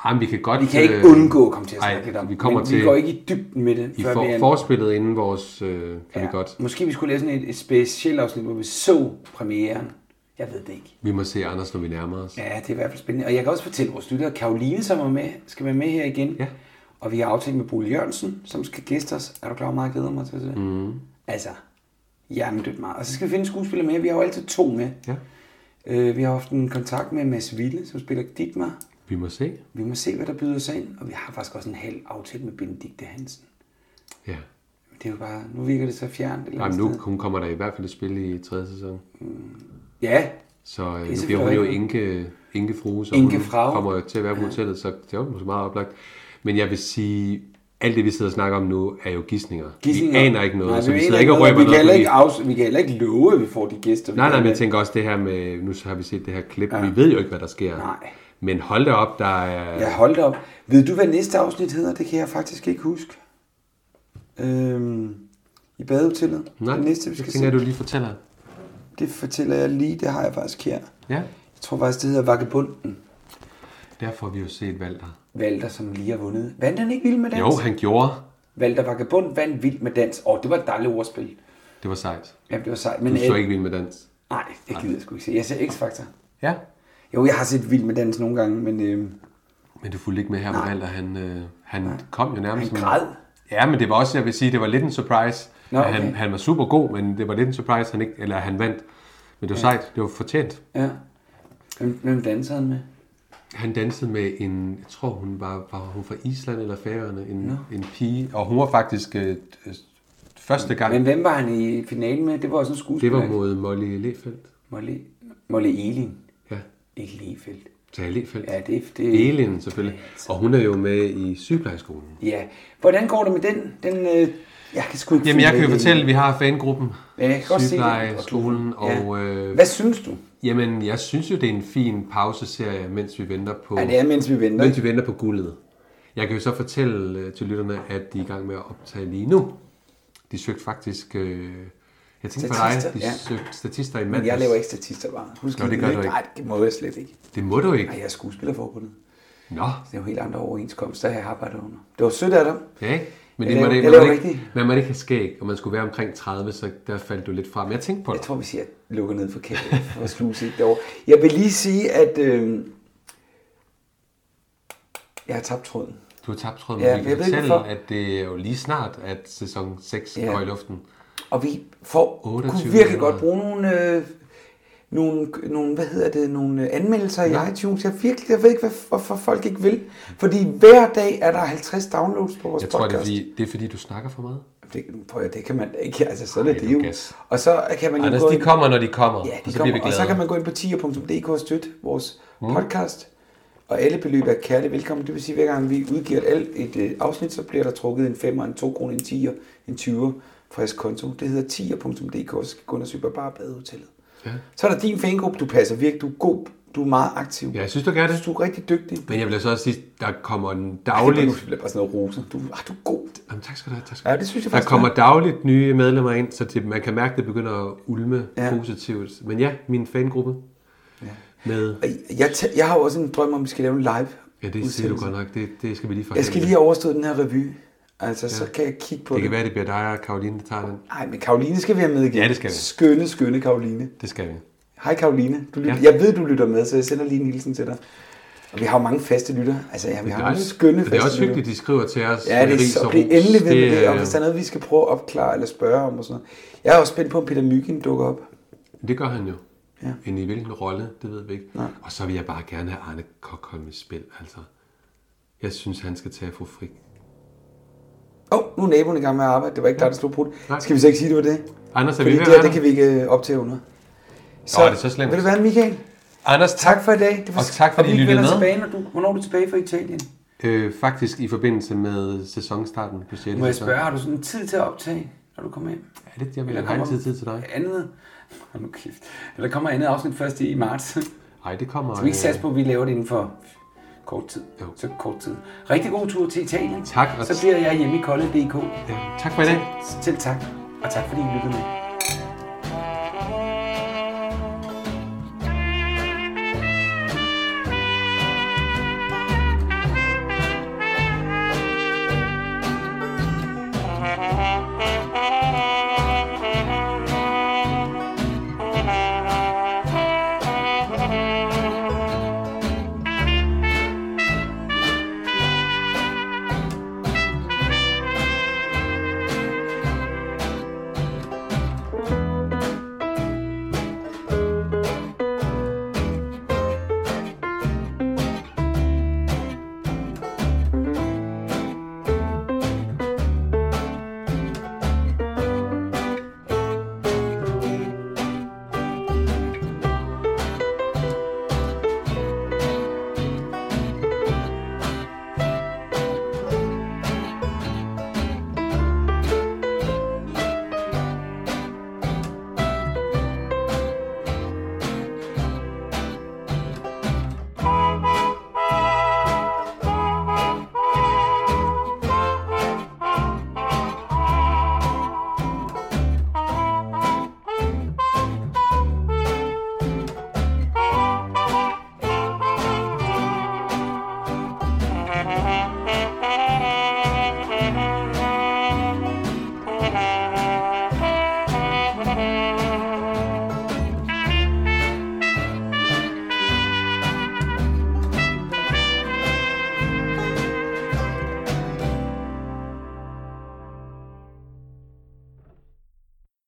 A: Jamen, vi kan godt...
B: Vi kan ikke
A: øh,
B: undgå at komme til at
A: ej,
B: snakke lidt om,
A: vi kommer
B: men
A: til
B: vi går ikke i dybden med det.
A: i
B: før vi
A: for,
B: er-
A: forspillet inden vores... Øh, kan ja. vi godt.
B: Måske vi skulle lave sådan et, et specielt afsnit, hvor vi så premieren. Jeg ved det ikke.
A: Vi må se Anders, når vi nærmer os.
B: Ja, det er i hvert fald spændende. Og jeg kan også fortælle vores lyttere, at Karoline, som er med, skal være med her igen. Ja. Og vi har aftalt med Bolig Jørgensen, som skal gæste os. Er du klar, hvor meget jeg glæder mig til det?
A: Mm.
B: Altså, hjernedødt meget. Og så skal vi finde skuespiller med. Vi har jo altid to med.
A: Ja.
B: Øh, vi har haft en kontakt med Mads Ville, som spiller Dietmar.
A: Vi må se.
B: Vi må se, hvad der byder sig ind. Og vi har faktisk også en halv aftale med Benedikte Hansen.
A: Ja.
B: Men Det er jo bare, nu virker det så fjernt. et eller
A: Nej, men
B: andet
A: nu
B: sted. Mm,
A: hun kommer der i hvert fald et spil i tredje sæson.
B: Ja.
A: Så øh, nu
B: Pisse
A: bliver hun jo
B: flot.
A: enke, enkefrue, så
B: Enke
A: hun
B: frau.
A: kommer jo til at være på
B: Ja.
A: hotellet, så det er jo måske meget oplagt. Men jeg vil sige, alt det, vi sidder og snakker om nu, er jo gissninger.
B: Gisninger.
A: Vi aner ikke noget,
B: Nej,
A: så
B: vi
A: vi
B: aner
A: sidder
B: ikke
A: ikke og
B: noget,
A: røber
B: vi kan
A: noget.
B: heller
A: fordi-
B: ikke, afs- vi kan heller ikke love, at vi får de gæster. vi
A: Nej, nej,
B: gerne
A: men jeg
B: vil.
A: tænker også det her med, nu har vi set det her klip, ja. vi ved jo ikke, hvad der sker.
B: Nej.
A: Men hold da op, der er...
B: Ja, hold da op. Ved du, hvad næste afsnit hedder? Det kan jeg faktisk ikke huske. Øhm, I badehotellet.
A: Nej,
B: det næste, vi
A: det
B: skal
A: tænker jeg,
B: se.
A: du lige fortæller.
B: Det fortæller jeg lige, det har jeg faktisk her.
A: Ja.
B: Jeg tror faktisk, det hedder Vagabunden.
A: Der får vi jo set Valter.
B: Valter, som lige har vundet. Vandt han ikke vild med dans?
A: Jo, han gjorde.
B: Valter Vagabund vandt vild med dans. Åh, oh, det var et dejligt ordspil.
A: Det var sejt.
B: Jamen, det var sejt.
A: Men,
B: Men
A: du så
B: øh,
A: ikke vild med dans.
B: Nej, det gider jeg sgu ikke se. Jeg ser X-Factor.
A: Ja.
B: Jo, jeg har set vild med dans nogle gange, men... Øh,
A: Men du fulgte ikke med her med
B: Nej.
A: Valter. Han, øh, han kom jo nærmest...
B: Han
A: som-
B: græd.
A: Ja, men det var også, jeg vil sige, det var lidt en surprise.
B: Nå,
A: Nå,
B: okay.
A: okay. han, han var super god, men det var lidt en surprise, han ikke, eller han vandt. Men det var sejt. Det var fortjent.
B: ja. Hvem, hvem danser han med?
A: Han dansede med en, jeg tror hun var, var hun fra Island eller Færøerne, en,
B: Nå.
A: en pige. Og hun var faktisk øh, øh, første gang...
B: Men hvem var han i finalen med? Det var også en
A: Det
B: skuespiller.
A: var mod Molly Lefeldt.
B: Molly, Molly Elin.
A: Ja.
B: Ikke Lefeldt.
A: Tager Lefeldt.
B: Ja, det, det...
A: Elin selvfølgelig. Og hun er jo med i sygeplejeskolen.
B: Ja. Hvordan går det med den? den øh, jeg kan sgu ikke
A: Jamen,
B: finde
A: jeg kan jo
B: ud af
A: fortælle,
B: det.
A: at vi har fangruppen,
B: Ja, jeg kan godt se det.
A: sygeplejeskolen,
B: Og du-
A: og... Øh,
B: Hvad synes du?
A: Jamen, jeg synes jo, det er en fin pauseserie, mens vi venter på...
B: Ja, det er, mens vi venter,
A: Mens vi venter på guldet. Jeg kan jo så fortælle øh, til lytterne, at de er i gang med at optage lige nu. De søgte faktisk... Øh, jeg tænkte på dig,
B: Statister,
A: de
B: ja.
A: søgte statister i mandags.
B: Men jeg laver ikke statister bare. Husk
A: Nå, det gør
B: lige-
A: du ikke.
B: Nej, det må jeg slet ikke.
A: Det må du ikke.
B: Nej, jeg er skuespillerforbundet.
A: Nå.
B: Det er jo helt andre overenskomster, jeg arbejder under. Det var sødt af dem.
A: Ja, ikke? Men
B: Jeg
A: det, man,
B: laver-
A: ikke,
B: jeg
A: man,
B: laver
A: må ikke,
B: rigtig-
A: man må ikke have skæg, og man skulle være omkring 30, så der faldt du lidt fra. Men jeg tænkte på det. Jeg
B: tror, vi siger, lukker ned for kæden for sluse ikke derovre. Jeg vil lige sige, at øh, jeg har tabt tråden.
A: Du har tabt tråden,
B: Ja,
A: ja,
B: men
A: vi
B: jeg
A: kan
B: ved ikke,
A: fortælle,
B: hvorfor.
A: at det er jo lige snart, at sæson 6
B: Ja.
A: ja. går i luften.
B: Og vi får, kunne
A: 28
B: virkelig godt
A: minutter.
B: bruge nogle, øh, nogle, nogle, hvad hedder det, nogle øh, anmeldelser i iTunes. Jeg, virkelig, jeg ved ikke, hvad, hvorfor folk ikke vil. Fordi hver dag er der 50 downloads på vores
A: Jeg tror,
B: podcast.
A: det er, fordi, det er fordi, du snakker for meget.
B: Det, prøv, at- det kan man da ikke. Altså, sådan er det jo.
A: Lukas.
B: Og så kan man jo
A: Anders,
B: gå
A: de
B: ind-
A: kommer, når de kommer,
B: Ja, de
A: og så
B: kommer.
A: bliver vi
B: og så
A: glade.
B: kan man gå ind på tier.dk og støtte vores mm. podcast. Og alle beløb er kærligt velkommen. Det vil sige, at hver gang vi udgiver et, al- et øh, afsnit, så bliver der trukket en 5'er, en 2 kroner, en 10'er, en 20'er fra jeres konto. Det hedder tier.dk, så skal gå ind og søge på bare badehotellet.
A: Ja.
B: Så er der din fangruppe. Du passer virkelig. Du er god Du er meget aktiv.
A: Ja, jeg synes, du gør det.
B: Du er rigtig dygtig.
A: Men jeg vil så også sige, der kommer en
B: Dagligt.
A: daglig...
B: Nu bliver bare sådan noget roser. Du, ah, du er god.
A: Jamen, tak skal du have. Tak
B: skal ja, det synes jeg
A: Der
B: faktisk.
A: kommer
B: er.
A: dagligt nye medlemmer ind, så det, man kan mærke, at det begynder at ulme
B: Ja.
A: ja. positivt. Men ja, min fangruppe.
B: Ja.
A: Med,
B: Jeg, tæ- jeg har jo også en drøm om, at vi skal lave en live.
A: ja, det siger du godt nok. Det, det skal vi lige forhandle.
B: Jeg skal lige have overstået den her revy. Altså, ja. så
A: Ja.
B: kan jeg kigge på det.
A: Det kan være, det bliver dig og Karoline, der tager den.
B: Nej, men Karoline skal vi have med igen.
A: Ja, det skal vi.
B: Skønne, skønne Karoline.
A: Det skal vi.
B: Hej Karoline. Du lytter, ja.
A: Ja.
B: Jeg ved, du lytter med, så jeg sender lige en hilsen til dig. Og vi har jo mange faste lytter. Altså, ja, vi
A: Det er
B: har nogle
A: dejligt.
B: skønne
A: Og
B: faste
A: det er også
B: lytter.
A: hyggeligt, de skriver til os
B: Ja, det
A: med
B: er
A: ris
B: så
A: og
B: bliv
A: ros.
B: endelig ved med
A: Det
B: det,
A: er-
B: og hvis der er noget, vi skal prøve at opklare eller spørge om og sådan noget. Jeg er også spændt på, om Peter Myggen dukker op.
A: Det gør han jo.
B: Ja.
A: Men i hvilken rolle, det ved vi ikke.
B: Nej.
A: Og så vil jeg bare gerne have Arne Kokholm i spil. Altså, jeg synes, han skal tage fru Frik.
B: Åh, oh, nu er naboen i gang med at arbejde. Det var ikke dig, der slog brudt. Skal vi så ikke sige, det var det?
A: Anders, er
B: Fordi
A: vi ved
B: det,
A: at
B: her,
A: være
B: det
A: der?
B: kan vi ikke øh, optage under.
A: er det så slemt?
B: Vil du være, Michael?
A: Anders,
B: tak for i dag. Det
A: Og tak, fordi
B: og vi
A: I lyttede
B: vender
A: med.
B: Tilbage, når du, hvornår er du tilbage fra Italien?
A: Øh, faktisk i forbindelse med sæsonstarten på 6.
B: Må jeg
A: sæson.
B: spørge, har du sådan en tid til at optage, når du kommer hjem?
A: Ja, det jeg vil
B: Eller
A: have en
B: kommer
A: tid- tid til dig.
B: Andet? Hold nu kæft. Eller kommer andet afsnit først i, i marts?
A: Nej, det kommer...
B: Skal vi ikke
A: øh,
B: satse på, at vi laver det inden for kort tid? Jo. Så kort tid. Rigtig god tur til Italien.
A: Tak, og-
B: Så bliver jeg hjemme i kolde.dk.
A: Ja, tak for i dag.
B: Selv, selv tak. Og tak fordi I lyttede med.